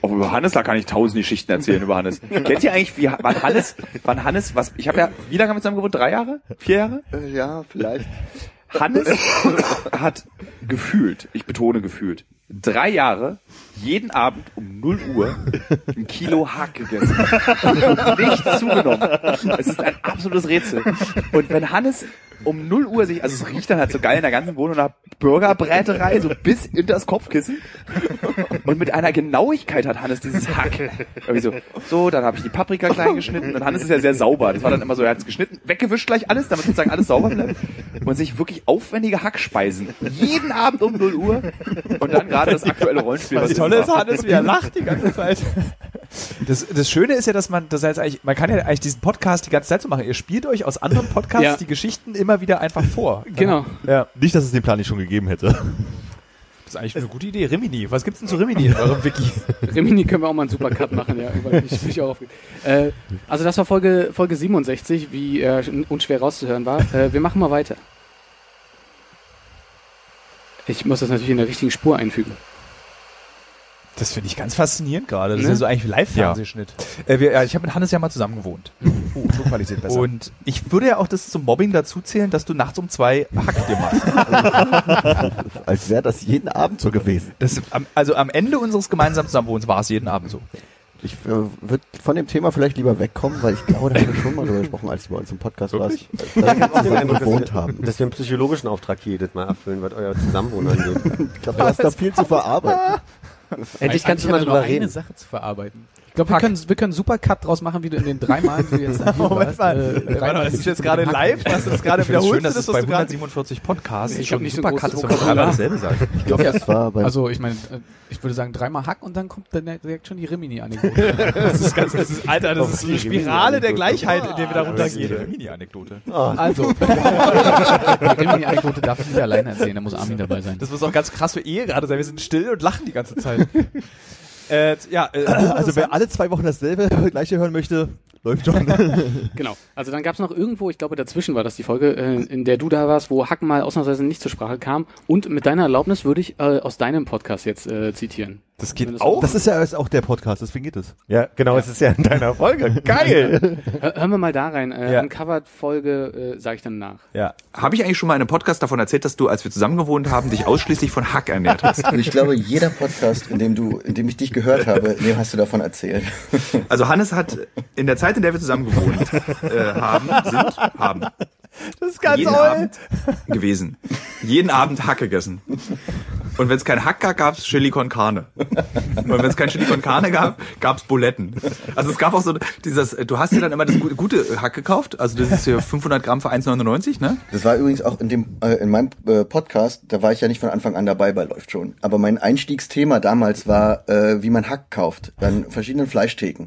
Auch über Hannes, da kann ich tausend Geschichten erzählen über Hannes. Kennt ihr eigentlich, wie, wann Hannes, wann Hannes, was, ich habe ja, wie lange haben wir zusammen gewohnt? Drei Jahre? Vier Jahre? Äh, Ja, vielleicht. Hannes hat gefühlt, ich betone gefühlt, drei Jahre jeden Abend um 0 Uhr ein Kilo Hack gegessen. Und nicht zugenommen. Es ist ein absolutes Rätsel. Und wenn Hannes um 0 Uhr sich, also es riecht dann halt so geil in der ganzen Wohnung nach Burgerbräterei, so bis in das Kopfkissen. Und mit einer Genauigkeit hat Hannes dieses Hack. Irgendwie so, so, dann habe ich die Paprika klein geschnitten. Und Hannes ist ja sehr sauber. Das war dann immer so, er hat es geschnitten, weggewischt gleich alles, damit sozusagen alles sauber bleibt. Und sich wirklich aufwendige Hackspeisen. Jeden Abend um 0 Uhr. Und dann gerade das aktuelle Rollenspiel. Das wir Tolle ist machen. Hannes, wie er lacht die ganze Zeit. Das, das Schöne ist ja, dass man, das heißt eigentlich, man kann ja eigentlich diesen Podcast die ganze Zeit so machen. Ihr spielt euch aus anderen Podcasts Ja. die Geschichten immer wieder einfach vor. Genau. Ja, Nicht, dass es den Plan nicht schon gegeben hätte. das ist eigentlich eine gute Idee. Rimini, was gibt's denn zu Rimini in eurem Wiki? Rimini können wir auch mal einen super Cut machen, ja. über- Ich bin ich auch aufge- äh, also das war Folge, Folge 67, wie äh, unschwer rauszuhören war. Äh, wir machen mal weiter. Ich muss das natürlich in der richtigen Spur einfügen. Das finde ich ganz faszinierend gerade. Das ist Ne? ja so eigentlich Live-Fernsehschnitt. Äh, wir- ja, ich habe mit Hannes ja mal zusammen gewohnt. Uh, Tonqualität besser. Und ich würde ja auch das zum Mobbing dazu zählen, dass du nachts um zwei Hack dir machst. Als wäre das jeden Abend so gewesen. Das, am- also am Ende unseres gemeinsamen Zusammenwohnens war es jeden Abend so. Ich äh, würde von dem Thema vielleicht lieber wegkommen, weil ich glaube, da haben wir schon mal drüber gesprochen, als du bei uns im Podcast warst. Dass wir zusammen gewohnt haben. Dass wir einen psychologischen Auftrag hier jedes Mal erfüllen, was euer Zusammenwohnen angeht. Ich glaube, du hast da viel zu verarbeiten. Endlich kannst du mal drüber reden. Sache zu verarbeiten. Ich glaube, wir können, wir können super Cut draus machen, wie du in den drei Malen, die du jetzt hier warst, äh, dreimal ist jetzt gerade live, dass das gerade find's schön, wiederholt dass ist, es bei was du gerade 47 Podcasts Ich schon hab nicht so super ein Cut ist, großes wenn man Vokabular. alle dasselbe sagt. Ich glaube, das war bei Also ich meine, äh, ich würde sagen, dreimal Hack und dann kommt dann direkt schon die Rimini-Anekdote. Das ist ganz, das ist, Alter, das ist eine Spirale der Gleichheit, in der wir da runtergehen. Mini-Anekdote. Also, die Rimini-Anekdote darf ich nicht alleine erzählen, da muss Armin dabei sein. Das muss auch ganz krass für Ehe gerade sein. Wir sind still und lachen die ganze Zeit. äh, ja, äh, Also wer alle zwei Wochen dasselbe gleiche hören möchte, läuft schon. Genau. Also dann gab es noch irgendwo, ich glaube dazwischen war das die Folge, äh, in der du da warst, wo Hack mal ausnahmsweise nicht zur Sprache kam. Und mit deiner Erlaubnis würde ich äh, aus deinem Podcast jetzt äh, zitieren. das Wenn geht das- auch. Das ist ja erst auch der Podcast, deswegen geht es. Ja, genau, es ist ja in deiner Folge. Geil! Hör, hören wir mal da rein. Äh, Ja. Uncovered Folge äh, sage ich dann nach. ja. Habe ich eigentlich schon mal in einem Podcast davon erzählt, dass du, als wir zusammen gewohnt haben, dich ausschließlich von Hack ernährt hast? ich glaube, jeder Podcast, in dem du, in dem ich dich gehört habe, in dem hast du davon erzählt. Also Hannes hat in der Zeit, in der wir zusammen gewohnt äh, haben, sind, haben, Das ist ganz jeden toll. Abend gewesen. Jeden Abend Hack gegessen. Und wenn es kein Hack gab, gab es Chili con Carne. Und wenn es kein Chili con Carne gab, gab es Buletten. Also es gab auch so dieses, äh, du hast dir dann immer das gu- gute Hack gekauft, also das ist hier 500 Gramm für 1,99, ne? Das war übrigens auch in dem äh, in meinem äh, Podcast, da war ich ja nicht von Anfang an dabei bei läuft schon, aber mein Einstiegsthema damals war, äh, wie man Hack kauft an verschiedenen Fleischtheken.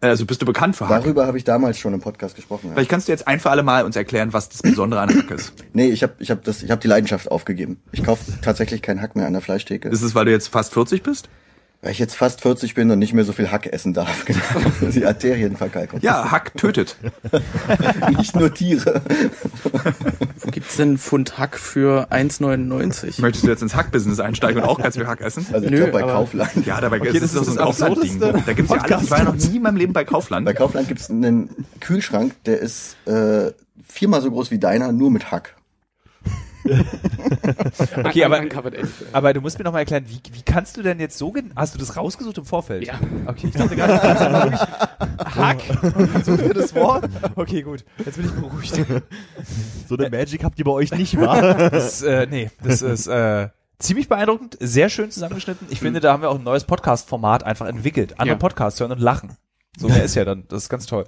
Also bist du bekannt für Hack. Darüber habe ich damals schon im Podcast gesprochen. Ja. Vielleicht kannst du jetzt ein für alle Mal uns erklären, was das Besondere an Hack ist. Nee, ich habe ich habe das ich habe die Leidenschaft aufgegeben. Ich kaufe tatsächlich keinen Hack mehr an der Fleischtheke, Ist es, weil du jetzt fast 40 bist? weil ich jetzt fast 40 bin und nicht mehr so viel Hack essen darf. Genau. die Arterienverkalkung. Ja, Hack tötet. nicht nur Tiere. Wo gibt's denn einen Pfund Hack für 1,99? Möchtest du jetzt ins Hack-Business einsteigen und auch ganz viel Hack essen? Also ich Nö, glaube bei aber- Kaufland. Ja, dabei ist es das doch ist so ein das Kaufland-Ding. absurdeste Da gibt's ja alles. Ich war ja noch nie in meinem Leben bei Bei Kaufland. Kaufland gibt's einen Kühlschrank, der ist äh, viermal so groß wie deiner, nur mit Hack. Okay, aber- Uncovered 11. Aber du musst mir noch mal erklären, wie, wie kannst du denn jetzt so gen Hast du das rausgesucht im Vorfeld? Ja. Okay, ich dachte gerade, du kannst einfach wirklich Hack. und Such dir das Wort. Okay, gut. Jetzt bin ich beruhigt. So eine Magic habt ihr bei euch nicht, wahr? Das, äh, nee, das ist äh, ziemlich beeindruckend, sehr schön zusammengeschnitten. Ich finde, da haben wir auch ein neues Podcast-Format einfach entwickelt. Andere Ja. Podcasts hören und lachen. So mehr ist ja dann. Das ist ganz toll.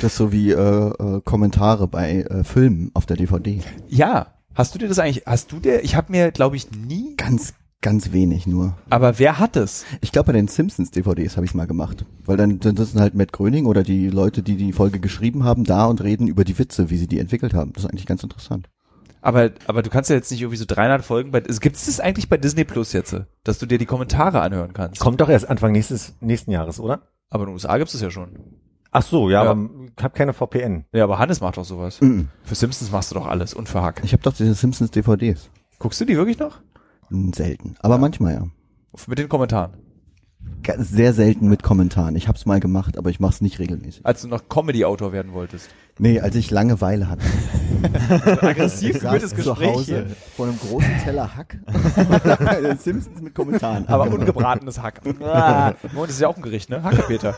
Das ist so wie äh, äh, Kommentare bei äh, Filmen auf der DVD. Ja. Hast du dir das eigentlich, hast du dir, ich habe mir, glaube ich, nie, Ganz, ganz wenig nur. aber wer hat es? Ich glaube, bei den Simpsons DVDs habe ich mal gemacht. Weil dann, dann sitzen halt Matt Gröning oder die Leute, die die Folge geschrieben haben, da und reden über die Witze, wie sie die entwickelt haben. Das ist eigentlich ganz interessant. Aber, aber du kannst ja jetzt nicht irgendwie so 300 Folgen bei, gibt es das eigentlich bei Disney Plus jetzt, dass du dir die Kommentare anhören kannst? Kommt doch erst Anfang nächstes, nächsten Jahres, oder? Aber in den USA gibt es ja schon. Ach so, ja, Ja. aber ich habe keine VPN. Ja, aber Hannes macht doch sowas. Mhm. Für Simpsons machst du doch alles und für Hack. Ich habe doch diese Simpsons DVDs. Guckst du die wirklich noch? Hm, Selten. Aber manchmal ja. Mit den Kommentaren. Ganz sehr selten mit Kommentaren. Ich hab's mal gemacht, aber ich mach's nicht regelmäßig. Als du noch Comedy-Autor werden wolltest. Nee, als ich Langeweile hatte. Aggressiv Ich saß zu Hause vor einem großen Teller Hack bei den Simpsons mit Kommentaren. Genau. Aber ungebratenes Hack. Ah, Moment, das ist ja auch ein Gericht, ne? Hackepeter.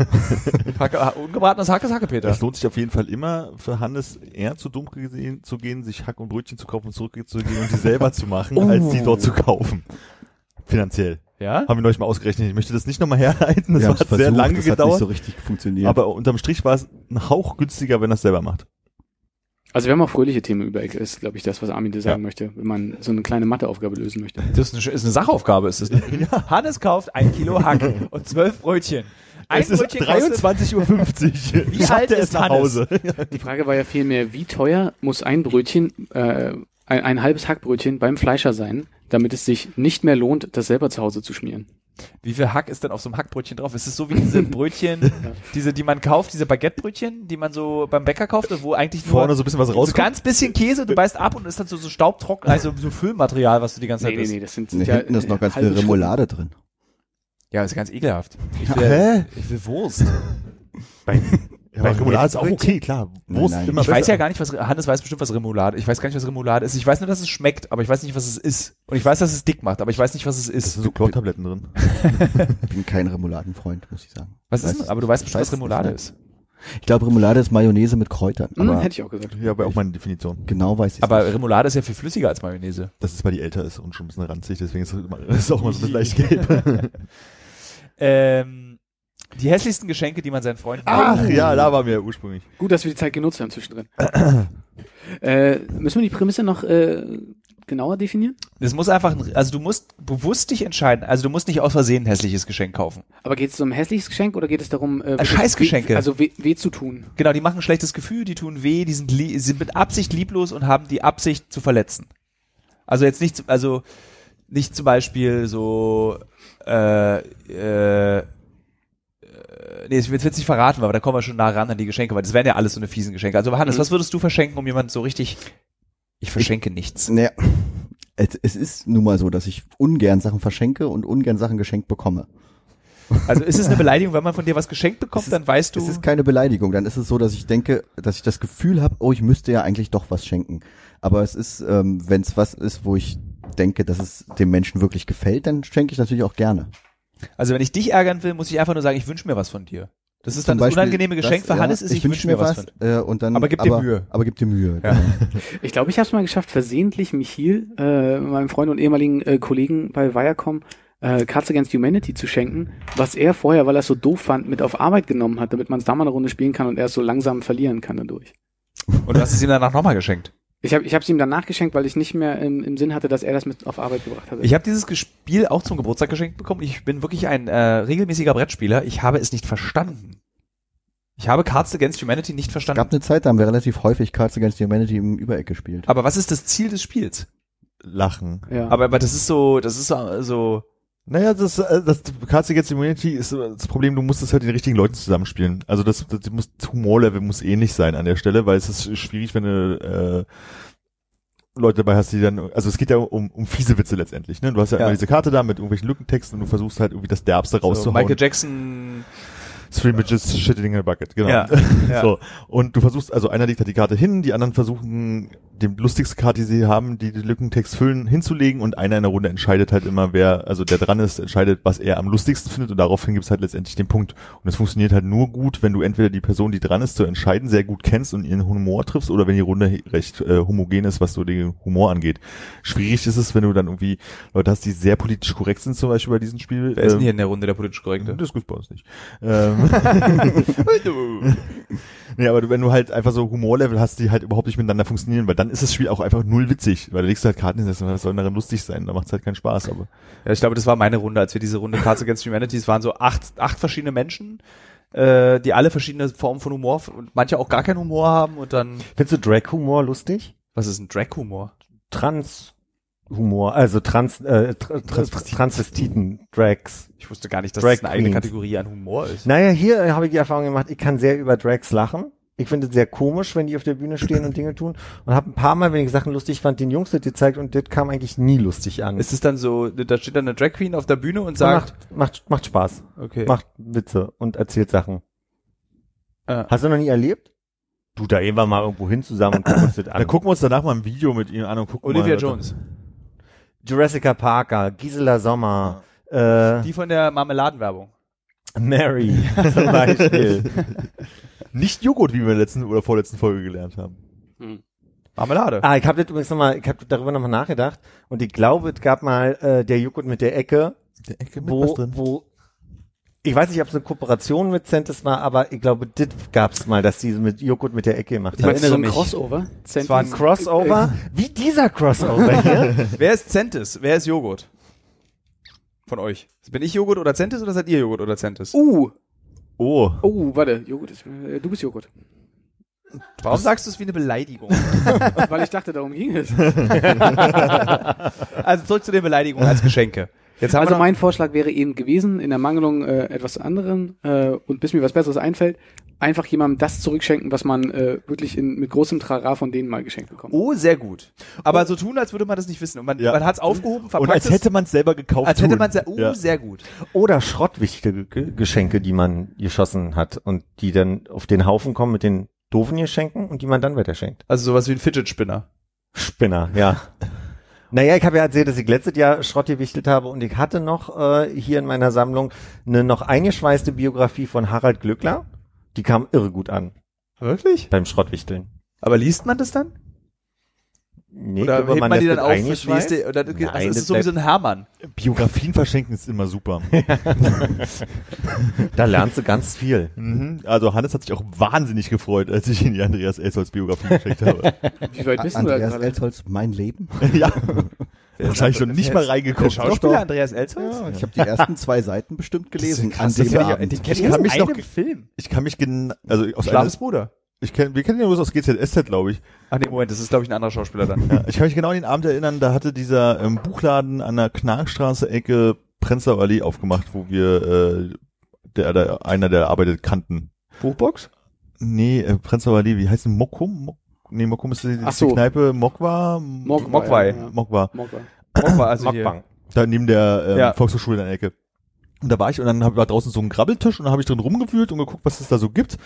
Hacke, ah, ungebratenes Hack ist Hackepeter. Es lohnt sich auf jeden Fall immer für Hannes eher zu dumm gesehen, zu gehen, sich Hack und Brötchen zu kaufen und zurückzugehen und die selber zu machen, als die dort zu kaufen. Finanziell. Ja? Haben wir neulich mal ausgerechnet. Ich möchte das nicht nochmal herleiten. Das Wir hat haben's sehr versucht, lange das Hat nicht gedauert. so richtig funktioniert. aber unterm Strich war es ein Hauch günstiger, wenn er es selber macht. Also wir haben auch fröhliche Themen über Ecke, ist, glaube ich, das, was Armin dir sagen möchte, wenn man so eine kleine Matheaufgabe lösen möchte. Das ist eine, ist eine Sachaufgabe, ist das nicht? Hannes kauft ein Kilo Hack und zwölf Brötchen. Ein es ist Brötchen kostet 23.50 Uhr. Wie alt ist Hannes? Die Frage war ja vielmehr, wie teuer muss ein Brötchen, äh, ein, ein halbes Hackbrötchen beim Fleischer sein, damit es sich nicht mehr lohnt, das selber zu Hause zu schmieren. Wie viel Hack ist denn auf so einem Hackbrötchen drauf? Ist es so wie diese Brötchen, diese, die man kauft, diese Baguettebrötchen, die man so beim Bäcker kauft, wo eigentlich nur Vorne so ein bisschen was so rauskommt. ganz bisschen Käse, du beißt ab und ist dann so, so staubtrocken, also so Füllmaterial, was du die ganze Zeit Nee, nee, isst. nee, das sind nee, ja hinten ist noch ganz halbe viel Remoulade drin. Ja, ist ganz ekelhaft. Ich Hä? will, ich will Wurst. Ja, aber Remoulade ist auch okay, klar. Wurst nein. immer Ich weiß besser. ja gar nicht, was Hannes weiß bestimmt, was Remoulade. Ich weiß gar nicht, was Remoulade ist. Ich weiß nur, dass es schmeckt, aber ich weiß nicht, was es ist. Und ich weiß, dass es dick macht, aber ich weiß nicht, was es Das ist. sind so Chlortabletten drin. Ich bin kein Remouladenfreund, muss ich sagen. Was Weiß ist denn? es- Aber du weißt bestimmt, weiß was Remoulade es ist. Ich glaube, Remoulade ist Mayonnaise mit Kräutern. Hm, Aber hätte ich auch gesagt. Ja, aber auch meine Definition. genau weiß ich Aber Remoulade ist ja viel flüssiger als Mayonnaise. Das ist, weil die älter ist und schon ein bisschen ranzig, deswegen ist es immer- ist auch immer so ein bisschen leicht gelb. Ähm, die hässlichsten Geschenke, die man seinen Freunden macht. Ach ja, da waren wir ja ursprünglich. Gut, dass wir die Zeit genutzt haben zwischendrin. äh, müssen wir die Prämisse noch äh, genauer definieren? Das muss einfach, ein- also du musst bewusst dich entscheiden. Also du musst nicht aus Versehen ein hässliches Geschenk kaufen. Aber Aber geht es um ein hässliches Geschenk oder geht es darum, äh, wirklich Scheißgeschenke. Weh, also weh, weh zu tun? genau, die machen ein schlechtes Gefühl, die tun weh, die sind, lie- sind mit Absicht lieblos und haben die Absicht zu verletzen. Also jetzt nicht, zum- also nicht zum Beispiel so, äh, äh, äh, Nee, ich will jetzt nicht verraten, aber da kommen wir schon nah ran an die Geschenke, weil das wären ja alles so eine fiesen Geschenke. Also Hannes, Mhm. was würdest du verschenken, um jemanden so richtig, ich verschenke nichts. Naja, es, es ist nun mal so, dass ich ungern Sachen verschenke und ungern Sachen geschenkt bekomme. Also ist es eine Beleidigung, wenn man von dir was geschenkt bekommt, Es ist- dann weißt du. Es ist keine Beleidigung. Dann ist es so, dass ich denke, dass ich das Gefühl habe, oh, ich müsste ja eigentlich doch was schenken. Aber es ist, ähm, wenn es was ist, wo ich denke, dass es dem Menschen wirklich gefällt, dann schenke ich natürlich auch gerne. Also wenn ich dich ärgern will, muss ich einfach nur sagen, ich wünsche mir was von dir. Das ist dann Zum das Beispiel unangenehme Geschenk das, für ja, Hannes ist, ich, wünsche mir was. von dir. äh, und dann, Aber gib dir Mühe. Aber gib dir Mühe. Ja. genau. Ich glaube, ich habe es mal geschafft, versehentlich Michiel, äh, meinem Freund und ehemaligen äh, Kollegen bei Viacom, äh, Cards Against Humanity zu schenken, was er vorher, weil er es so doof fand, mit auf Arbeit genommen hat, damit man es da mal eine Runde spielen kann und er es so langsam verlieren kann dadurch. Und du hast es ihm danach nochmal geschenkt. Ich habe ich es ihm danach geschenkt, weil ich nicht mehr im, im Sinn hatte, dass er das mit auf Arbeit gebracht hatte. Ich habe dieses Ges- Spiel auch zum Geburtstag geschenkt bekommen. Ich bin wirklich ein äh, regelmäßiger Brettspieler. Ich habe es nicht verstanden. Ich habe Cards Against Humanity nicht Es verstanden. gab eine Zeit, da haben wir relativ häufig Cards Against Humanity im Übereck gespielt. aber was ist das Ziel des Spiels? Lachen. ja. Aber, aber das ist so, das ist so, so Naja, das, äh, das Cards Against Immunity ist äh, das Problem, du musst es halt den richtigen Leuten zusammenspielen. Also das, das muss, das Humorlevel muss ähnlich sein an der Stelle, weil es ist schwierig, wenn du äh, Leute dabei hast, die dann, also es geht ja um, um fiese Witze letztendlich, ne? Du hast ja, Ja. immer diese Karte da mit irgendwelchen Lückentexten und du versuchst halt irgendwie das Derbste so rauszuhauen. Michael Jackson. Three Midgets shitting in a bucket, genau. Ja, ja. So. Und du versuchst, also einer legt halt die Karte hin, die anderen versuchen, die lustigste Karte, die sie haben, die den Lückentext füllen, hinzulegen und einer in der Runde entscheidet halt immer, wer, also der dran ist, entscheidet, was er am lustigsten findet und daraufhin gibt's halt letztendlich den Punkt. Und es funktioniert halt nur gut, wenn du entweder die Person, die dran ist, zu entscheiden, sehr gut kennst und ihren Humor triffst oder wenn die Runde recht äh, homogen ist, was so den Humor angeht. Schwierig ist es, wenn du dann irgendwie Leute hast, die sehr politisch korrekt sind, zum Beispiel bei diesem Spiel. Wer ist ähm, denn hier in der Runde der politisch Korrekte? das gibt's bei uns nicht. Ähm. nee, aber du, wenn du halt einfach so Humorlevel hast, die halt überhaupt nicht miteinander funktionieren, weil dann ist das Spiel auch einfach null witzig, weil du legst halt Karten hin, das soll darin lustig sein, da macht's halt keinen Spaß, aber. Ja, ich glaube, das war meine Runde, als wir diese Runde Cards Against Humanity, es waren so acht, acht verschiedene Menschen, äh, die alle verschiedene Formen von Humor f- und manche auch gar keinen Humor haben und dann, Findest du Drag-Humor lustig? was ist ein Drag-Humor? Trans. Humor, also Trans, äh, Tr- Tr- Transvestiten, Drags. Ich wusste gar nicht, dass Drag das eine eigene Queens. Kategorie an Humor ist. Naja, hier äh, habe ich die Erfahrung gemacht, ich kann sehr über Drags lachen. Ich finde es sehr komisch, wenn die auf der Bühne stehen und Dinge tun. Und habe ein paar Mal, wenn ich Sachen lustig fand, den Jungs das gezeigt und das kam eigentlich nie lustig an. Ist es dann so, da steht dann eine Drag Queen auf der Bühne und sagt, macht, macht, macht Spaß. okay. Macht Witze und erzählt Sachen. Ah. Hast du noch nie erlebt? Du, da gehen wir mal irgendwo hin zusammen und gucken uns das an. Dann gucken wir uns danach mal ein Video mit ihm an und gucken Olivia mal, Jones, Jurassic Parker, Gisela Sommer, äh, die von der Marmeladenwerbung. Mary zum Beispiel. Nicht Joghurt, wie wir in der letzten oder vorletzten Folge gelernt haben. Marmelade. ah, ich habe das übrigens nochmal, ich habe darüber nochmal nachgedacht und ich glaube, es gab mal äh, der Joghurt mit der Ecke, Der Ecke mit wo, wo ich weiß nicht, ob es eine Kooperation mit Centis war, aber ich glaube, das gab es mal, dass die mit Joghurt mit der Ecke gemacht haben. Meinst du so ein mich. Crossover? Zentrum? war ein Crossover, wie dieser Crossover hier. Wer ist Centis? Wer ist Joghurt? Von euch. Bin ich Joghurt oder Centis oder seid ihr Joghurt oder Centis? Uh, Oh. oh, warte, Joghurt ist, äh, du bist Joghurt. Warum sagst du es wie eine Beleidigung? Weil ich dachte, darum ging es. also zurück zu den Beleidigungen als Geschenke. Jetzt haben Also wir noch, mein Vorschlag wäre eben gewesen, in der Mangelung äh, etwas anderen äh, und bis mir was Besseres einfällt, einfach jemandem das zurückschenken, was man äh, wirklich in, mit großem Trara von denen mal geschenkt bekommt. Oh, sehr gut. Aber so tun, als würde man das nicht wissen. Und man, Ja. man hat es aufgehoben, Und verpackt als hätte man es selber gekauft. es, als hätte tun. man es... Oh, ja. sehr gut. Oder schrottwichtige Ge- Geschenke, die man geschossen hat und die dann auf den Haufen kommen mit den doofen Geschenken und die man dann weiterschenkt. Also sowas wie ein Fidget-Spinner. Spinner, ja. Naja, ich habe ja erzählt, dass ich letztes Jahr Schrott gewichtelt habe und ich hatte noch äh, hier in meiner Sammlung eine noch eingeschweißte Biografie von Harald Glückler. Die kam irre gut an Wirklich? beim Schrottwichteln. Aber liest man das dann? Nee, Oder aber hebt man, die lässt dann das auf? und eingeschweißt. Liest die, oder, also Nein, es das ist so wie so ein Hermann. Biografien verschenken ist immer super. Da lernst du ganz viel. Mhm. Also Hannes hat sich auch wahnsinnig gefreut, als ich ihm die Andreas Elsholz Biografie geschenkt habe. Wie weit bist du da Andreas gerade? Elsholz, mein Leben. ja. Wahrscheinlich schon nicht mal Der reingeguckt. Schauspieler Andreas Elsholz? Ich habe die ersten zwei Seiten bestimmt gelesen. Das ist An krass, das dem hab ich- Abend. den kenn ich- hab mich einem noch ge- Film. Ich kann mich gen also aus einer, Schlafes Bruder. ich kenn, wir kennen ihn bloß aus GZSZ, glaube ich. Ach nee, Moment, das ist glaube ich ein anderer Schauspieler dann. Ja, ich kann mich genau an den Abend erinnern, da hatte dieser ähm, Buchladen an der Knarkstraße Ecke Prenzlauer Allee aufgemacht, wo wir äh, der, der einer der arbeitet kannten. Buchbox? Nee, äh, Prenzlauer Allee, wie heißt denn Mokum? Mok nee, Mokum ist die, die, Ach so. die Kneipe Mokwa, Mogwai. Mok Mogwai. Ja. Mokwa. Mogwai. War also hier. Mockbang. da neben der ähm, Ja. Volkshochschule in der Ecke. Und da war ich und dann hab, war draußen so ein Grabbeltisch und da habe ich drin rumgewühlt und geguckt, was es da so gibt.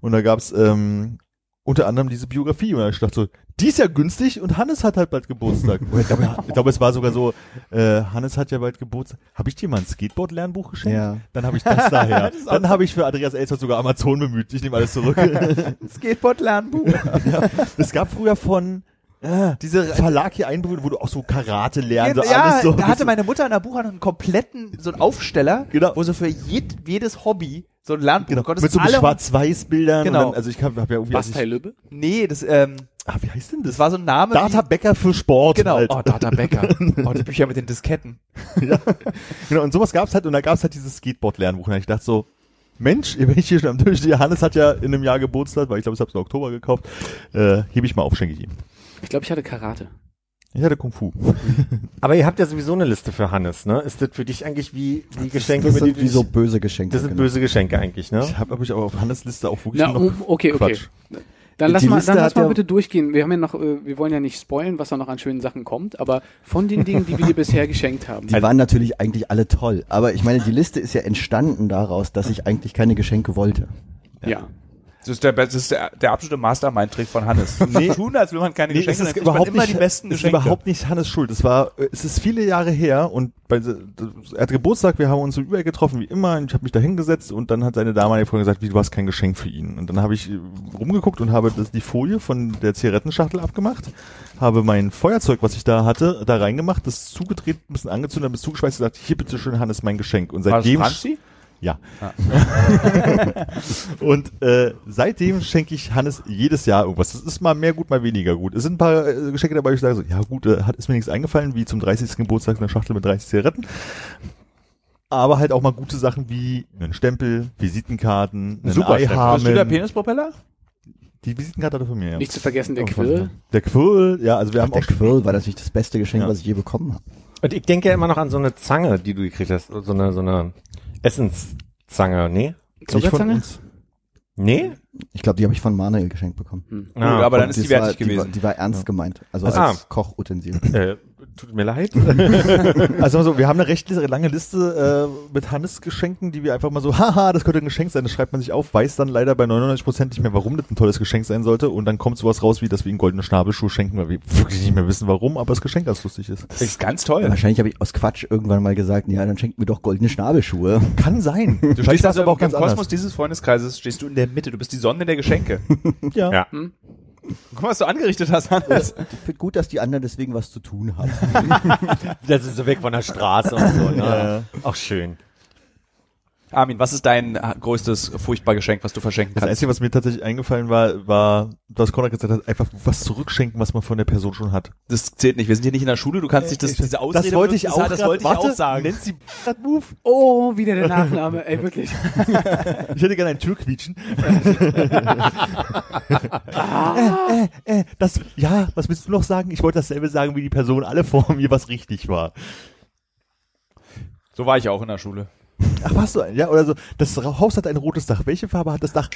Und da gab's ähm, unter anderem diese Biografie. Und ich dachte so, die ist ja günstig und Hannes hat halt bald Geburtstag. Und ich glaube, ich glaube, es war sogar so, äh, Hannes hat ja bald Geburtstag. Habe ich dir mal ein Skateboard-Lernbuch geschenkt? Ja. Dann habe ich das daher. dann habe ich für Andreas Elsworth sogar Amazon bemüht. Ich nehme alles zurück. Skateboard Lernbuch. es gab früher von äh, diese Verlag hier einberufen, wo du auch so Karate lernst. so Also ja, Also alles so, da hatte meine Mutter in der Buchhandlung einen kompletten so einen Aufsteller, Genau. wo so für jed, jedes Hobby so ein Lernbuch. Genau, Du konntest mit so alle- Schwarz-Weiß-Bildern. Genau. Und Dann, also ich habe hab ja irgendwie... Bastei also ich, Lübbe? Nee, das ähm ah, wie heißt denn das das? war so ein Name Data wie, Becker für Sport. Genau. Halt. Oh, Data Becker. Oh, die Bücher mit den Disketten. Genau, und sowas gab's halt. Und da gab's halt dieses Skateboard-Lernbuch. Und ich dachte so, Mensch, wenn ich hier schon am Tisch stehe, Hannes hat ja in einem Jahr Geburtstag, weil ich glaube, ich habe es im Oktober gekauft, äh, hebe ich mal auf, schenke ich ihm. Ich glaube, ich hatte Karate. Ich hatte Kung Fu. Aber ihr habt ja sowieso eine Liste für Hannes, ne? Ist das für dich eigentlich wie, wie Geschenke, das über die sind du wie dich- so böse Geschenke. genau. das sind böse Geschenke eigentlich, ne? Ich habe aber ich aber auf Hannes Liste auch wirklich Na, noch... um- okay, okay. Quatsch. Dann Die lass mal, Liste dann hat lass mal ja- bitte durchgehen. Wir haben ja noch, äh, wir wollen ja nicht spoilen, was da noch an schönen Sachen kommt, aber von den Dingen, die wir dir bisher geschenkt haben. Die waren natürlich eigentlich alle toll. Aber ich meine, die Liste ist ja entstanden daraus, dass ich eigentlich keine Geschenke wollte. ja. Das ist der, das ist der, der absolute Mastermind-Trick von Hannes. Nee. Tun, als will man keine Nee, Geschenke, es dann ist kriegt man überhaupt immer nicht, die besten es ist Geschenke. überhaupt nicht Hannes Schuld. Es war, äh, es ist viele Jahre her und bei, se- er hat Geburtstag, wir haben uns überall getroffen wie immer und ich habe mich da hingesetzt und dann hat seine damalige Freundin gesagt, wie, du hast kein Geschenk für ihn. Und dann habe ich äh, rumgeguckt und habe das, die Folie von der Zigarettenschachtel abgemacht, habe mein Feuerzeug, was ich da hatte, da reingemacht, das zugedreht, ein bisschen angezündet, ein bisschen zugeschweißt und gesagt, hier bitte schön Hannes, mein Geschenk. Und War das seitdem... Franzi? Ja. und äh, seitdem schenke ich Hannes jedes Jahr irgendwas. Das ist mal mehr gut, mal weniger gut. Es sind ein paar äh, Geschenke dabei, wo ich sage so, ja gut, äh, hat, ist mir nichts eingefallen, wie zum 30. Geburtstag eine Schachtel mit 30 Zigaretten. Aber halt auch mal gute Sachen wie einen Stempel, Visitenkarten, einen Super. Bist du der Eihamen. Penispropeller? Die Visitenkarte hat er von mir, ja. Nicht zu vergessen, der Oh, Quill. Der Quill, ja, also wir haben Der auch Quirl war das nicht das beste Geschenk, Ja. was ich je bekommen habe. Und ich denke ja immer noch an so eine Zange, die du gekriegt hast. So eine, so eine Essenszange, nee? Zuckerzange? Nee? Ah. Ich glaube, die habe ich von Manuel geschenkt bekommen. Cool, aber dann Und ist die das war- wertig war- gewesen. Ah. Die war ernst gemeint. Also Also- als Kochutensil. äh, tut mir leid. Also so, wir haben eine recht lange Liste äh, mit Hannes Geschenken, die wir einfach mal so, haha, das könnte ein Geschenk sein, das schreibt man sich auf, weiß dann leider bei 99% nicht mehr, warum das ein tolles Geschenk sein sollte und dann kommt sowas raus, wie dass wir ihm goldene Schnabelschuhe schenken, weil wir wirklich nicht mehr wissen, warum, aber das Geschenk ganz lustig ist. Das ist ganz toll. Wahrscheinlich habe ich aus Quatsch irgendwann mal gesagt, ja, dann schenkt mir doch goldene Schnabelschuhe. Kann sein. Du Du stehst also im Kosmos dieses Freundeskreises, stehst du in der Mitte. Du bist die Sonne der Geschenke. Ja. Ja. Guck mal, was du angerichtet hast, Hannes. Ich finde gut, dass die anderen deswegen was zu tun haben. Das ist so weg von der Straße und so. Ne? Auch schön. Armin, was ist dein äh, größtes furchtbar Geschenk, was du verschenken Das kannst? Einzige, was mir tatsächlich eingefallen war, war, was Konrad gesagt hat, einfach was zurückschenken, was man von der Person schon hat. Das zählt nicht. Wir sind hier nicht in der Schule. Du kannst nicht das, diese Ausrede benutzen. Das- Das grad- wollte ich auch warte, sagen. Nancy Brad Move. Oh, wieder der Nachname. Ey, wirklich. Ich hätte gerne ein Türquietschen. äh, äh, äh, das, ja, was willst du noch sagen? Ich wollte dasselbe sagen wie die Person, alle vor mir, was richtig war. So war ich auch in der Schule. Ach, was so, ja, oder so, das Ra- Haus hat ein rotes Dach. Welche Farbe hat das Dach?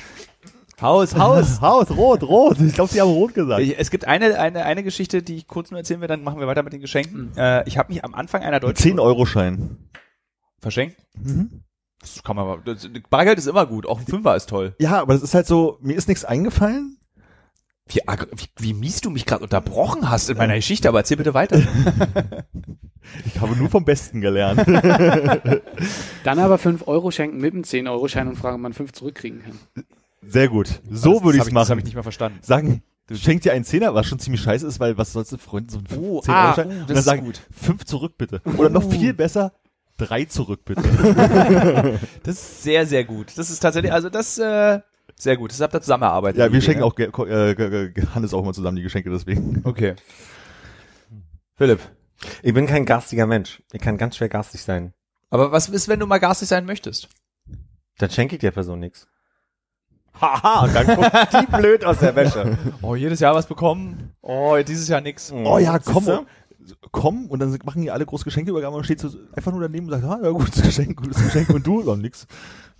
Haus, Haus, Haus, rot, rot. Ich glaube, sie haben rot gesagt. Ich, es gibt eine, eine, eine Geschichte, die ich kurz nur erzählen will, dann machen wir weiter mit den Geschenken. Äh, ich habe mich am Anfang einer deutschen 10-Euro-Schein. verschenkt. Das kann man aber. Das, Bargeld ist immer gut, auch ein Fünfer ist toll. Ja, aber das ist halt so, mir ist nichts eingefallen. Wie, aggr- wie, wie mies du mich gerade unterbrochen hast in meiner Geschichte, aber erzähl bitte weiter. Ich habe nur vom Besten gelernt. Dann aber 5 Euro schenken mit einem 10-Euro-Schein und fragen, ob man 5 zurückkriegen kann. Sehr gut. So Das würde hab ich Das habe es machen. ich nicht mehr verstanden. sagen, du schenkst dir einen Zehner, was schon ziemlich scheiße ist, weil was sollst du Freunden so einen Oh, 10 ah, Euro Schein oh, und das dann ist sagen, gut. fünf zurück bitte. Oder noch viel besser, drei zurück bitte. Das ist sehr, sehr gut. Das ist tatsächlich, also das, äh, sehr gut. Das habt ihr zusammengearbeitet. ja, wir Die schenken Idee, auch Ge- Ko- äh, Ge- Ge- Hannes auch mal zusammen die Geschenke deswegen. ne? Okay. Philipp. Ich bin kein garstiger Mensch. Ich kann ganz schwer garstig sein. Aber was ist, wenn du mal garstig sein möchtest? Dann schenke ich der Person nichts. Haha, und dann guckt die blöd aus der Wäsche. Oh, jedes Jahr was bekommen. Oh, dieses Jahr nix. Oh ja, komm. Siehste? Komm, und dann machen die alle groß Geschenkeübergabe und stehst so einfach nur daneben und sagt, ah, ja, gutes Geschenk, gutes Geschenk und du, dann nix.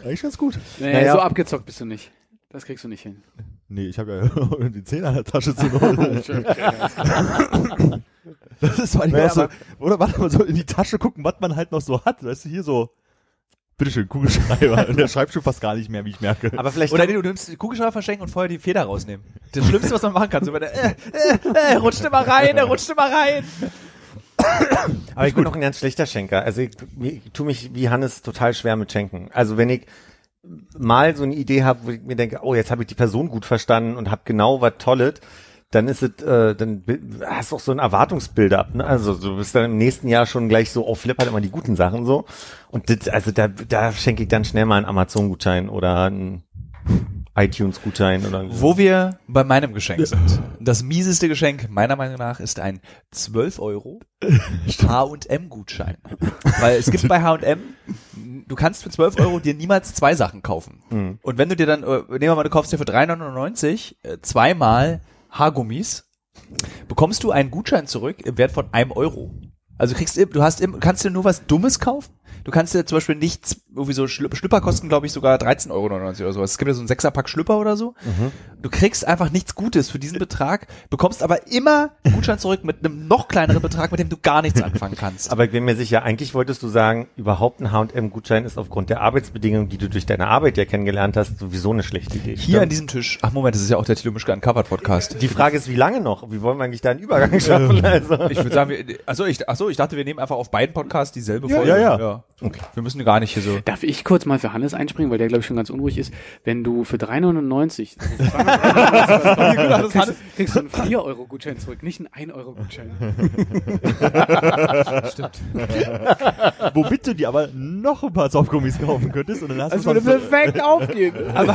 Eigentlich ganz gut. Nee, Naja. so abgezockt bist du nicht. Das kriegst du nicht hin. Nee, ich habe ja die Zehner in der Tasche zu Hause. das ist manchmal Naja, auch so, oder warte mal, so in die Tasche gucken, was man halt noch so hat. Weißt du, hier so, bitteschön, Kugelschreiber. Und der schreibt schon fast gar nicht mehr, wie ich merke. Aber vielleicht Oder nee, du nimmst Kugelschreiber verschenken und vorher die Feder rausnehmen. Das Schlimmste, was man machen kann. So, wenn er, äh, äh, äh, rutscht immer rein, er rutscht immer rein. Aber ich bin auch ein ganz schlechter Schenker. Also ich, ich tue mich wie Hannes total schwer mit Schenken. Also wenn ich mal so eine Idee habe, wo ich mir denke, oh, jetzt habe ich die Person gut verstanden und habe genau was Tolles, dann ist es, äh, dann bi- hast du auch so ein Erwartungsbild ab. Ne? Also du bist dann im nächsten Jahr schon gleich so, oh, Philipp hat immer die guten Sachen so. Und das, also da, da schenke ich dann schnell mal einen Amazon-Gutschein oder einen iTunes-Gutschein oder so. Wo wir bei meinem Geschenk sind. Das mieseste Geschenk meiner Meinung nach ist ein 12 Euro H&M-Gutschein. Weil es gibt bei H&M, du kannst für 12 Euro dir niemals zwei Sachen kaufen. Und wenn du dir dann, äh, nehmen wir mal, du kaufst dir für 3,99 äh, zweimal Haargummis, bekommst du einen Gutschein zurück im Wert von einem Euro. Also du kriegst, im- du hast, im- kannst dir nur was Dummes kaufen. Du kannst dir zum Beispiel nichts, irgendwie so Schlü- Schlüpper kosten, glaube ich, sogar 13,99 Euro oder sowas. Es gibt ja so einen Sechserpack Schlüpper oder so. Du kriegst einfach nichts Gutes für diesen Betrag, bekommst aber immer einen Gutschein zurück mit einem noch kleineren Betrag, mit dem du gar nichts anfangen kannst. Aber ich bin mir sicher, eigentlich wolltest du sagen, überhaupt ein H&M-Gutschein ist aufgrund der Arbeitsbedingungen, die du durch deine Arbeit ja kennengelernt hast, sowieso eine schlechte Idee. hier an diesem Tisch, ach Moment, das ist ja auch der Thilo Mischke Uncovered Podcast. Die Frage ist, wie lange noch? Wie wollen wir eigentlich da einen Übergang schaffen? Also. Ich würde sagen, wir, also ich, ach so, ich dachte, wir nehmen einfach auf beiden Podcasts dieselbe Folge. ja, ja. Okay. Wir müssen gar nicht hier so. Darf ich kurz mal für Hannes einspringen, weil der, glaube ich, schon ganz unruhig ist. Wenn du für 3,99 kriegst, du- kriegst du einen 4-Euro-Gutschein zurück, nicht einen 1-Euro-Gutschein. Womit du dir aber noch ein paar Softgummis kaufen könntest und dann hast Also Das du würde sonst- perfekt aufgehen. Aber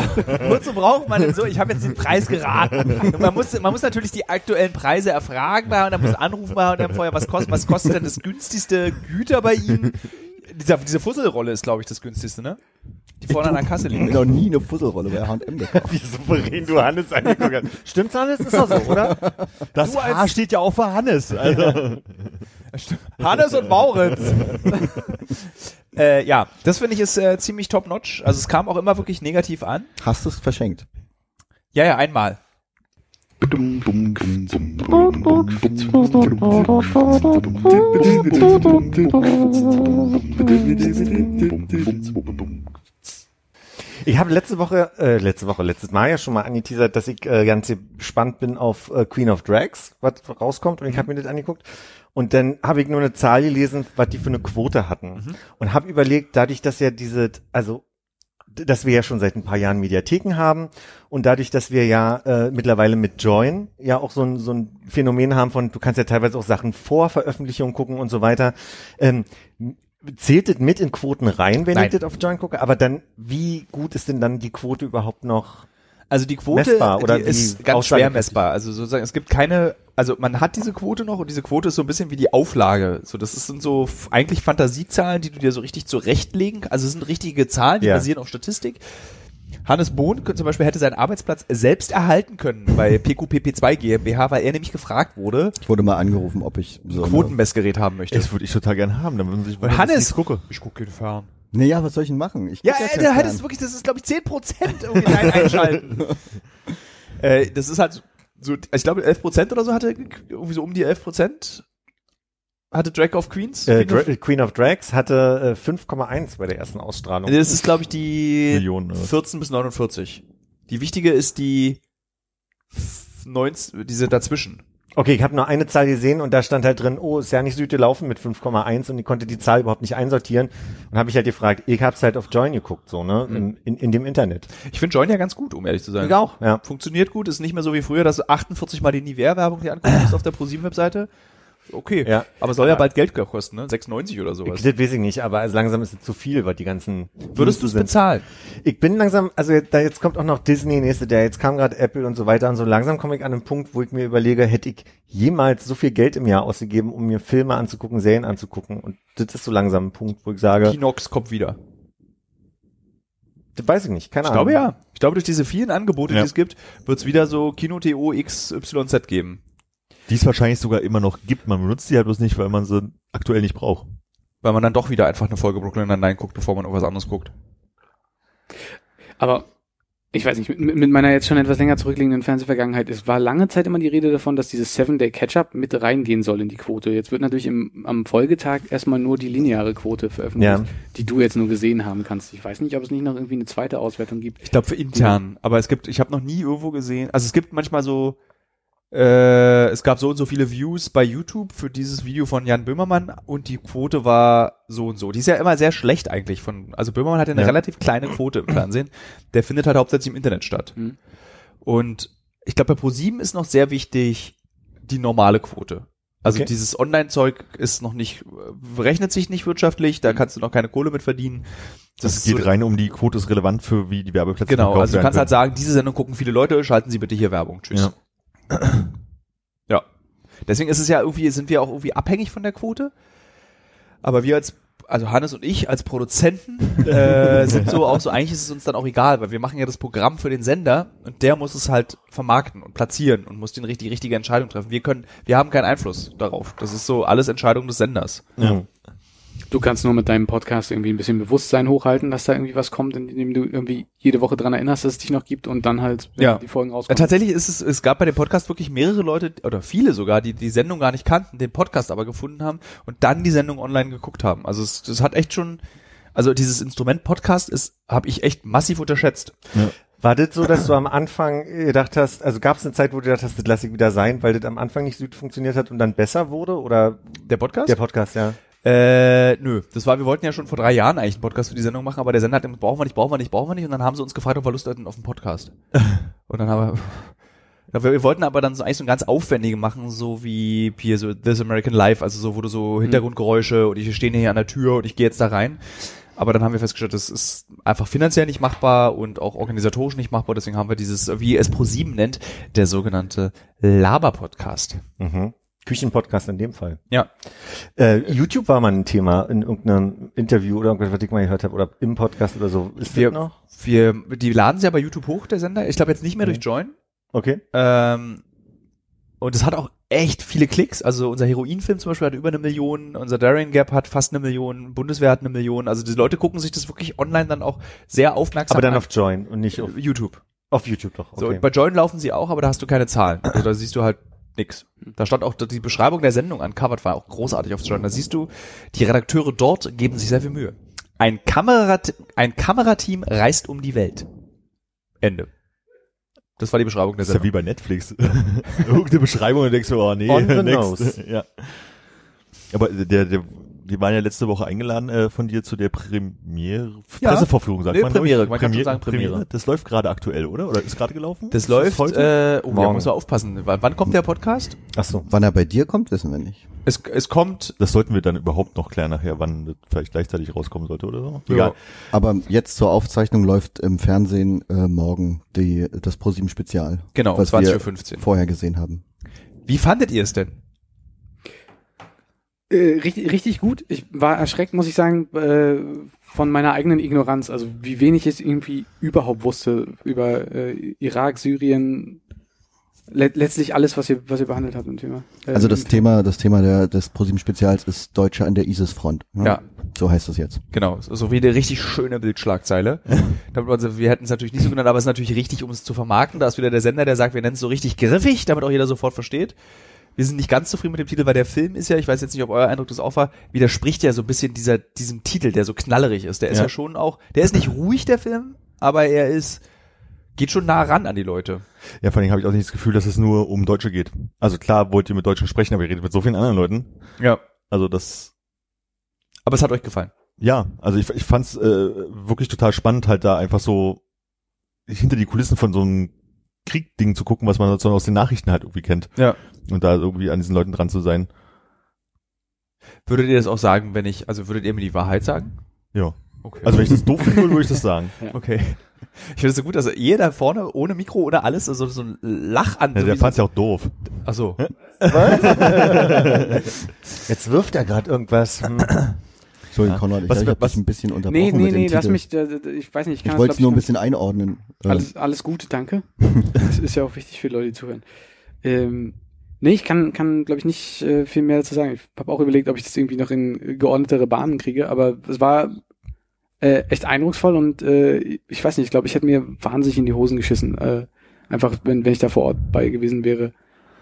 wozu braucht man denn so? Ich habe jetzt den Preis geraten. Und Man muss, man muss natürlich die aktuellen Preise erfragen bei und dann muss anrufen bei und dann vorher, was kostet, was kostet denn das günstigste Güter bei Ihnen? Dieser, diese Fusselrolle ist, glaube ich, das günstigste, ne? die vorne an der Kasse Ich hab liegen. noch nie eine Puzzlerolle bei H&M gekauft. Wie souverän du Hannes angeguckt hast. Stimmt's, Hannes? Ist doch so, oder? Das H steht ja auch für Hannes. Also. Hannes und Mauritz. äh, ja, das finde ich ist äh, ziemlich top notch. Also es kam auch immer wirklich negativ an. Hast du es verschenkt? Ja, ja, einmal. Ich habe letzte Woche, äh, letzte Woche, letztes Mal ja schon mal angeteasert, dass ich äh, ganz gespannt bin auf äh, Queen of Drags, was rauskommt. Und ich habe mir das angeguckt. Und dann habe ich nur eine Zahl gelesen, was die für eine Quote hatten. Mhm. Und habe überlegt, dadurch, dass ja diese, also d- dass wir ja schon seit ein paar Jahren Mediatheken haben und dadurch, dass wir ja äh, mittlerweile mit Join ja auch so ein, so ein Phänomen haben von, du kannst ja teilweise auch Sachen vor Veröffentlichung gucken und so weiter, ähm, zählt das mit in Quoten rein, wenn Nein. ich das auf Join gucke? Aber dann, wie gut ist denn dann die Quote überhaupt noch? Also die Quote Messbar oder die wie ist ganz schwer aussagekräftig? messbar. Also sozusagen, es gibt keine, also man hat diese Quote noch und diese Quote ist so ein bisschen wie die Auflage. So, das sind so f- eigentlich Fantasiezahlen, die du dir so richtig zurechtlegen. Also es sind richtige Zahlen, die Ja. basieren auf Statistik. Hannes Bohn k- zum Beispiel hätte seinen Arbeitsplatz selbst erhalten können bei PQPP2 GmbH, weil er nämlich gefragt wurde, Ich wurde mal angerufen, ob ich so ne. eine- Quotenmessgerät haben äh, möchte. Das würde ich total gern haben. Dann muss ich Und Hannes, gucke. Ich gucke den Fern. Naja, was soll ich denn machen? Ich Ja, guck ey, keinen da Fern. hättest du wirklich, das ist glaube ich 10% irgendwie rein einschalten. äh, das ist halt so, ich glaube 11% oder so hatte, irgendwie so um die 11% hatte Drag of Queens. Äh, Queen of- Dra Queen of Drags hatte äh, 5,1 bei der ersten Ausstrahlung. das ist glaube ich die Millionen, äh. oder was? 14 bis 49. Die wichtige ist die 19, diese dazwischen. Okay, ich habe nur eine Zahl gesehen und da stand halt drin, oh, ist ja nicht Süd laufen mit 5,1 und ich konnte die Zahl überhaupt nicht einsortieren und habe ich halt gefragt, ich hab's halt auf Join geguckt, so, ne, Hm. in, in, in dem Internet. Ich finde Join ja ganz gut, um ehrlich zu sein. auch, ja. Funktioniert gut, ist nicht mehr so wie früher, dass du 48 mal die Nivea-Werbung dir angucken musst auf der ProSieben-Webseite. Okay, Ja. aber soll ja bald Geld kosten, ne? 96 oder sowas. Ich, das weiß ich nicht, aber also langsam ist es zu viel, weil die ganzen Würdest du es bezahlen? Ich bin langsam, also jetzt- da jetzt kommt auch noch Disney nächste, der jetzt kam gerade Apple und so weiter und so langsam komme ich an einen Punkt, wo ich mir überlege, hätte ich jemals so viel Geld im Jahr ausgegeben, um mir Filme anzugucken, Serien anzugucken und das ist so langsam ein Punkt, wo ich sage, Kinox kommt wieder. das weiß ich nicht, keine Ich Ahnung. glaube ja. Ich glaube, durch diese vielen Angebote, Ja. die es gibt, wird es wieder so Kino.to XYZ geben. Die es wahrscheinlich sogar immer noch gibt. Man benutzt die halt bloß nicht, weil man sie aktuell nicht braucht. Weil man dann doch wieder einfach eine Folge Brooklyn Nine-Nine guckt, bevor man auf was anderes guckt. Aber ich weiß nicht, mit, mit meiner jetzt schon etwas länger zurückliegenden Fernsehvergangenheit, es war lange Zeit immer die Rede davon, dass dieses Seven-Day-Catch-Up mit reingehen soll in die Quote. Jetzt wird natürlich im, am Folgetag erstmal nur die lineare Quote veröffentlicht, Ja. die du jetzt nur gesehen haben kannst. Ich weiß nicht, ob es nicht noch irgendwie eine zweite Auswertung gibt. Ich glaube für intern. Aber es gibt, ich habe noch nie irgendwo gesehen. Also es gibt manchmal so, äh, es gab so und so viele Views bei YouTube für dieses Video von Jan Böhmermann und die Quote war so und so. Die ist ja immer sehr schlecht eigentlich von. Also Böhmermann hat ja eine Ja. relativ kleine Quote im Fernsehen. Der findet halt hauptsächlich im Internet statt. Mhm. Und ich glaube, bei ProSieben ist noch sehr wichtig die normale Quote. Also Okay. dieses Online-Zeug ist noch nicht, äh, rechnet sich nicht wirtschaftlich, da kannst du noch keine Kohle mit verdienen. Das, ist geht so- rein um die Quote ist relevant für wie die Werbeplätze Genau, verkauft also du werden kannst halt können. sagen, diese Sendung gucken viele Leute, schalten Sie bitte hier Werbung. Tschüss. Ja. Ja. Deswegen ist es ja irgendwie, sind wir auch irgendwie abhängig von der Quote. Aber wir als, also Hannes und ich als Produzenten äh, sind so auch so, eigentlich ist es uns dann auch egal, weil wir machen ja das Programm für den Sender und der muss es halt vermarkten und platzieren und muss den richtig, die richtige Entscheidung treffen. Wir können, wir haben keinen Einfluss darauf. Das ist so alles Entscheidung des Senders. Mhm. Du kannst nur mit deinem Podcast irgendwie ein bisschen Bewusstsein hochhalten, dass da irgendwie was kommt, indem du irgendwie jede Woche dran erinnerst, dass es dich noch gibt und dann halt wenn Ja. die Folgen Ja, rauskommen. tatsächlich ist es, es gab bei dem Podcast wirklich mehrere Leute oder viele sogar, die die Sendung gar nicht kannten, den Podcast aber gefunden haben und dann die Sendung online geguckt haben. Also es, das hat echt schon, also dieses Instrument Podcast ist, habe ich echt massiv unterschätzt. War das so, dass du am Anfang gedacht hast, also gab es eine Zeit, wo du gedacht hast, das lasse ich wieder sein, weil das am Anfang nicht Süd funktioniert hat und dann besser wurde oder Der Podcast? der Podcast, ja. äh, nö, das war, wir wollten ja schon vor drei Jahren eigentlich einen Podcast für die Sendung machen, aber der Sender hat gesagt, brauchen wir nicht, brauchen wir nicht, brauchen wir nicht und dann haben sie uns gefragt, ob wir Lust hatten auf einen Podcast. und dann haben wir Ja, Wir, wir wollten aber dann so eigentlich so ein ganz aufwendige machen, so wie hier so This American Life, also so, wo du so Hintergrundgeräusche und ich stehe hier an der Tür und ich gehe jetzt da rein. Aber dann haben wir festgestellt, das ist einfach finanziell nicht machbar und auch organisatorisch nicht machbar. Deswegen haben wir dieses, wie es Pro7 nennt, der sogenannte Laber-Podcast. Küchenpodcast in dem Fall. Mhm. Ja. Äh, YouTube war mal ein Thema in irgendeinem Interview oder irgendwas, was ich mal gehört habe, oder im Podcast oder so. Ist Wir- das noch? Wir, die laden sie ja bei YouTube hoch, der Sender. Ich glaube jetzt nicht mehr durch Join. Okay. Ähm, und es hat auch echt viele Klicks. Also unser Heroinfilm zum Beispiel hat über eine Million, unser Darien Gap hat fast eine Million, Bundeswehr hat eine Million. Also die Leute gucken sich das wirklich online dann auch sehr aufmerksam Aber dann an. auf Join und nicht auf, YouTube. auf YouTube doch. So, Okay. und bei Join laufen sie auch, aber da hast du keine Zahlen. Also da siehst du halt nix. Da stand auch die Beschreibung der Sendung uncovered, war auch großartig auf Join. Da siehst du, die Redakteure dort geben sich sehr viel Mühe. Ein, Kamerat ein Kamerateam reist um die Welt. Ende. Das war die Beschreibung der Das ist ja Sendung. wie bei Netflix. Irgendeine Beschreibung und denkst du, oh nee, On the next. nose. Ja. Aber der, der, wir waren ja letzte Woche eingeladen äh, von dir zu der Premiere, Ja. Presseverführung, sagt Nee, man. glaub ich. Premiere, man kann schon sagen Premiere. Das läuft gerade aktuell, oder? Oder ist gerade gelaufen? Das Ist läuft. heute? Äh, oh, da Morgen. muss man aufpassen. W- Wann kommt der Podcast? Ach so. Wann er bei dir kommt, wissen wir nicht. Es, es kommt. das sollten wir dann überhaupt noch klären nachher, wann das vielleicht gleichzeitig rauskommen sollte oder so. Egal. Aber jetzt zur Aufzeichnung läuft im Fernsehen äh, morgen die, das ProSieben Spezial. Genau, um was 20.15 wir vorher gesehen haben. Wie fandet ihr es denn? Äh, richtig, richtig gut. Ich war erschreckt, muss ich sagen, äh, von meiner eigenen Ignoranz. Also wie wenig ich irgendwie überhaupt wusste über äh, Irak, Syrien, le letztlich alles, was ihr, was ihr behandelt habt im Thema. Äh, Also das im- Thema, das Thema der, des ProSieben Spezials ist Deutsche an der ISIS-Front. ne? Ja. So heißt es jetzt. Genau, so- so wie eine richtig schöne Bildschlagzeile. damit man, so- wir hätten es natürlich nicht so genannt, aber es ist natürlich richtig, um es zu vermarkten. Da ist wieder der Sender, der sagt, wir nennen es so richtig griffig, damit auch jeder sofort versteht. Wir sind nicht ganz zufrieden mit dem Titel, weil der Film ist ja, ich weiß jetzt nicht, ob euer Eindruck das auch war, widerspricht ja so ein bisschen dieser, diesem Titel, der so knallerig ist. Der ist ja, Ja. schon auch, der ist nicht ruhig, der Film, aber er ist, geht schon nah ran an die Leute. Ja, vor allem habe ich auch nicht das Gefühl, dass es nur um Deutsche geht. Also klar wollt ihr mit Deutschen sprechen, aber ihr redet mit so vielen anderen Leuten. Ja. Also das Aber es hat euch gefallen. Ja, also ich, ich fand's äh, wirklich total spannend, halt da einfach so hinter die Kulissen von so einem Kriegding zu gucken, was man so aus den Nachrichten halt irgendwie kennt. Ja. Und da irgendwie an diesen Leuten dran zu sein. Würdet ihr das auch sagen, wenn ich, also würdet ihr mir die Wahrheit sagen? Ja. Okay. Also wenn ich das doof finde, würde ich das sagen. okay. Ich finde es so gut, dass ihr da vorne ohne Mikro, ohne alles, also so ein Lach an. Ja, so der wie fand's so, ja auch doof. Ach so. Jetzt wirft er gerade irgendwas. Hm. So in Konrad, ich, Was- glaub, ich hab was- dich ein bisschen unterbrochen Nee, nee, mit dem nee, Titel. lass mich, da, da, ich weiß nicht, ich kann ich das, wollte glaub es nur ein ganz- bisschen einordnen. Äh, Alles, alles Gute, danke. das ist ja auch wichtig für Leute, die zuhören. Ähm, nee, ich kann, kann glaube ich, nicht äh, viel mehr dazu sagen. Ich habe auch überlegt, ob ich das irgendwie noch in geordnetere Bahnen kriege, aber es war äh, echt eindrucksvoll und äh, ich weiß nicht, ich glaube, ich hätte mir wahnsinnig in die Hosen geschissen, äh, einfach wenn, wenn ich da vor Ort bei gewesen wäre.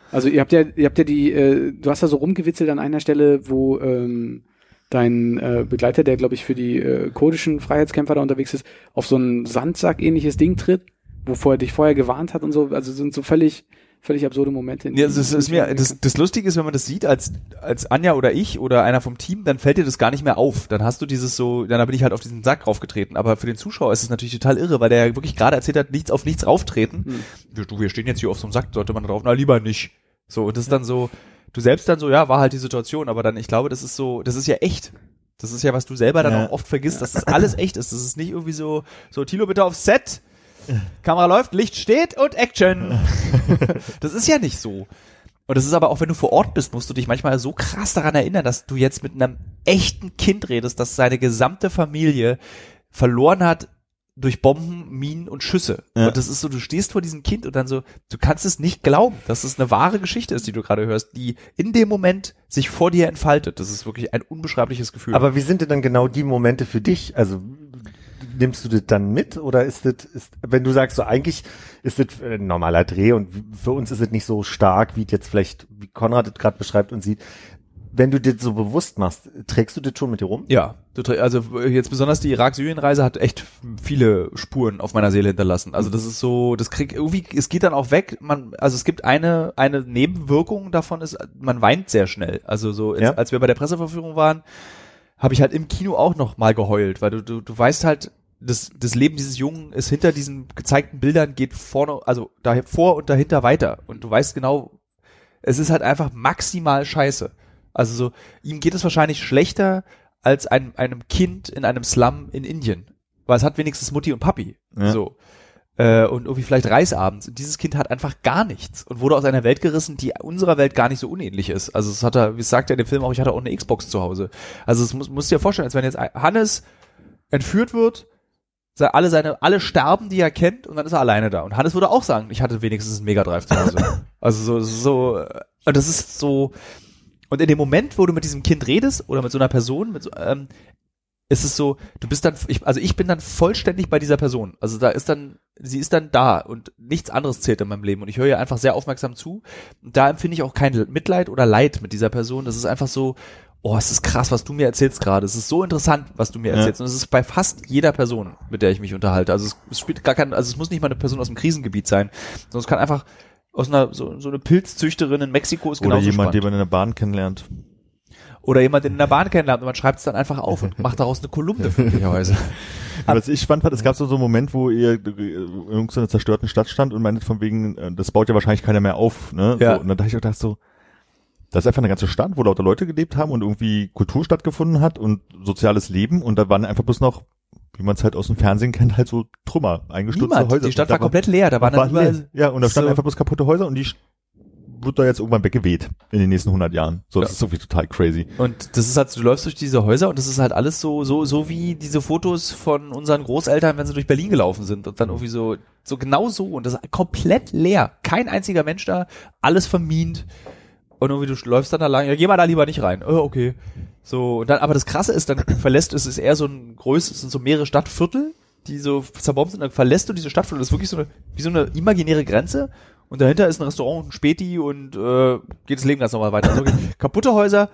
Also ihr habt ja, ihr habt ja die, äh, du hast da so rumgewitzelt an einer Stelle, wo ähm, dein äh, Begleiter, der glaube ich für die äh, kurdischen Freiheitskämpfer da unterwegs ist, auf so ein Sandsack-ähnliches Ding tritt, wovor er dich vorher gewarnt hat und so. Also sind so völlig, völlig absurde Momente. in Ja, die- das, ist mir, das, das Lustige ist, wenn man das sieht als, als Anja oder ich oder einer vom Team, dann fällt dir das gar nicht mehr auf. Dann hast du dieses so, dann bin ich halt auf diesen Sack raufgetreten. Aber für den Zuschauer ist es natürlich total irre, weil der ja wirklich gerade erzählt hat, nichts auf nichts rauftreten. Hm. Wir- Du, wir stehen jetzt hier auf so einem Sack, sollte man drauf, na lieber nicht. So, und das ist dann so, du selbst dann so, ja, war halt die Situation, aber dann, ich glaube, das ist so, das ist ja echt. Das ist ja, was du selber dann Ja. auch oft vergisst, dass das alles echt ist. Das ist nicht irgendwie so, so, Tilo, bitte aufs Set. Kamera läuft, Licht steht und Action. Das ist ja nicht so. Und das ist aber auch, wenn du vor Ort bist, musst du dich manchmal so krass daran erinnern, dass du jetzt mit einem echten Kind redest, das seine gesamte Familie verloren hat durch Bomben, Minen und Schüsse. Ja. Und das ist so, du stehst vor diesem Kind und dann so, du kannst es nicht glauben, dass es eine wahre Geschichte ist, die du gerade hörst, die in dem Moment sich vor dir entfaltet. Das ist wirklich ein unbeschreibliches Gefühl. Aber wie sind denn dann genau die Momente für dich? Also nimmst du das dann mit oder ist das, ist, wenn du sagst, so eigentlich ist das äh, ein normaler Dreh und für uns ist es nicht so stark, wie es jetzt vielleicht, wie Konrad das gerade beschreibt und sieht. Wenn du das so bewusst machst, trägst du das schon mit dir rum? Ja, du trä- also äh, jetzt besonders die Irak-Syrien-Reise hat echt viele Spuren auf meiner Seele hinterlassen. Also das ist so, das krieg irgendwie, es geht dann auch weg. Man, also es gibt eine eine Nebenwirkung davon ist, man weint sehr schnell. Also so, Ja. als, als wir bei der Presseverführung waren, habe ich halt im Kino auch noch mal geheult, weil du du, du weißt halt, das das Leben dieses Jungen ist hinter diesen gezeigten Bildern geht vorne, also da vor und dahinter weiter und du weißt genau, es ist halt einfach maximal scheiße. Also so, ihm geht es wahrscheinlich schlechter als einem, einem Kind in einem Slum in Indien. Weil es hat wenigstens Mutti und Papi. Ja. So. äh, und irgendwie vielleicht Reis abends. Und dieses Kind hat einfach gar nichts und wurde aus einer Welt gerissen, die unserer Welt gar nicht so unähnlich ist. Also es hat er, wie es sagt er in dem Film auch, ich hatte auch eine Xbox zu Hause. Also es muss, musst dir vorstellen, als wenn jetzt Hannes entführt wird, se- alle seine, alle sterben, die er kennt, und dann ist er alleine da. Und Hannes würde auch sagen, ich hatte wenigstens einen Mega Drive zu Hause. also so, so, äh, und das ist so, und in dem Moment, wo du mit diesem Kind redest oder mit so einer Person, mit so, ähm, ist es so, du bist dann, ich, also ich bin dann vollständig bei dieser Person. Also da ist dann, sie ist dann da und nichts anderes zählt in meinem Leben und ich höre ihr einfach sehr aufmerksam zu. Und da empfinde ich auch kein Mitleid oder Leid mit dieser Person. Das ist einfach so, oh, es ist krass, was du mir erzählst gerade. Es ist so interessant, was du mir erzählst. Und es ist bei fast jeder Person, mit der ich mich unterhalte. Also es, es spielt gar kein, also es muss nicht mal eine Person aus dem Krisengebiet sein, sondern es kann einfach aus einer, so, so eine Pilzzüchterin in Mexiko ist Oder genauso jemand, spannend den man in der Bahn kennenlernt. oder jemand in der Bahn kennenlernt und man schreibt es dann einfach auf und macht daraus eine Kolumne möglicherweise. Was ich spannend fand, Mhm. es gab so, so einen Moment, wo ihr äh, in irgendeiner zerstörten Stadt stand und meintet von wegen, äh, das baut ja wahrscheinlich keiner mehr auf. Ne? Ja. So, und dann dachte ich auch gedacht so, das ist einfach eine ganze Stadt, wo lauter Leute gelebt haben und irgendwie Kultur stattgefunden hat und soziales Leben und da waren einfach bloß noch, wie man es halt aus dem Fernsehen kennt, halt so Trümmer, eingestürzte Niemand, Häuser. die Stadt Da war komplett leer, da waren war dann überall leer. Ja, und da standen so- einfach bloß kaputte Häuser und die sch- wird da jetzt irgendwann weggeweht in den nächsten 100 Jahren. So, Ja. das ist irgendwie total crazy. und das ist halt, so, du läufst durch diese Häuser und das ist halt alles so, so, so wie diese Fotos von unseren Großeltern, wenn sie durch Berlin gelaufen sind und dann irgendwie so, so genau so und das ist komplett leer. Kein einziger Mensch da, alles vermint. Und irgendwie du läufst dann da lang, ja, geh mal da lieber nicht rein. Oh, okay. So, und dann, aber das Krasse ist, dann verlässt es, ist eher so ein größeres, es sind so mehrere Stadtviertel, die so zerbombt sind, dann verlässt du diese Stadtviertel, das ist wirklich so eine, wie so eine imaginäre Grenze. Und dahinter ist ein Restaurant, ein Späti und äh, geht das Leben ganz normal weiter. Also wirklich kaputte Häuser,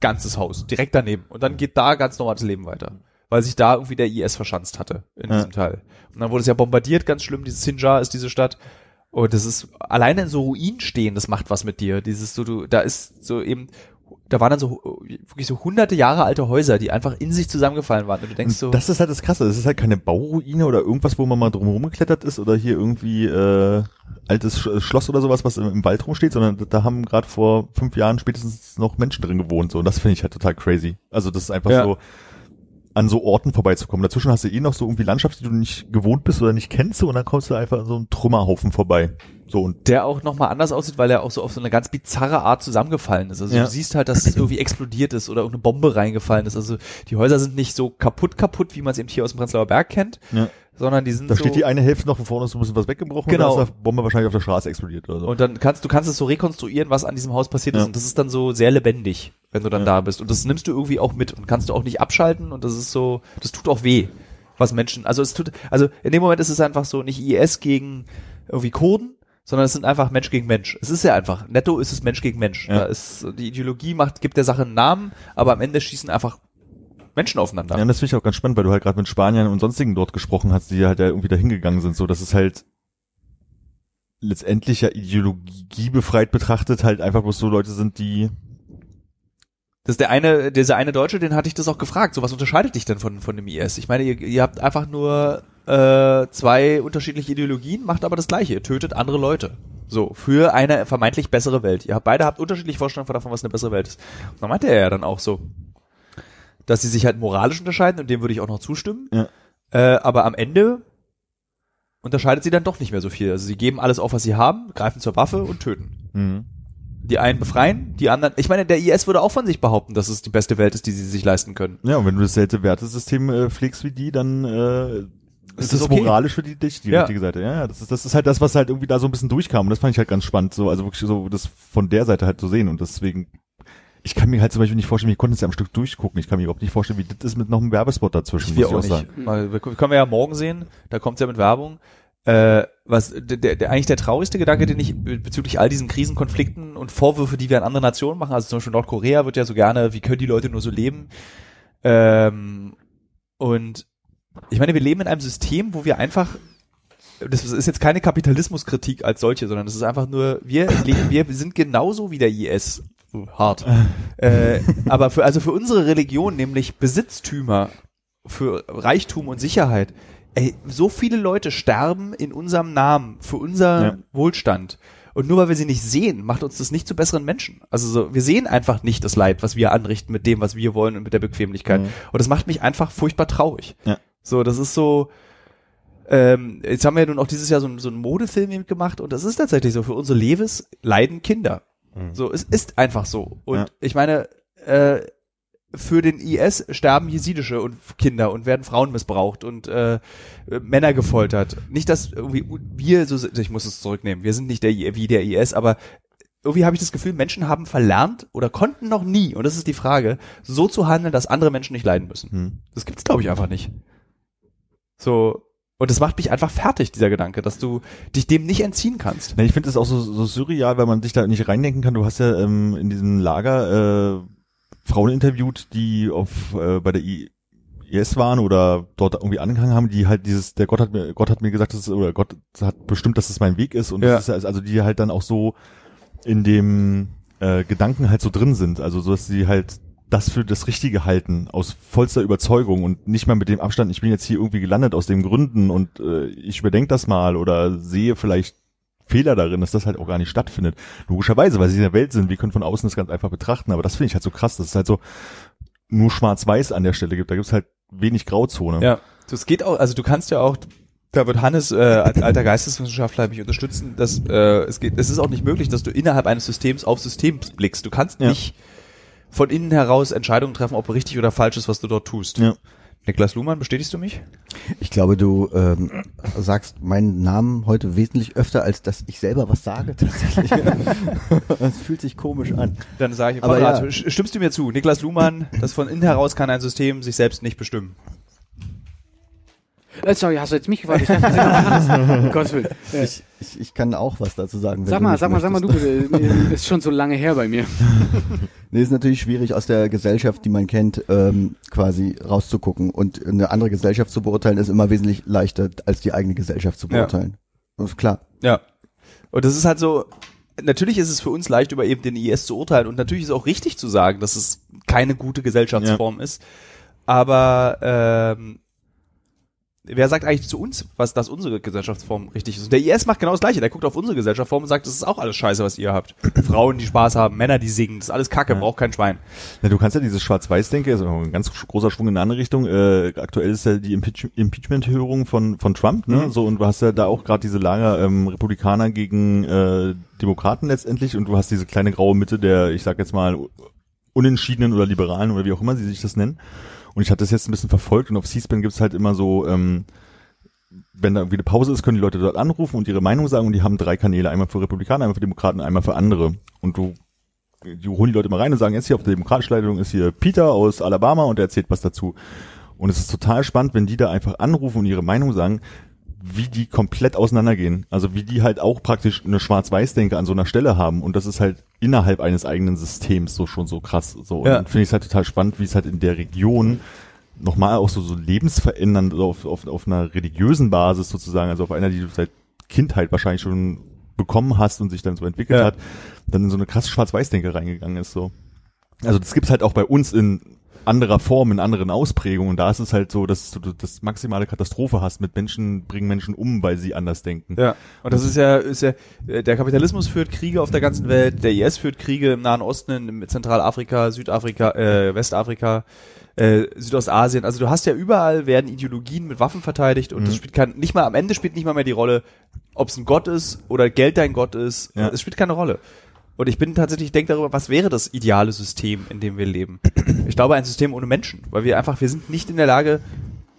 ganzes Haus, direkt daneben. Und dann geht da ganz normal das Leben weiter. Weil sich da irgendwie der IS verschanzt hatte in Ja. diesem Teil. Und dann wurde es ja bombardiert, ganz schlimm, dieses Sinjar ist diese Stadt. Und das ist alleine in so Ruinen stehen, das macht was mit dir. Dieses so, du, da ist so eben, da waren dann so wirklich so hunderte Jahre alte Häuser, die einfach in sich zusammengefallen waren. Und du denkst so, Das ist halt das Krasse. Das ist halt keine Bauruine oder irgendwas, wo man mal drumherum geklettert ist oder hier irgendwie äh, altes Sch Schloss oder sowas, was im, im Wald rumsteht, sondern da haben gerade vor fünf Jahren spätestens noch Menschen drin gewohnt. So. Und das finde ich halt total crazy. Also das ist einfach Ja. so, an so Orten vorbeizukommen. Dazwischen hast du eh noch so irgendwie Landschaft, die du nicht gewohnt bist oder nicht kennst so, und dann kommst du einfach an so einen Trümmerhaufen vorbei. So und der auch nochmal anders aussieht, weil er auch so auf so eine ganz bizarre Art zusammengefallen ist. Also Ja. du siehst halt, dass es irgendwie explodiert ist oder irgendeine Bombe reingefallen ist. Also die Häuser sind nicht so kaputt kaputt, wie man es eben hier aus dem Prenzlauer Berg kennt, Ja. sondern die sind da so steht die eine Hälfte noch, vorne ist so ein bisschen was weggebrochen Genau. und da ist die Bombe wahrscheinlich auf der Straße explodiert oder so. Also, Und dann kannst du kannst es so rekonstruieren, was an diesem Haus passiert ist. Ja. Und das ist dann so sehr lebendig, wenn du dann Ja. da bist. Und das nimmst du irgendwie auch mit und kannst du auch nicht abschalten. Und das ist so, das tut auch weh, was Menschen. Also es tut, also in dem Moment ist es einfach so nicht IS gegen irgendwie Kurden, sondern es sind einfach Mensch gegen Mensch. Es ist ja einfach. Netto ist es Mensch gegen Mensch. Ja. Da ist, die Ideologie macht, gibt der Sache einen Namen, aber am Ende schießen einfach Menschen aufeinander. Ja, und das finde ich auch ganz spannend, weil du halt gerade mit Spaniern und sonstigen dort gesprochen hast, die halt ja irgendwie da hingegangen sind, so dass es halt letztendlich ja Ideologie befreit betrachtet halt einfach bloß so Leute sind, die Das ist der eine, dieser eine Deutsche, den hatte ich das auch gefragt. So, was unterscheidet dich denn von, von dem IS? Ich meine, ihr, ihr habt einfach nur äh, zwei unterschiedliche Ideologien, macht aber das Gleiche. Ihr tötet andere Leute. So, für eine vermeintlich bessere Welt. Ihr habt, beide habt unterschiedliche Vorstellungen davon, was eine bessere Welt ist. Und dann meinte er ja dann auch so, dass sie sich halt moralisch unterscheiden und dem würde ich auch noch zustimmen. Ja. Äh, aber am Ende unterscheidet sie dann doch nicht mehr so viel. Also sie geben alles auf, was sie haben, greifen zur Waffe und töten. mhm. Die einen befreien, die anderen. Ich meine, der IS würde auch von sich behaupten, dass es die beste Welt ist, die sie sich leisten können. ja, und wenn du dasselbe Wertesystem äh, pflegst wie die, dann äh, Ist ist das das okay? moralisch für die dich die Ja. richtige Seite. Ja, ja, das ist das ist halt das, was halt irgendwie da so ein bisschen durchkam und das fand ich halt ganz spannend, so also wirklich so das von der Seite halt zu sehen und deswegen ich kann mir halt zum Beispiel nicht vorstellen, wir konnten es ja am Stück durchgucken. Ich kann mir überhaupt nicht vorstellen, wie das ist mit noch einem Werbespot dazwischen. Ich will muss auch nicht. Mal, wir, können wir ja morgen sehen, da kommt's ja mit Werbung. Äh, was der, der, der- eigentlich der traurigste Gedanke, den ich be- bezüglich all diesen Krisenkonflikten und Vorwürfe, die wir an andere Nationen machen, also zum Beispiel Nordkorea wird ja so gerne, wie können die Leute nur so leben? Ähm, und ich meine, wir leben in einem System, wo wir einfach das ist jetzt keine Kapitalismuskritik als solche, sondern es ist einfach nur, wir leben, wir sind genauso wie der IS. Hart. äh, aber für, also für unsere Religion, nämlich Besitztümer, für Reichtum und Sicherheit, ey, so viele Leute sterben in unserem Namen, für unser Ja. Wohlstand. Und nur weil wir sie nicht sehen, macht uns das nicht zu besseren Menschen. Also so, wir sehen einfach nicht das Leid, was wir anrichten mit dem, was wir wollen und mit der Bequemlichkeit. Und das macht mich einfach furchtbar traurig. Ja. So, das ist so, ähm, jetzt haben wir ja nun auch dieses Jahr so, einen- so einen Modefilm eben gemacht und das ist tatsächlich so. Für unsere Leves leiden Kinder. So, es ist einfach so. Und Ja. ich meine, äh, für den IS sterben jesidische und Kinder und werden Frauen missbraucht und äh, äh, Männer gefoltert. Nicht, dass irgendwie u- wir so sind, ich muss es zurücknehmen, wir sind nicht der, I- wie der IS, aber irgendwie habe ich das Gefühl, Menschen haben verlernt oder konnten noch nie, und das ist die Frage, so zu handeln, dass andere Menschen nicht leiden müssen. Hm. Das gibt's, glaube ich, einfach nicht. So. Und das macht mich einfach fertig, dieser Gedanke, dass du dich dem nicht entziehen kannst. Nee, ich finde das auch so, so surreal, weil man sich da nicht reindenken kann. Du hast ja ähm, in diesem Lager äh, Frauen interviewt, die auf äh, bei der I IS waren oder dort irgendwie angehangen haben, die halt dieses, der Gott hat mir, Gott hat mir gesagt, dass es, oder Gott hat bestimmt, dass es mein Weg ist und Ja. das ist also- also die halt dann auch so in dem äh, Gedanken halt so drin sind, also so dass sie halt das für das Richtige halten, aus vollster Überzeugung und nicht mal mit dem Abstand, ich bin jetzt hier irgendwie gelandet aus den Gründen und äh, ich überdenke das mal oder sehe vielleicht Fehler darin, dass das halt auch gar nicht stattfindet. Logischerweise, weil sie in der Welt sind, wir können von außen das ganz einfach betrachten, aber das finde ich halt so krass, dass es halt so nur schwarz-weiß an der Stelle gibt. Da gibt es halt wenig Grauzone. Ja. So, es geht auch, also du kannst ja auch, da wird Hannes äh, als alter Geisteswissenschaftler mich unterstützen, dass äh, es geht, es ist auch nicht möglich, dass du innerhalb eines Systems auf System blickst. Du kannst Ja. nicht von innen heraus Entscheidungen treffen, ob richtig oder falsch ist, was du dort tust. Ja. Niklas Luhmann, bestätigst du mich? Ich glaube, du ähm, sagst meinen Namen heute wesentlich öfter, als dass ich selber was sage tatsächlich. das fühlt sich komisch an. Dann sage ich, Aber Konrad, ja. sch- stimmst du mir zu? Niklas Luhmann, das von innen heraus kann ein System sich selbst nicht bestimmen. Äh, Sorry, hast du jetzt mich gefragt? Ich dachte, um Gottes Willen. Äh, Ich, ich, ich kann auch was dazu sagen. wenn Sag du mal, nicht sag mal, sag mal du möchtest. bitte. Nee, Ist schon so lange her bei mir. Nee, ist natürlich schwierig, aus der Gesellschaft, die man kennt, ähm, quasi rauszugucken. Und eine andere Gesellschaft zu beurteilen, ist immer wesentlich leichter, als die eigene Gesellschaft zu Ja. beurteilen. Das ist klar. Ja. Und das ist halt so, natürlich ist es für uns leicht, über eben den IS zu urteilen und natürlich ist auch richtig zu sagen, dass es keine gute Gesellschaftsform ist. Aber ähm, wer sagt eigentlich zu uns, was das unsere Gesellschaftsform richtig ist? Und der IS macht genau das Gleiche. Der guckt auf unsere Gesellschaftsform und sagt, das ist auch alles Scheiße, was ihr habt. Frauen, die Spaß haben, Männer, die singen, das ist alles Kacke, braucht kein Schwein. Na, du kannst ja dieses Schwarz-Weiß-Denke, ist auch ein ganz großer Schwung in eine andere Richtung. Äh, aktuell ist ja die Impeach Impeachment-Hörung von, von Trump, ne? So, und du hast ja da auch gerade diese Lager ähm, Republikaner gegen äh, Demokraten letztendlich und du hast diese kleine graue Mitte der, ich sag jetzt mal, Unentschiedenen oder Liberalen oder wie auch immer sie sich das nennen. Und ich hatte das jetzt ein bisschen verfolgt und auf C-SPAN gibt's halt immer so, ähm, wenn da irgendwie eine Pause ist, können die Leute dort anrufen und ihre Meinung sagen und die haben drei Kanäle, einmal für Republikaner, einmal für Demokraten, einmal für andere. Und du die holen die Leute mal rein und sagen, jetzt hier auf der demokratischen Leitung ist hier Peter aus Alabama und er erzählt was dazu. Und es ist total spannend, wenn die da einfach anrufen und ihre Meinung sagen, wie die komplett auseinandergehen. Also wie die halt auch praktisch eine Schwarz-Weiß-Denke an so einer Stelle haben. Und das ist halt innerhalb eines eigenen Systems so schon so krass. So. Und Ja. dann finde ich es halt total spannend, wie es halt in der Region nochmal auch so, so lebensverändernd oder auf, auf, auf einer religiösen Basis sozusagen, also auf einer, die du seit Kindheit wahrscheinlich schon bekommen hast und sich dann so entwickelt Ja. hat, dann in so eine krasse Schwarz-Weiß-Denke reingegangen ist. so. Also das gibt's halt auch bei uns in anderer Form, in anderen Ausprägungen. Und da ist es halt so, dass du das maximale Katastrophe hast mit Menschen, bringen Menschen um, weil sie anders denken. Ja, und das ist ja, ist ja, äh, der Kapitalismus führt Kriege auf der ganzen Welt, der IS führt Kriege im Nahen Osten, in Zentralafrika, Südafrika, äh, Westafrika, äh, Südostasien. Also du hast ja überall werden Ideologien mit Waffen verteidigt und das spielt kein, nicht mal, am Ende spielt nicht mal mehr die Rolle, ob es ein Gott ist oder Geld dein Gott ist. Ja. Es spielt keine Rolle. Und ich bin tatsächlich, ich denke darüber, was wäre das ideale System, in dem wir leben? Ich glaube, ein System ohne Menschen, weil wir einfach, wir sind nicht in der Lage,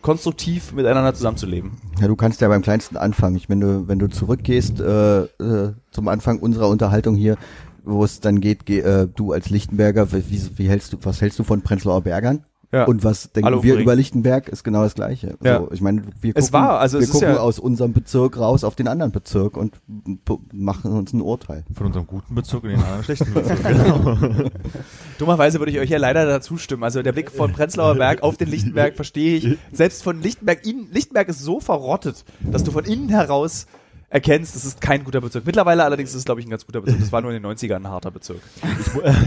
konstruktiv miteinander zusammenzuleben. Ja, du kannst ja beim kleinsten anfangen. Ich meine, wenn du zurückgehst äh, äh, zum Anfang unserer Unterhaltung hier, wo es dann geht, ge äh, du als Lichtenberger, wie, wie- wie hältst du, was hältst du von Prenzlauer Bergern? Ja. Und was denken Alle wir umbringen. über Lichtenberg? Ist genau das Gleiche. Ja. So, ich meine, wir gucken, Es war, also wir es ist gucken ja- aus unserem Bezirk raus auf den anderen Bezirk und b- machen uns ein Urteil. Von unserem guten Bezirk in den anderen schlechten Bezirk. Dummerweise würde ich euch ja leider dazu stimmen. Also der Blick von Prenzlauer Berg auf den Lichtenberg verstehe ich. Selbst von Lichtenberg, innen, Lichtenberg ist so verrottet, dass du von innen heraus erkennst, es ist kein guter Bezirk. Mittlerweile allerdings ist es, glaube ich, ein ganz guter Bezirk. Das war nur in den 90ern ein harter Bezirk.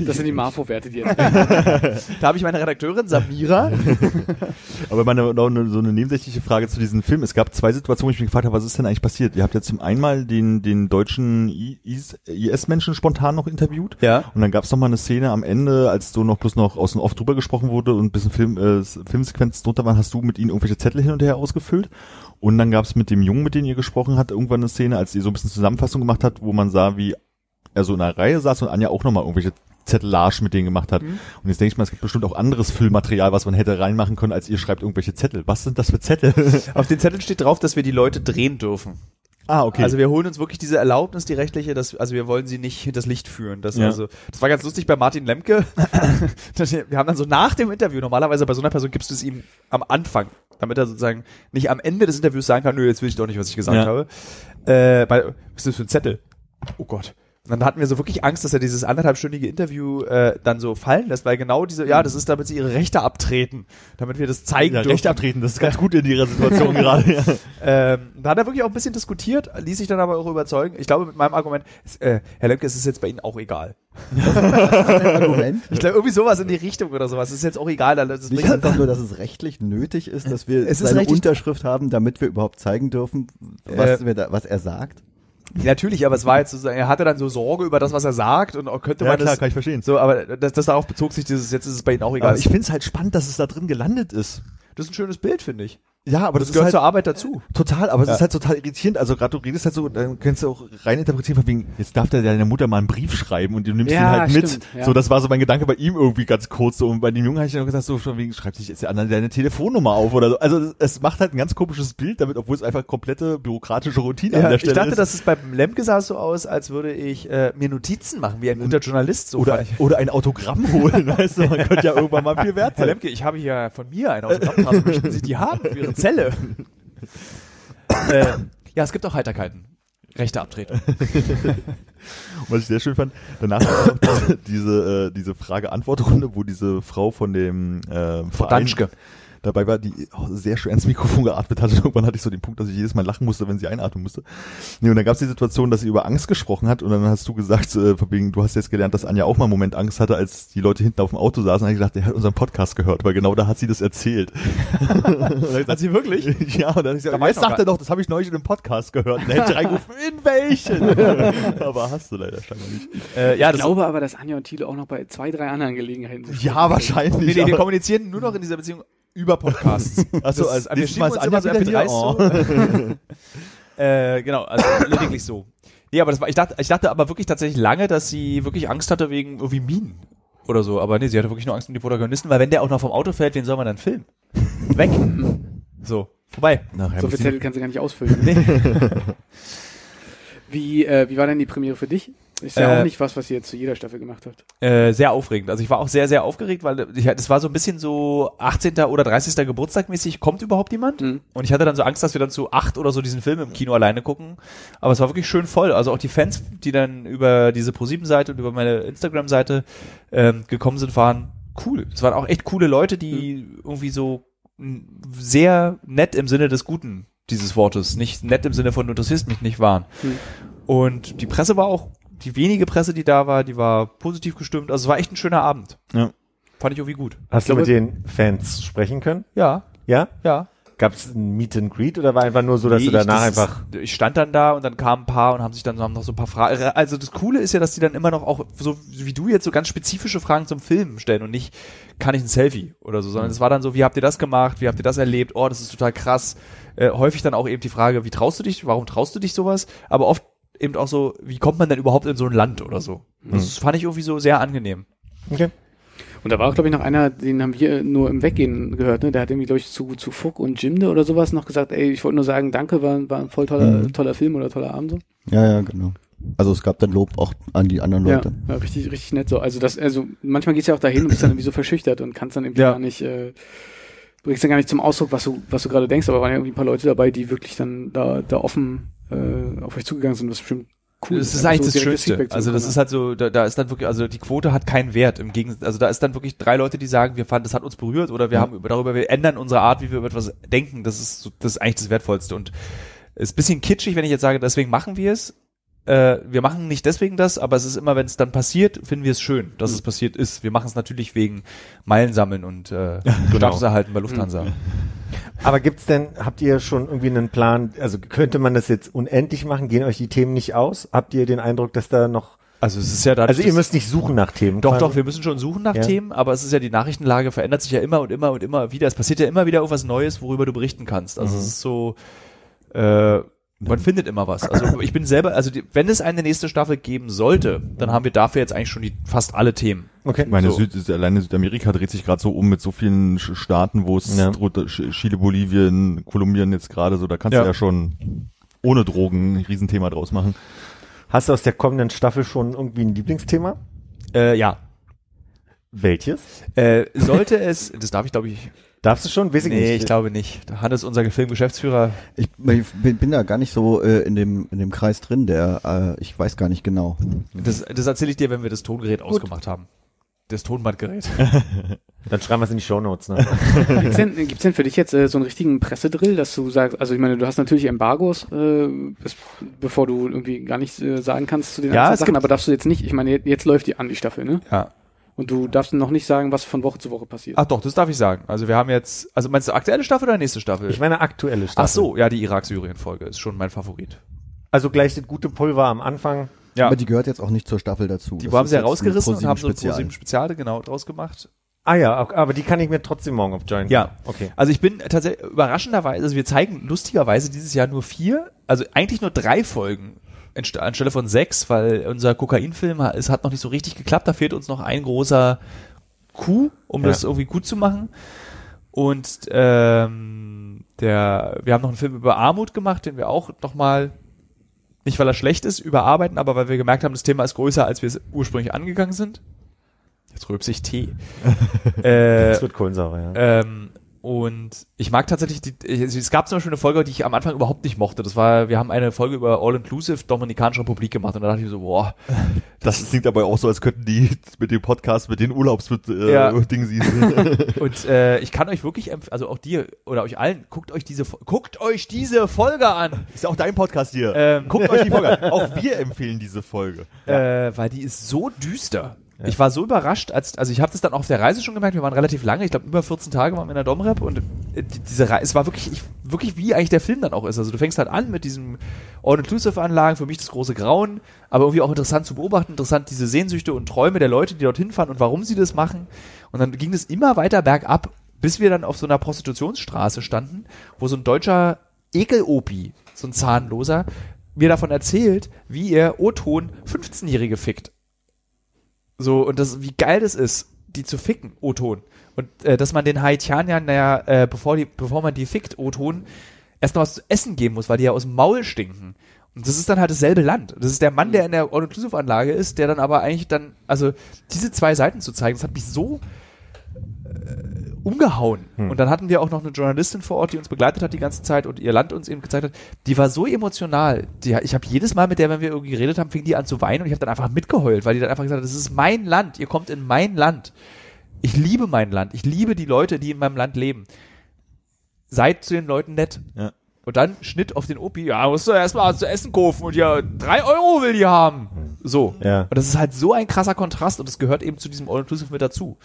Das sind die Marfo-Werte, die jetzt. Da habe ich meine Redakteurin Samira. Aber meine, noch eine, so eine nebensächliche Frage zu diesem Film. Es gab zwei Situationen, wo ich mich gefragt habe, was ist denn eigentlich passiert? Ihr habt ja zum einmal den, den deutschen I- Is- IS-Menschen spontan noch interviewt. Ja. Und dann gab es mal eine Szene am Ende, als so noch bloß noch aus dem Off drüber gesprochen wurde und ein bisschen Film, äh, Filmsequenzen drunter waren, hast du mit ihnen irgendwelche Zettel hin und her ausgefüllt. Und dann gab es mit dem Jungen, mit dem ihr gesprochen habt, irgendwann eine Szene, als ihr so ein bisschen Zusammenfassung gemacht habt, wo man sah, wie er so in einer Reihe saß und Anja auch nochmal irgendwelche Zettelage mit denen gemacht hat. Mhm. Und jetzt denke ich mal, es gibt bestimmt auch anderes Füllmaterial, was man hätte reinmachen können, als ihr schreibt irgendwelche Zettel. Was sind das für Zettel? Auf den Zetteln steht drauf, dass wir die Leute drehen dürfen. ah, okay. Also wir holen uns wirklich diese Erlaubnis, die rechtliche, dass, also wir wollen sie nicht hinters Licht führen. Das, Ja. also, das war ganz lustig bei Martin Lemke. Das- wir haben dann so nach dem Interview, normalerweise bei so einer Person gibst du es ihm am Anfang, damit er sozusagen nicht am Ende des Interviews sagen kann, nö, jetzt will ich doch nicht, was ich gesagt Ja. habe. Äh, bei, was ist das für ein Zettel? Oh Gott. Und dann hatten wir so wirklich Angst, dass er dieses anderthalbstündige Interview äh, dann so fallen lässt, weil genau diese, ja, das ist, damit sie ihre Rechte abtreten, damit wir das zeigen ja, dürfen. Recht abtreten, das ist ganz gut in ihrer Situation gerade. Ja. Ähm, da hat er wirklich auch ein bisschen diskutiert, ließ sich dann aber auch überzeugen. Ich glaube, mit meinem Argument, es- äh, Herr Lemke, es ist jetzt bei Ihnen auch egal. Argument. Ich glaube, irgendwie sowas in die Richtung oder sowas. Es ist jetzt auch egal. Das ist Nicht einfach nur, dass es rechtlich nötig ist, dass wir Es ist seine rechtlich- Unterschrift haben, damit wir überhaupt zeigen dürfen, was, Äh, wir da, was er sagt. natürlich, aber es war jetzt so, er hatte dann so Sorge über das, was er sagt und auch könnte ja, man klar, das, kann ich verstehen. so, aber das, das darauf bezog sich dieses, jetzt ist es bei Ihnen auch egal. Aber ich finde es halt spannend, dass es da drin gelandet ist. das ist ein schönes Bild, finde ich. Ja, aber halt Das, gehört zur Arbeit dazu. Total, aber es ist halt total irritierend. Also gerade du redest halt so, dann kannst du auch rein interpretieren, von wegen, jetzt darf der deiner Mutter mal einen Brief schreiben und du nimmst Ja, ihn halt mit. stimmt, ja. So, das war so mein Gedanke bei ihm irgendwie ganz kurz. So. Und bei dem Jungen habe ich dann auch gesagt, so von wegen, schreib dich jetzt der andere deine Telefonnummer auf oder so. Also es macht halt ein ganz komisches Bild damit, obwohl es einfach komplette bürokratische Routine an Ja, der ich Stelle dachte, ist. dass es beim Lemke sah es so aus, als würde ich äh, mir Notizen machen, wie ein guter Journalist. So oder, fand ich. oder ein Autogramm holen, weißt du, man könnte ja irgendwann mal viel wert Herr sein. Lemke, ich habe hier von mir eine Autogrammkarte. Also Möchten Sie die haben für Ihre Zelle? äh, ja, es gibt auch Heiterkeiten. Rechte Abtretung. Was ich sehr schön fand, danach war auch diese, diese, äh, diese Frage-Antwort-Runde, wo diese Frau von dem äh, Verein Danschke. dabei war, die auch sehr schwer ins Mikrofon geatmet hat. Und irgendwann hatte ich so den Punkt, dass ich jedes Mal lachen musste, wenn sie einatmen musste. Nee, und dann gab es die Situation, dass sie über Angst gesprochen hat und dann hast du gesagt, äh, von wegen, du hast jetzt gelernt, dass Anja auch mal einen Moment Angst hatte, als die Leute hinten auf dem Auto saßen. Und ich gedacht, der hat unseren Podcast gehört, weil genau da hat sie das erzählt. Hat sie wirklich? ja, und dann hab ich gesagt, weiß jetzt noch sagt gar- er doch, das habe ich neulich in einem Podcast gehört. Und dann hätte ich reingerufen, in welchen? Aber hast du leider scheinbar nicht. Äh, ja, Ich das glaube aber, dass Anja und Thilo auch noch bei zwei, drei anderen Gelegenheiten sind. Ja, wahrscheinlich. nee, nee, wir aber- kommunizieren nur noch in dieser Beziehung über Podcasts. Achso, Das- also wir nächstes schieben Mal ist uns immer Anja so wieder MP3s hier. Oh. so. äh, genau, also lediglich so. Nee, aber das war, ich dachte, ich dachte aber wirklich tatsächlich lange, dass sie wirklich Angst hatte wegen irgendwie Minen oder so. Aber nee, sie hatte wirklich nur Angst um die Protagonisten, weil wenn der auch noch vom Auto fällt, wen soll man dann filmen? Weg. so, vorbei. Nachher So muss viel ich- Zettel kannst du gar nicht ausfüllen. wie, äh, wie war denn die Premiere für dich? Ist ja Äh, auch nicht was, was ihr jetzt zu jeder Staffel gemacht habt. Äh, sehr aufregend. Also ich war auch sehr, sehr aufgeregt, weil ich, das war so ein bisschen so 18. oder 30. Geburtstag mäßig, kommt überhaupt jemand? Mhm. Und ich hatte dann so Angst, dass wir dann zu acht oder so diesen Film im Kino alleine gucken. Aber es war wirklich schön voll. Also auch die Fans, die dann über diese ProSieben-Seite und über meine Instagram-Seite ähm, gekommen sind, waren cool. Es waren auch echt coole Leute, die irgendwie so mh, sehr nett im Sinne des Guten dieses Wortes, nicht nett im Sinne von du interessierst mich nicht waren. Mhm. Und die Presse war auch, die wenige Presse, die da war, die war positiv gestimmt. Also es war echt ein schöner Abend. Ja. Fand ich irgendwie gut. Hast du glaube- mit den Fans sprechen können? Ja, Ja? ja. Gab es ein Meet and Greet oder war einfach nur so, dass Nee, du danach ich, das einfach Ist, ich stand dann da und dann kamen ein paar und haben sich dann haben noch so ein paar Fragen. Also das Coole ist ja, dass die dann immer noch auch, so wie du jetzt, so ganz spezifische Fragen zum Film stellen und nicht, kann ich ein Selfie oder so, Mhm. sondern es war dann so, wie habt ihr das gemacht, wie habt ihr das erlebt, oh, das ist total krass. Äh, häufig dann auch eben die Frage, wie traust du dich, warum traust du dich sowas? Aber oft eben auch so, wie kommt man denn überhaupt in so ein Land oder so? Mhm. Das fand ich irgendwie so sehr angenehm. Und da war auch, glaube ich, noch einer, den haben wir nur im Weggehen gehört, ne? Der hat irgendwie, glaube ich, zu, zu Fuck und Jimde oder sowas noch gesagt, ey, ich wollte nur sagen, danke, war, war ein voll toller, toller Film oder toller Abend so. Ja, ja, genau. Also es gab dann Lob auch an die anderen Ja, Leute. ja, richtig, richtig nett so. Also das, also manchmal gehst du ja auch dahin und bist dann irgendwie so verschüchtert und kannst dann irgendwie Ja. gar nicht, äh, bringst dann gar nicht zum Ausdruck, was du, was du gerade denkst, aber waren ja irgendwie ein paar Leute dabei, die wirklich dann da, da offen äh, auf euch zugegangen sind, was bestimmt cool Das ist Also eigentlich das direktes Schönste. Feedback zu Also das bekommen, ist halt so, da, da ist dann wirklich, also die Quote hat keinen Wert im Gegensatz. Also da ist dann wirklich drei Leute, die sagen, wir fanden, das hat uns berührt oder wir haben über- darüber, wir ändern unsere Art, wie wir über etwas denken. Das ist so, das ist eigentlich das Wertvollste und Ist ein bisschen kitschig, wenn ich jetzt sage, deswegen machen wir es. Äh, wir machen nicht deswegen das, aber es ist immer, wenn es dann passiert, finden wir es schön, dass es passiert ist. Wir machen es natürlich wegen Meilen sammeln und äh, Status erhalten bei Lufthansa. Aber gibt's denn, habt ihr schon irgendwie einen Plan, also könnte man das jetzt unendlich machen? Gehen euch die Themen nicht aus? Habt ihr den Eindruck, dass da noch, Also es ist ja dadurch, also ihr dass- müsst nicht suchen nach Themen? Doch, quasi? doch, wir müssen schon suchen nach Ja. Themen, aber es ist ja die Nachrichtenlage verändert sich ja immer und immer und immer wieder. Es passiert ja immer wieder irgendwas Neues, worüber du berichten kannst. Also es ist so, äh, man findet immer was. Also ich bin selber, also die, wenn es eine nächste Staffel geben sollte, dann haben wir dafür jetzt eigentlich schon die, fast alle Themen. Okay. Ich meine, So. Süd, ist, alleine Südamerika dreht sich gerade so um mit so vielen Sch- Staaten, wo es Ja. droht, Sch- Chile, Bolivien, Kolumbien jetzt gerade so, da kannst Ja. du ja schon ohne Drogen ein Riesenthema draus machen. Hast du aus der kommenden Staffel schon irgendwie ein Lieblingsthema? Äh, ja. Welches? Äh, sollte es, das darf ich glaube ich, Darfst du schon? Weiß ich nee, nicht. ich glaube nicht. Hannes, unser Filmgeschäftsführer, Ich bin, bin da gar nicht so äh, in dem in dem Kreis drin, der äh, ich weiß gar nicht genau. das, das erzähle ich dir, wenn wir das Tongerät ausgemacht haben. Das Tonbandgerät. Dann schreiben wir es in die Shownotes. Ne? Gibt's denn, gibt's denn für dich jetzt äh, so einen richtigen Pressedrill, dass du sagst, also ich meine, du hast natürlich Embargos, äh, bis, bevor du irgendwie gar nichts äh, sagen kannst zu den Ja, einzelnen es Sachen, gibt- aber darfst du jetzt nicht, ich meine, jetzt, jetzt läuft die an, die Staffel, ne? Ja. Und du darfst noch nicht sagen, was von Woche zu Woche passiert. Ach doch, das darf ich sagen. Also wir haben jetzt, also meinst du aktuelle Staffel oder nächste Staffel? Ich meine aktuelle Staffel. Ach so, ja, die Irak-Syrien-Folge ist schon mein Favorit. Also gleich das gute Pulver am Anfang. Ja. Aber die gehört jetzt auch nicht zur Staffel dazu. Die Das haben ist sie ja jetzt ein rausgerissen und haben so ein ProSieben-Spezial. ProSieben Speziale genau draus gemacht. Ah ja, auch- aber die kann ich mir trotzdem morgen aufjoinen. Ja. Okay. Also ich bin tatsächlich überraschenderweise, also wir zeigen lustigerweise dieses Jahr nur vier, also eigentlich nur drei Folgen anst- anstelle von sechs, weil unser Kokainfilm ha- es hat noch nicht so richtig geklappt. Da fehlt uns noch ein großer Coup, um Ja. das irgendwie gut zu machen. Und ähm, der, wir haben noch einen Film über Armut gemacht, den wir auch nochmal nicht weil er schlecht ist, überarbeiten, aber weil wir gemerkt haben, das Thema ist größer, als wir es ursprünglich angegangen sind. Jetzt rülpse ich Tee. äh, Das wird Kohlensäure, ja. ähm, und ich mag tatsächlich, die, also es gab zum Beispiel eine Folge, die ich am Anfang überhaupt nicht mochte. Das war, wir haben eine Folge über All-Inclusive Dominikanische Republik gemacht und da dachte ich mir so, boah, Das klingt aber auch so, als könnten die mit dem Podcast, mit den Urlaubs, mit äh, Ja. Dingen sehen. Und äh, ich kann euch wirklich, empf- also auch dir oder euch allen, guckt euch diese, Fo- guckt euch diese Folge an, Ist ja auch dein Podcast hier. Ähm. Guckt euch die Folge an. Auch wir empfehlen diese Folge. äh, weil die ist so düster. Ich war so überrascht, als also ich habe das dann auch auf der Reise schon gemerkt. Wir waren relativ lange, ich glaube über 14 Tage waren wir in der Domrep und äh, die- diese Reise, es war wirklich ich, wirklich wie eigentlich der Film dann auch ist. Also du fängst halt an mit diesem All-Inclusive-Anlagen, für mich das große Grauen, aber irgendwie auch interessant zu beobachten, interessant diese Sehnsüchte und Träume der Leute, die dorthin fahren und warum sie das machen. Und dann ging es immer weiter bergab, bis wir dann auf so einer Prostitutionsstraße standen, wo so ein deutscher Ekel-Opi, so ein Zahnloser, mir davon erzählt, wie er O-Ton 15-Jährige fickt. So, und das, wie geil das ist, die zu ficken, O-Ton. Und äh, dass man den Haitianern, naja, äh, bevor, die, bevor man die fickt, O-Ton, erst noch was zu essen geben muss, weil die ja aus dem Maul stinken. Und das ist dann halt dasselbe Land. Das ist der Mann, der in der All-Inclusive-Anlage ist, der dann aber eigentlich dann, also diese zwei Seiten zu zeigen, das hat mich so äh, umgehauen. Und dann hatten wir auch noch eine Journalistin vor Ort, die uns begleitet hat die ganze Zeit und ihr Land uns eben gezeigt hat. Die war so emotional. Die, ich habe jedes Mal mit der, wenn wir irgendwie geredet haben, fing die an zu weinen und ich habe dann einfach mitgeheult, weil die dann einfach gesagt hat, das ist mein Land, ihr kommt in mein Land. Ich liebe mein Land. Ich liebe die Leute, die in meinem Land leben. Seid zu den Leuten nett. Ja. Und dann Schnitt auf den Opi. Ja, musst du erstmal was zu essen kaufen und ja, drei Euro will die Mhm. haben. So. Ja. Und das ist halt so ein krasser Kontrast und das gehört eben zu diesem All-Inclusive mit dazu.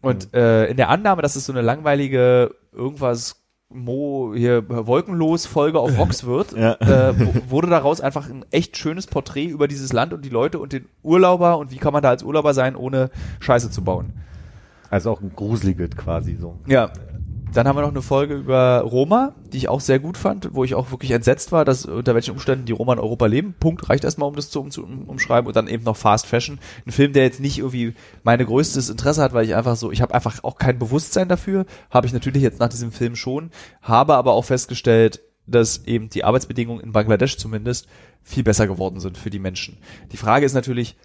Und Mhm. äh, in der Annahme, dass es so eine langweilige irgendwas Mo hier wolkenlos Folge auf Vox wird, Ja. äh, wo- wurde daraus einfach ein echt schönes Porträt über dieses Land und die Leute und den Urlauber und wie kann man da als Urlauber sein, ohne Scheiße zu bauen. Also auch ein gruseliges quasi so. Ja. Dann haben wir noch eine Folge über Roma, die ich auch sehr gut fand, wo ich auch wirklich entsetzt war, dass unter welchen Umständen die Roma in Europa leben. Punkt reicht erstmal, um das zu um, zu- um, umschreiben. Und dann eben noch Fast Fashion. Ein Film, der jetzt nicht irgendwie meine größtes Interesse hat, weil ich einfach so, ich habe einfach auch kein Bewusstsein dafür. Habe ich natürlich jetzt nach diesem Film schon, habe aber auch festgestellt, dass eben die Arbeitsbedingungen in Bangladesch zumindest viel besser geworden sind für die Menschen. Die Frage ist natürlich,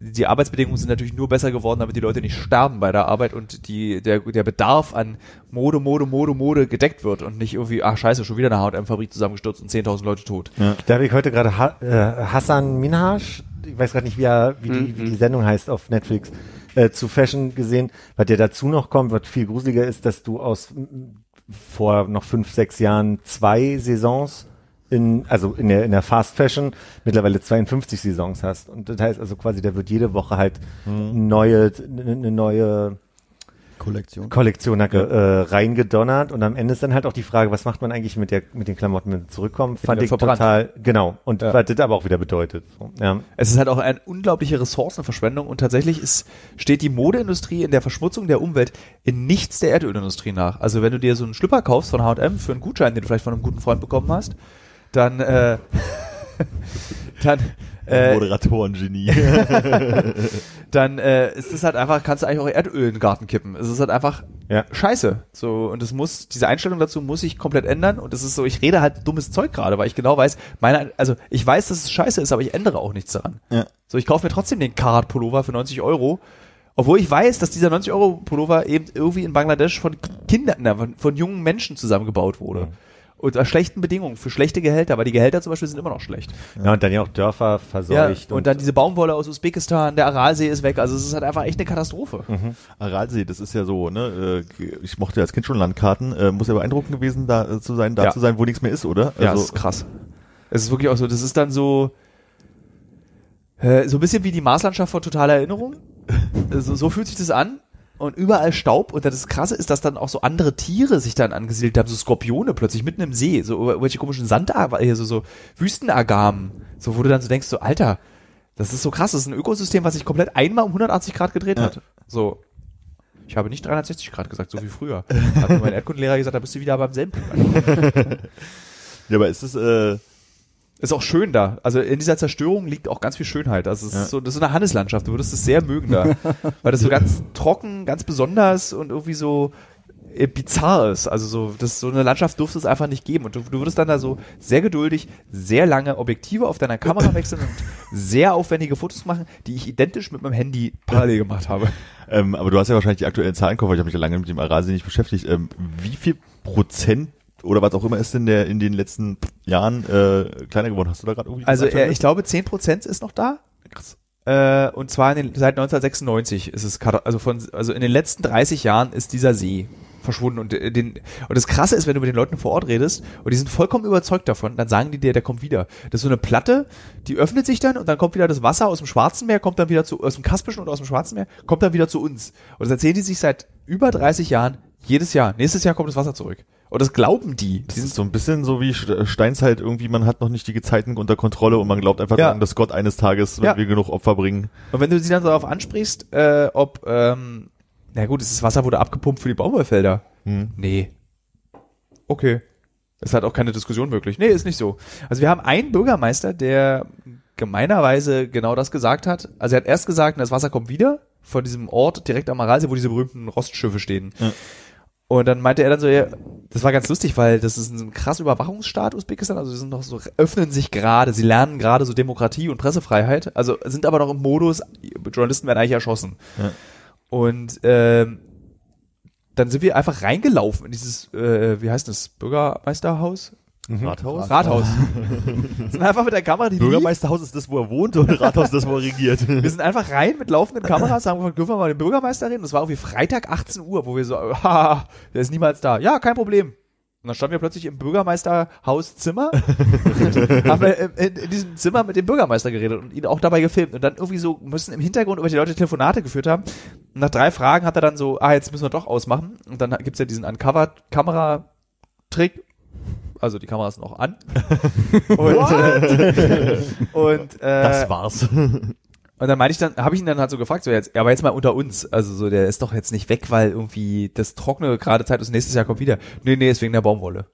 die Arbeitsbedingungen sind natürlich nur besser geworden, damit die Leute nicht sterben bei der Arbeit und die, der, der Bedarf an Mode, Mode, Mode, Mode gedeckt wird und nicht irgendwie, ach scheiße, schon wieder eine H&M-Fabrik zusammengestürzt und 10.000 Leute tot. Da habe ich heute gerade ha äh, Hassan Minhaj, ich weiß gerade nicht, wie, er, wie, die, wie die Sendung heißt auf Netflix, äh, zu Fashion gesehen. Was dir dazu noch kommt, was viel gruseliger ist, dass du aus m- vor noch fünf, sechs Jahren zwei Saisons in, also in der, in der Fast Fashion mittlerweile 52 Saisons hast. Und das heißt also quasi, da wird jede Woche halt neue, eine neue Kollektion. Kollektion hat, äh, reingedonnert und am Ende ist dann halt auch die Frage, was macht man eigentlich mit der mit den Klamotten, wenn sie zurückkommen? Fand werden ich verbrannt. total genau und Ja. was das aber auch wieder bedeutet. So, ja. Es ist halt auch eine unglaubliche Ressourcenverschwendung und tatsächlich ist, steht die Modeindustrie in der Verschmutzung der Umwelt in nichts der Erdölindustrie nach. Also wenn du dir so einen Schlüpper kaufst von H&M für einen Gutschein, den du vielleicht von einem guten Freund bekommen hast, dann äh, dann äh, Moderatoren-Genie. dann äh, ist es halt einfach, kannst du eigentlich auch Erdöl in den Garten kippen. Es ist halt einfach Ja. scheiße. So, und es muss, diese Einstellung dazu muss ich komplett ändern. Und es ist so, ich rede halt dummes Zeug gerade, weil ich genau weiß, meine, also ich weiß, dass es scheiße ist, aber ich ändere auch nichts daran. Ja. So, ich kaufe mir trotzdem den Karat-Pullover für 90 Euro. Obwohl ich weiß, dass dieser 90-Euro-Pullover eben irgendwie in Bangladesch von Kindern, na, von, von jungen Menschen zusammengebaut wurde. Unter schlechten Bedingungen, für schlechte Gehälter, weil die Gehälter zum Beispiel sind immer noch schlecht. ja und dann ja auch Dörfer Ja, verseucht und, dann diese Baumwolle aus Usbekistan, der Aralsee ist weg. Also es ist halt einfach echt eine Katastrophe. Aralsee, das ist ja so, ne? äh, Ich mochte als Kind schon Landkarten. äh, Muss ja beeindruckend gewesen, da äh, zu sein, da Ja. zu sein, wo nichts mehr ist, oder? Also, ja, das ist krass. Also, Es ist wirklich auch so, das ist dann so äh, so ein bisschen wie die Marslandschaft von totaler Erinnerung. so, so fühlt sich das an. Und überall Staub. Und das Krasse ist, dass dann auch so andere Tiere sich dann angesiedelt haben, so Skorpione plötzlich mitten im See, so über- irgendwelche komischen Sand, hier so, so Wüstenagamen. So, wo du dann so denkst, so, Alter, das ist so krass, das ist ein Ökosystem, was sich komplett einmal um 180 Grad gedreht hat. So. Ich habe nicht 360 Grad gesagt, so wie früher. Hat mir mein Erdkundelehrer gesagt, da bist du wieder beim selben Punkt. ja, aber ist es, äh, Ist auch schön da. Also in dieser Zerstörung liegt auch ganz viel Schönheit. Also es ist so, das ist so eine Hanneslandschaft. Du würdest es sehr mögen da. Weil das so ganz trocken, ganz besonders und irgendwie so äh, bizarr ist. Also so, das, so eine Landschaft dürfte es einfach nicht geben. Und du, du würdest dann da so sehr geduldig, sehr lange Objektive auf deiner Kamera wechseln und sehr aufwendige Fotos machen, die ich identisch mit meinem Handy parallel gemacht habe. ähm, aber du hast ja wahrscheinlich die aktuellen Zahlen gekauft, weil ich habe mich ja lange mit dem Aralsee nicht beschäftigt. Ähm, wie viel Prozent oder was auch immer ist denn der in den letzten Jahren äh, kleiner geworden? Hast du da gerade irgendwie Also das äh, aktuelle? ich glaube, 10% ist noch da. Äh, und zwar in den, seit 1996 ist es, kata- also von, also in den letzten 30 Jahren ist dieser See verschwunden und äh, den, und das Krasse ist, wenn du mit den Leuten vor Ort redest und die sind vollkommen überzeugt davon, dann sagen die dir, der kommt wieder. Das ist so eine Platte, die öffnet sich dann und dann kommt wieder das Wasser aus dem Schwarzen Meer, kommt dann wieder zu, aus dem Kaspischen und aus dem Schwarzen Meer, kommt dann wieder zu uns. Und das erzählen die sich seit über 30 Jahren jedes Jahr. Nächstes Jahr kommt das Wasser zurück. Und das glauben die. Das ist so ein bisschen so wie Sch- Steinzeit irgendwie, man hat noch nicht die Gezeiten unter Kontrolle und man glaubt einfach Ja. daran, dass Gott eines Tages, wenn Ja. wir genug Opfer bringen. Und wenn du sie dann darauf ansprichst, äh, ob, ähm, na gut, das Wasser wurde abgepumpt für die Baumwollfelder. Nee. Hm. Okay. Es hat auch keine Diskussion möglich. Nee, ist nicht so. Also wir haben einen Bürgermeister, der gemeinerweise genau das gesagt hat. Also er hat erst gesagt, na, das Wasser kommt wieder von diesem Ort direkt am Aralsee, wo diese berühmten Rostschiffe stehen. Und dann meinte er dann so, ja, das war ganz lustig, weil das ist ein krass Überwachungsstaat Usbekistan, also sie sind noch so, öffnen sich gerade, sie lernen gerade so Demokratie und Pressefreiheit, also sind aber noch im Modus, Journalisten werden eigentlich erschossen. Und ähm, dann sind wir einfach reingelaufen in dieses, äh, wie heißt das, Bürgermeisterhaus? Mhm. Rathaus? Rathaus. sind einfach mit der Kamera, die lief, Bürgermeisterhaus ist das, wo er wohnt und Rathaus das, wo er regiert. wir sind einfach rein mit laufenden Kameras, haben gefragt, dürfen wir mal den Bürgermeister reden? Das war irgendwie Freitag 18 Uhr, wo wir so, haha, der ist niemals da. Ja, kein Problem. Und dann standen wir plötzlich im Bürgermeisterhauszimmer, haben wir in, in, in diesem Zimmer mit dem Bürgermeister geredet und ihn auch dabei gefilmt und dann irgendwie so müssen im Hintergrund über die Leute Telefonate geführt haben. Und nach drei Fragen hat er dann so, ah, jetzt müssen wir doch ausmachen. Und dann gibt's ja diesen Uncovered-Kamera-Trick. Also die Kamera ist noch an. und, und äh, Das war's. und dann meinte ich dann, habe ich ihn dann halt so gefragt, so jetzt, ja, aber jetzt mal unter uns, also so, der ist doch jetzt nicht weg, weil irgendwie das trockene gerade Zeit ist, nächstes Jahr kommt wieder. Nee, nee, ist wegen der Baumwolle.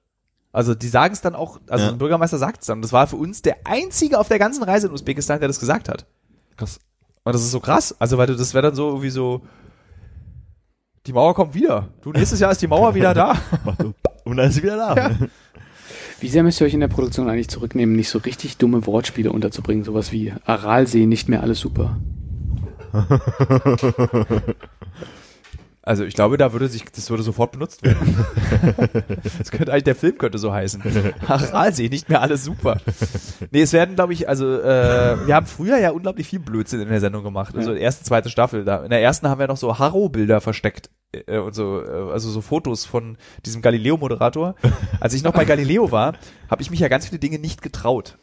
Also die sagen es dann auch, also Ja. ein Bürgermeister sagt es dann. Das war für uns der einzige auf der ganzen Reise in Usbekistan, der das gesagt hat. Krass. Und das ist so krass. Also, weil du, das wäre dann so irgendwie so, die Mauer kommt wieder. Du, nächstes Jahr ist die Mauer wieder da. Und dann ist sie wieder da. Wie sehr müsst ihr euch in der Produktion eigentlich zurücknehmen, nicht so richtig dumme Wortspiele unterzubringen? Sowas wie Aralsee, nicht mehr alles super. Also ich glaube, da würde sich, das würde sofort benutzt werden. das könnte eigentlich, der Film könnte so heißen. Aralsee, nicht mehr alles super. Nee, es werden, glaube ich, also äh, wir haben früher ja unglaublich viel Blödsinn in der Sendung gemacht. Also erste, zweite Staffel. Da, in der ersten haben wir noch so Harrow-Bilder versteckt äh, und so, äh, also so Fotos von diesem Galileo-Moderator. Als ich noch bei Galileo war, habe ich mich ja ganz viele Dinge nicht getraut.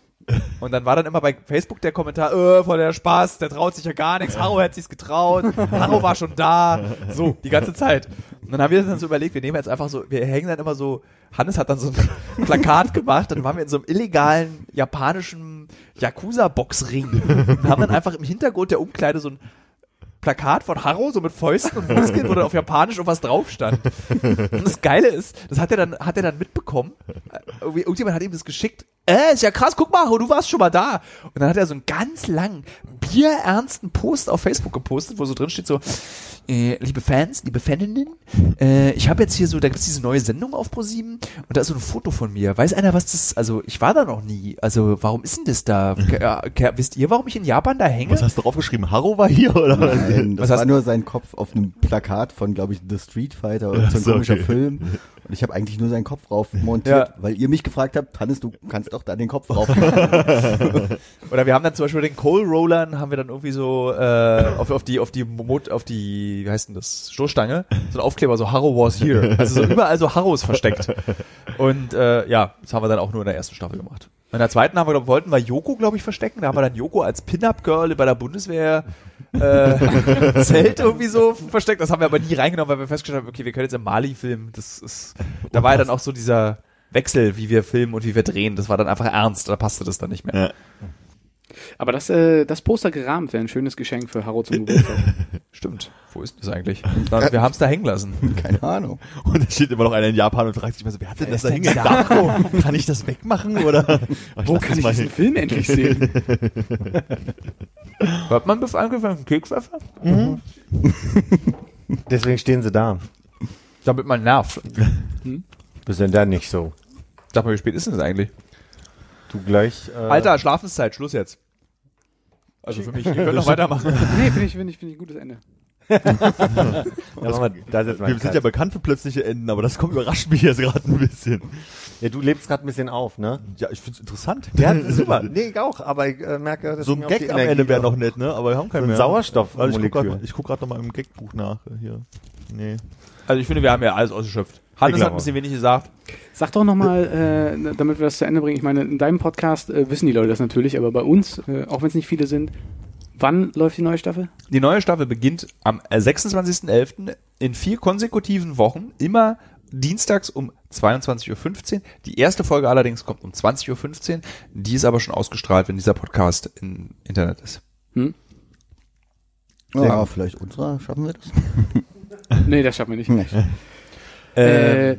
Und dann war dann immer bei Facebook der Kommentar, äh, voll der Spaß, der traut sich ja gar nichts, Haro hat sich's getraut, Haro war schon da, so, die ganze Zeit. Und dann haben wir dann so überlegt, wir nehmen jetzt einfach so, wir hängen dann immer so, Hannes hat dann so ein Plakat gemacht, dann waren wir in so einem illegalen japanischen Yakuza-Boxring und haben dann einfach im Hintergrund der Umkleide so ein Plakat von Harro, so mit Fäusten und Muskeln, wo dann auf Japanisch irgendwas drauf stand. Und das Geile ist, das hat er dann, hat er dann mitbekommen. Äh, irgendwie- Irgendjemand hat ihm das geschickt. Äh, ist ja krass, guck mal, Harro, du warst schon mal da. Und dann hat er so einen ganz langen, bierernsten Post auf Facebook gepostet, wo so drin steht so, äh, liebe Fans, liebe Faninnen, äh, ich habe jetzt hier so, da gibt's diese neue Sendung auf ProSieben und da ist so ein Foto von mir. Weiß einer, was das, also ich war da noch nie. Also warum ist denn das da? Ke- äh, ke- Wisst ihr, warum ich in Japan da hänge? Was hast du draufgeschrieben? Harro war hier, oder? Nein, das Was hast war nur sein Kopf auf einem Plakat von, glaube ich, The Street Fighter oder so ein so, komischer okay. Film. Und ich habe eigentlich nur seinen Kopf rauf montiert, Ja. weil ihr mich gefragt habt, Hannes, du kannst doch da den Kopf rauf. machen. Oder wir haben dann zum Beispiel den Coal Rollern, haben wir dann irgendwie so äh, auf, auf die, auf die Mot, auf die, wie heißt denn das, Stoßstange, so ein Aufkleber, so Harrow was here. Also so überall so Harrows versteckt. Und äh, ja, das haben wir dann auch nur in der ersten Staffel gemacht. In der zweiten haben wir, glaub, wollten wir Joko, glaube ich, verstecken. Da haben wir dann Joko als Pin-Up-Girl bei der Bundeswehr äh, Zelt irgendwie so versteckt. Das haben wir aber nie reingenommen, weil wir festgestellt haben, okay, wir können jetzt im Mali filmen. Das ist, da war ja dann auch so dieser Wechsel, wie wir filmen und wie wir drehen. Das war dann einfach ernst. Da passte das dann nicht mehr. Aber das, äh, das Poster gerahmt wäre ein schönes Geschenk für Harro zum Geburtstag. Stimmt. Wo ist denn das eigentlich? Na, wir haben es da hängen lassen. Keine Ahnung. Und da steht immer noch einer in Japan und fragt sich mal so, wer hat denn das da ist denn hingegangen? Kann ich das wegmachen oder? Ach, Wo lass kann das ich mal diesen Film endlich sehen? Hört man bis angefangen einen Kekswerfer? Deswegen stehen sie da. Damit man nervt. Bist denn da nicht so? Sag mal, wie spät ist denn das eigentlich? Du gleich. Äh, Alter, Schlafenszeit, Schluss jetzt. Also für mich, ihr könnt noch weitermachen. nee, finde ich, finde ich, finde ich ein gutes Ende. da machen wir- da setzt man Wir sind ja bekannt für plötzliche Enden, aber das kommt überrascht mich jetzt gerade ein bisschen. ja, du lebst gerade ein bisschen auf, ne? Ja, ich find's interessant. Ja, super. Nee, ich auch, aber ich äh, merke, dass So ein mir auch die Gag am Energie Ende wäre doch- noch nett, ne? Aber wir haben keinen So ein mehr. Sauerstoff- Also ich guck grad Molekül. mal- ich guck gerade noch mal im Gagbuch nach äh, hier. Nee. Also ich finde, wir haben ja alles ausgeschöpft. Hannes Ich hat glaube ein bisschen wenig gesagt. Sag doch nochmal, äh, damit wir das zu Ende bringen. Ich meine, in deinem Podcast äh, wissen die Leute das natürlich, aber bei uns, äh, auch wenn es nicht viele sind, wann läuft die neue Staffel? Die neue Staffel beginnt am 26.11. in vier konsekutiven Wochen, immer dienstags um 22.15 Uhr. Die erste Folge allerdings kommt um 20.15 Uhr. Die ist aber schon ausgestrahlt, wenn dieser Podcast im Internet ist. Ja, vielleicht unserer, schaffen wir das? Nee, das schaffen wir nicht. Nee. Äh,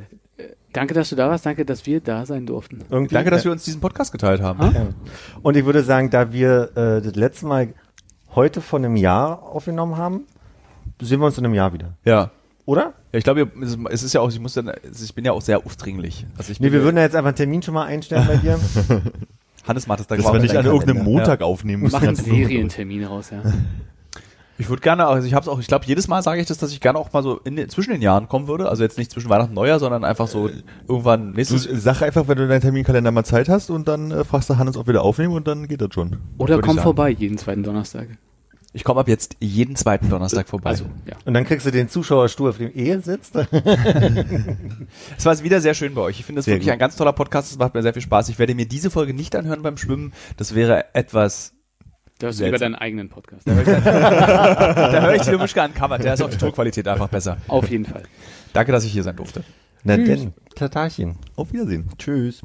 danke, dass du da warst. Danke, dass wir da sein durften. Irgendwie, Danke, dass wir uns diesen Podcast geteilt haben. Und ich würde sagen, da wir äh, das letzte Mal heute von einem Jahr aufgenommen haben, sehen wir uns in einem Jahr wieder. Ja. Oder? Ja, ich glaube, es ist- es ist ja auch, ich muss dann, ich bin ja auch sehr aufdringlich. Also ich Nee, bin, wir würden ja jetzt einfach einen Termin schon mal einstellen bei dir. Hannes macht es da Dass gerade wir nicht mit an seinem irgendeinem Kalender. Montag aufnehmen müssen. Machen Ganz nur- Serientermin raus, ja. Ja. Ich würde gerne, also ich habe es auch, ich glaube, jedes Mal sage ich das, dass ich gerne auch mal so in, den- zwischen den Jahren kommen würde. Also jetzt nicht zwischen Weihnachten und Neujahr, sondern einfach so irgendwann Du nächstes. sag einfach, wenn du deinen Terminkalender mal Zeit hast und dann äh, fragst du Hannes, ob wir da aufnehmen und dann geht das schon. Oder Würde ich komm sagen. vorbei jeden zweiten Donnerstag. Ich komme ab jetzt jeden zweiten Donnerstag vorbei. Also, ja. Und dann kriegst du den Zuschauerstuhl, auf dem Ehe sitzt. Es war wieder sehr schön bei euch. Ich finde das Sehr wirklich gut. ein ganz toller Podcast. Es macht mir sehr viel Spaß. Ich werde mir diese Folge nicht anhören beim Schwimmen. Das wäre etwas. Da hast Seltsam. du lieber deinen eigenen Podcast. Da höre ich Thilo Mischke uncovered. Der ist auch die Tonqualität einfach besser. Auf jeden Fall. Danke, dass ich hier sein durfte. Na denn, Tatarchen. Auf Wiedersehen. Tschüss.